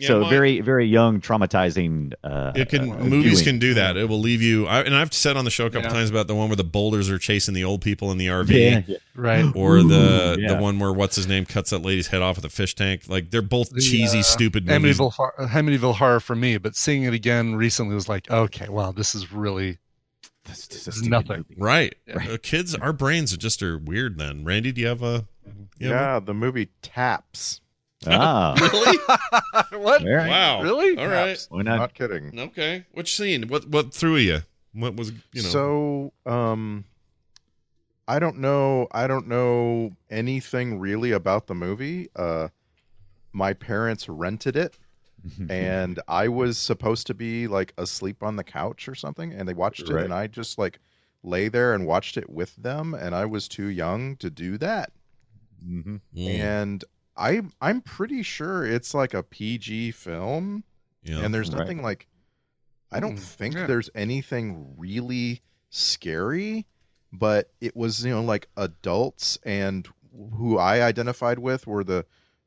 F: so
B: mine-
F: very, very young, traumatizing. Uh,
B: It can
F: uh,
B: movies
F: viewing.
B: can do that. It will leave you. I, and I've said on the show a couple
G: Yeah.
B: times about the one where the boulders are chasing the old people in the RV,
G: Yeah, yeah. Right.
B: Or the
G: Ooh, yeah.
B: the one where what's his name cuts that lady's head off with a fish tank. Like they're both cheesy,
G: uh,
B: stupid movies.
G: Amityville, hor- Amityville horror for me, but seeing it again recently was like, okay, wow, this is really
F: this is
G: nothing.
B: Right. Uh, kids, our brains are just are weird. Then Randy, do you have a? you have
A: Yeah, the movie Taps.
F: Ah.
B: Really?
G: what?
F: All right.
B: Wow.
G: Really?
B: All right.
A: Taps. Not kidding.
B: Okay. Which scene? What what threw you? What was you know?
A: So, um, I don't know. I don't know anything really about the movie. Uh, my parents rented it,
B: Uh,
F: Mm-hmm.
A: and I was supposed to be like asleep on the couch or something, and they watched it,
F: Right.
A: and I just like lay there and watched it with them, and I was too young to do that,
O: Mm-hmm.
B: Mm.
A: and I I'm pretty sure it's like a PG film,
B: Yeah.
A: and there's
F: Right.
A: nothing like. I don't
G: Mm,
A: think
G: yeah.
A: there's anything really scary, but it was, you know, like adults and who I identified with were the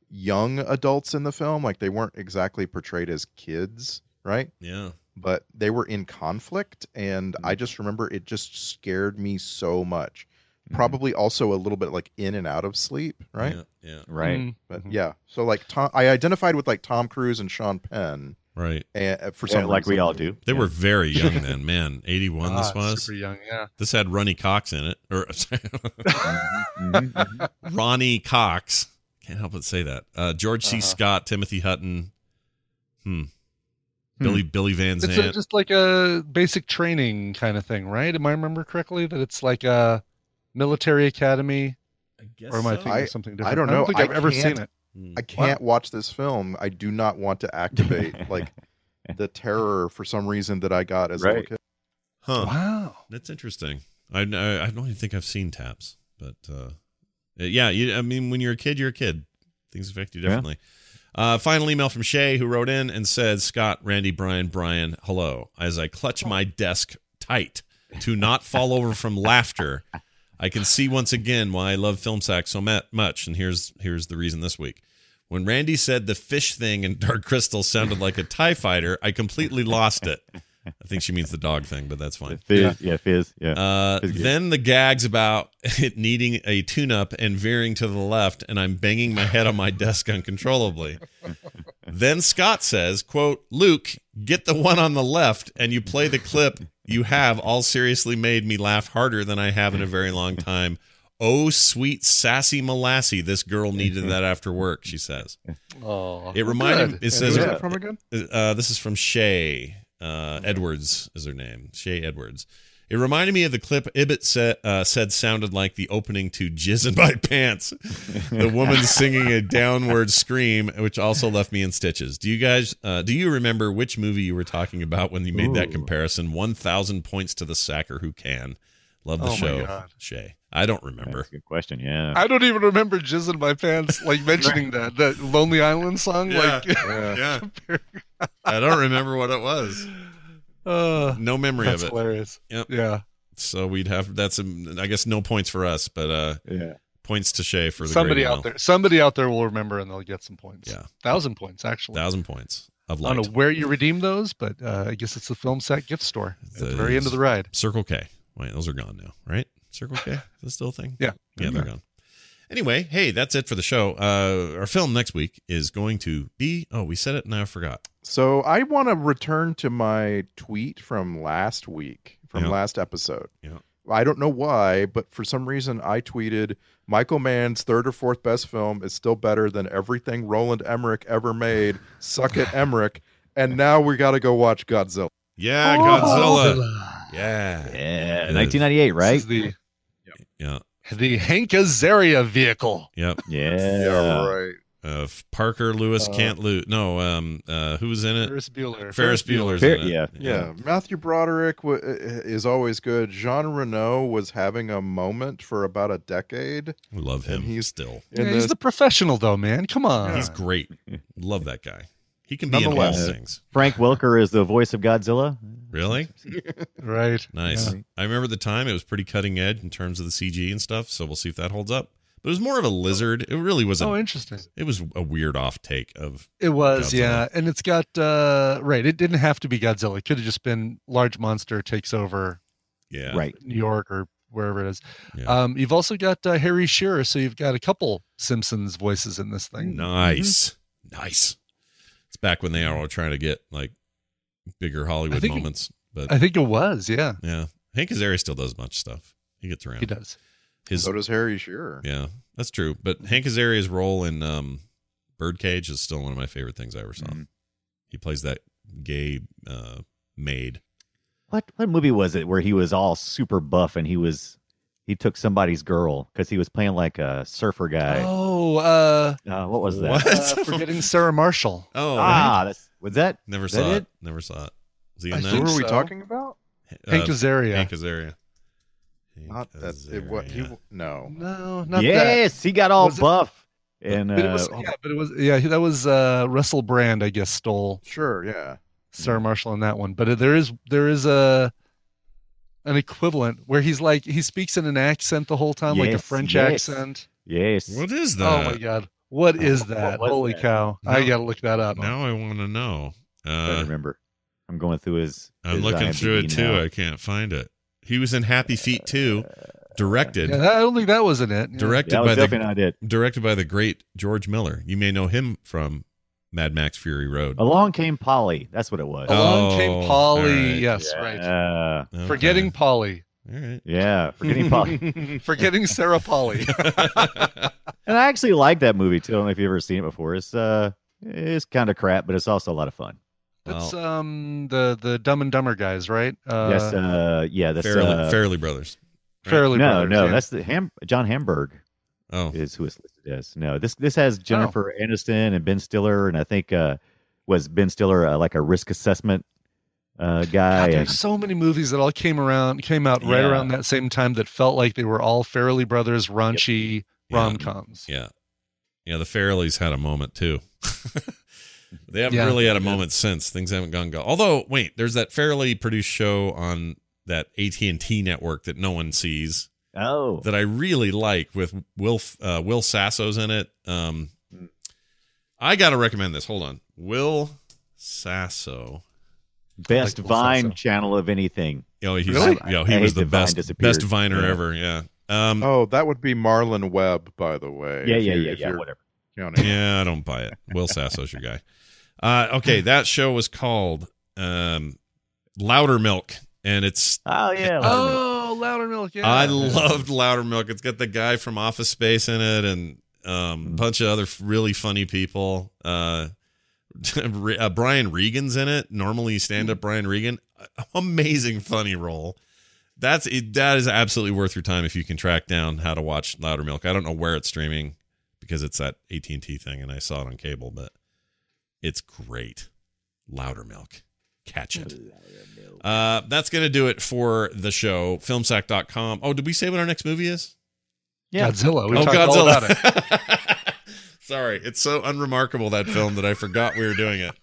A: young adults in the film. Like they weren't exactly portrayed as kids, right?
B: Yeah.
A: But they were in conflict. And
G: Mm.
A: I just remember it just scared me so much.
F: Mm-hmm.
A: Probably also a little bit like in and out of sleep, right?
B: Yeah. yeah.
F: Right.
G: Mm.
A: But
G: Mm-hmm.
A: yeah, so like Tom, I identified with like Tom Cruise and Sean Penn,
B: Right.
A: and uh, for
F: Yeah,
A: some
F: like we
A: reason.
F: all do.
B: They were very young then, man. Eighty one. this
G: Ah,
B: was
G: super young, yeah.
B: This had Ronnie Cox in it, or sorry.
F: Mm-hmm.
B: Ronnie Cox. Can't help but say that. Uh, George
G: Uh-huh.
B: C. Scott, Timothy Hutton, hmm. Billy Billy Van
G: It's
B: Zandt.
G: a, just like a basic training kind of thing, right? Am I remember correctly that it's like a military academy? or am I thinking
A: I,
G: of something different?
A: I don't know.
G: think I've ever seen
A: can't-
G: it.
B: Hmm.
A: I can't watch this film. I do not want to activate like the terror for some reason that I got as a
F: Right.
A: little kid.
B: Huh.
G: Wow.
B: That's interesting. I, I I don't even think I've seen Taps, but uh, yeah, you, I mean, when you're a kid, you're a kid. Things affect you
F: Yeah.
B: differently. Uh, final email from Shay, who wrote in and said, "Scott, Randy, Brian, Brian, hello." As I clutch my desk tight to not fall over from laughter, I can see once again why I love film sack so ma- much. And here's here's the reason this week. When Randy said the fish thing in Dark Crystal sounded like a Tie Fighter, I completely lost it. I think she means the dog thing, but that's fine.
F: Fizz, yeah, Fizz, yeah.
B: Uh,
F: Fizz gate.
B: then the gags about it needing a tune up and veering to the left, and I'm banging my head on my desk uncontrollably. then Scott says, quote, Luke, get the one on the left, and you play the clip you have all seriously made me laugh harder than I have in a very long time. Oh, sweet sassy molassie, this girl needed that after work, she says.
G: Oh,
B: It reminded
G: good.
B: it says
A: Who's that from again?
B: uh, this is from Shay uh, Edwards is her name. Shay Edwards. It reminded me of the clip Ibbot said, uh, said sounded like the opening to "Jizz in My Pants," the woman singing a downward scream, which also left me in stitches. Do you guys? Uh, do you remember which movie you were talking about when you made that
F: Ooh.
B: comparison? One thousand points to the sacker who can. Love the
G: Oh my
B: show,
G: God.
B: Shay. I don't remember.
F: That's a good question. Yeah.
G: I don't even remember jizz in my pants, like mentioning that that Lonely Island song. Like,
B: yeah. I don't remember what it was.
G: uh,
B: No memory
G: that's
B: of it.
G: hilarious.
B: Yep.
G: Yeah,
B: So we'd have that's um, I guess no points for us, but uh
F: yeah.
B: points to Shay for the
G: somebody
B: great
G: out
B: email.
G: there, somebody out there will remember, and they'll get some points.
B: Yeah.
G: thousand points actually.
B: Thousand points of
G: I
B: light.
G: don't know where you redeem those, but uh, I guess it's the film set gift store at the very end of the ride.
B: Circle K. Wait, those are gone now, right? Circle K is that still a thing?
G: Yeah.
B: yeah, they're gone. Anyway, hey, that's it for the show. Uh Our film next week is going to be oh, we said it and I forgot.
A: So I want to return to my tweet from last week, from
B: Yeah.
A: last episode.
B: Yeah.
A: I don't know why, but for some reason I tweeted Michael Mann's third or fourth best film is still better than everything Roland Emmerich ever made. Suck it, Emmerich. And now we got to go watch Godzilla.
B: Yeah, Godzilla. Yeah,
F: Yeah.
B: Good.
F: 1998,
G: This
F: right?
G: is the
B: yeah.
G: The Hank Azaria vehicle.
B: Yep.
F: Yeah.
G: Yeah, right.
B: Uh, F- Parker Lewis
G: Uh,
B: can't lose. No. Um. Uh. Who's in it?
G: Ferris Bueller.
B: Ferris Bueller's
F: Fer-
B: in it.
F: yeah.
A: Yeah, Matthew Broderick w- is always good. Jean Renault was having a moment for about a decade.
B: We love him. he's still.
G: Yeah, he's the professional though, man. Come on.
B: He's great. Love that guy. He can be in all
F: Nonetheless.
B: things.
F: Frank Welker is the voice of Godzilla.
B: Really?
G: right.
B: Nice.
G: Yeah.
B: I remember at the time it was pretty cutting edge in terms of the CG and stuff, so we'll see if that holds up. But it was more of a lizard. It really was.
G: Oh,
B: a,
G: interesting.
B: It was a weird off take of.
G: It was,
B: Godzilla.
G: yeah. And it's got uh right, it didn't have to be Godzilla. It could have just been large monster takes over
B: Yeah.
F: Right.
G: New York or wherever it is.
B: Yeah.
G: Um you've also got uh, Harry Shearer, so you've got a couple Simpsons voices in this thing. Mm-hmm.
B: Nice. Nice. It's back when they were trying to get like bigger
G: I
B: Hollywood
G: think-
B: moments. But
G: I think it was, yeah.
B: yeah, Hank Azaria still does much stuff. He gets around.
G: He does.
B: His
A: So does Harry Shearer.
B: yeah, that's true. But Hank Azaria's role in um, Birdcage is still one of my favorite things I ever saw.
G: Mm-hmm.
B: He plays that gay uh, maid.
F: What what movie was it where he was all super buff and he was he took somebody's girl because he was playing like a surfer guy.
G: Oh, uh,
F: Uh, what was that?
B: What?
G: uh, forgetting Sarah Marshall.
B: Oh,
F: Ah, that's was that
B: never
F: is
B: saw
F: that
B: it? Never saw it. Was he
G: I
B: in that?
A: Who
G: think
A: are we
G: so.
A: talking about?
B: Uh,
G: Hank Azaria.
B: Hank Azaria. Hank
A: Not that it, what he
B: Azaria.
A: no.
G: No, not that.
F: yes, he got all
G: Was it-
F: buff. And
G: But it was,
F: uh,
G: yeah, but it was yeah, that was uh Russell Brand, I guess, stole
A: Sure, yeah.
G: Sarah Marshall on that one. But uh, there is there is a an equivalent where he's like he speaks in an accent the whole time, like a
F: Yes,
G: French
F: yes.
G: accent.
F: yes,
B: What is
G: oh my
B: that?
G: god. What is
F: What
G: that?
F: was
G: Holy
F: that?
G: cow. I
B: No.
G: gotta look that up.
B: now I want to know.
F: I don't
B: Uh,
F: remember. I'm going through his.
B: I'm
F: his uh,
B: looking through it
F: IMDb
B: too.
F: now.
B: I can't find it. He was in Happy Feet too, directed
G: Yeah, that- I don't think that was in it. Yeah.
B: directed
F: that
B: by
F: was
B: the
F: definitely not it.
B: directed by the great George Miller. You may know him from Mad Max Fury Road.
G: Oh,
F: Along came Polly. That's what it was.
G: Along
B: Oh,
G: came Polly.
B: alright.
G: Yes, right.
F: Uh,
B: Okay.
G: Forgetting Polly.
B: All right.
F: yeah, forgetting Polly.
G: Forgetting Sarah Polly.
F: And I actually like that movie too. I don't know if you've ever seen it before. It's uh, it's kind of crap, but it's also a lot of fun.
G: That's
B: Well,
G: um the the Dumb and Dumber guys, right? Uh,
F: yes, uh, yeah, that's
B: Fairly,
F: uh,
B: Fairly Brothers.
G: Fairly.
F: no,
G: Brothers,
F: no,
G: yeah.
F: that's the Ham John Hamburg
B: Oh,
F: is who it's listed as. No, this this has Jennifer Aniston and Ben Stiller, and I think uh, was Ben Stiller uh, like a risk assessment uh guy?
G: God,
F: and-
G: there's so many movies that all came around came out right
F: Yeah.
G: around that same time that felt like they were all Fairly Brothers raunchy
B: Yeah.
G: rom coms.
B: yeah, yeah. The Fairleys had a moment too. they haven't
G: Yeah.
B: really had a moment since. Things haven't gone go. Although, wait, there's that Fairly produced show on that AT and T network that no one sees
F: oh,
B: that I really like with Will uh, Will Sasso's in it. Um,
F: Hmm.
B: I gotta recommend this. Hold on, Will Sasso.
F: best
G: Like,
F: Vine
G: also-
F: channel of anything.
B: Yo, he's
G: Really?
B: yo,
F: I
B: he was
F: hate
B: the
F: that Vine
B: best
F: disappeared.
B: best viner
F: Yeah.
B: ever. Yeah. Um,
A: Oh, that would be Marlon Webb, by the way.
F: Yeah,
A: if
F: yeah,
A: you-
F: yeah,
A: if
F: yeah.
A: you're
F: Whatever.
A: counting.
B: yeah, I don't buy it. Will Sasso's your guy. Uh, okay, that show was called um, Louder Milk, and it's
F: Oh yeah. Laudermilk.
G: Oh, Louder Milk. Yeah.
B: I loved Louder Milk. It's got the guy from Office Space in it, and um, a
G: Mm-hmm.
B: bunch of other f- really funny people. Uh, Re- uh, Brian Regan's in it. Normally, stand
G: Mm-hmm.
B: up Brian Regan, amazing funny role. That's it, that is absolutely worth your time if you can track down how to watch Louder Milk. I don't know where it's streaming because it's that AT and T thing, and I saw it on cable, but it's great. Louder Milk, catch it. Uh, that's gonna do it for the show. Filmsack.com. Oh, did we say what our next movie is?
F: Yeah.
G: Godzilla. We
B: oh,
G: talked all about it.
B: Sorry, it's so unremarkable that film that I forgot we were doing it.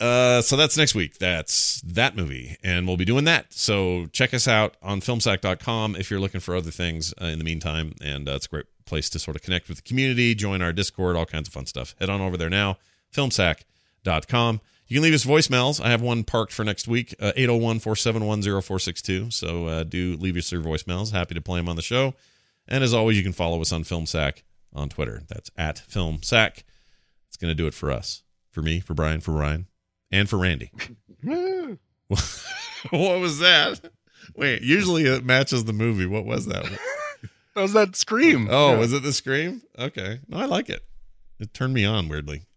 B: Uh, so that's next week. That's that movie, and we'll be doing that. So check us out on filmsack.com if you're looking for other things uh, in the meantime. And uh, it's a great place to sort of connect with the community, join our Discord, all kinds of fun stuff. Head on over there now, filmsack.com. You can leave us voicemails. I have one parked for next week, uh, 801 471 0462. So uh, do leave us your voicemails. Happy to play them on the show. And as always, you can follow us on FilmSack on Twitter. That's at FilmSack. It's going to do it for us, for me, for Brian, for Ryan, and for Randy. what was that? Wait, usually it matches the movie. What was that?
G: That was that scream.
B: Oh,
G: Yeah.
B: was it the scream? Okay. No, I like it. It turned me on weirdly.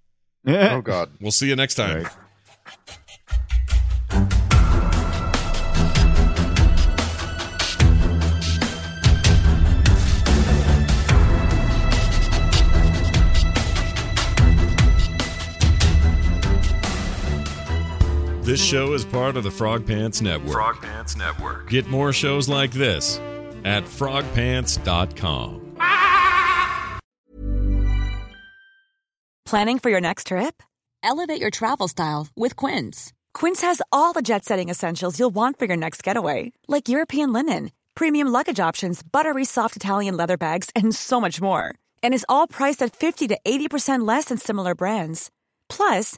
A: Oh God.
B: We'll see you next time.
F: Right.
B: This show is part of the Frog Pants Network.
D: Frog Pants Network.
B: Get more shows like this at frogpants.com.
P: Planning for your next trip? Elevate your travel style with Quince. Quince has all the jet setting essentials you'll want for your next getaway, like European linen, premium luggage options, buttery soft Italian leather bags, and so much more. And is all priced at 50 to 80% less than similar brands. Plus,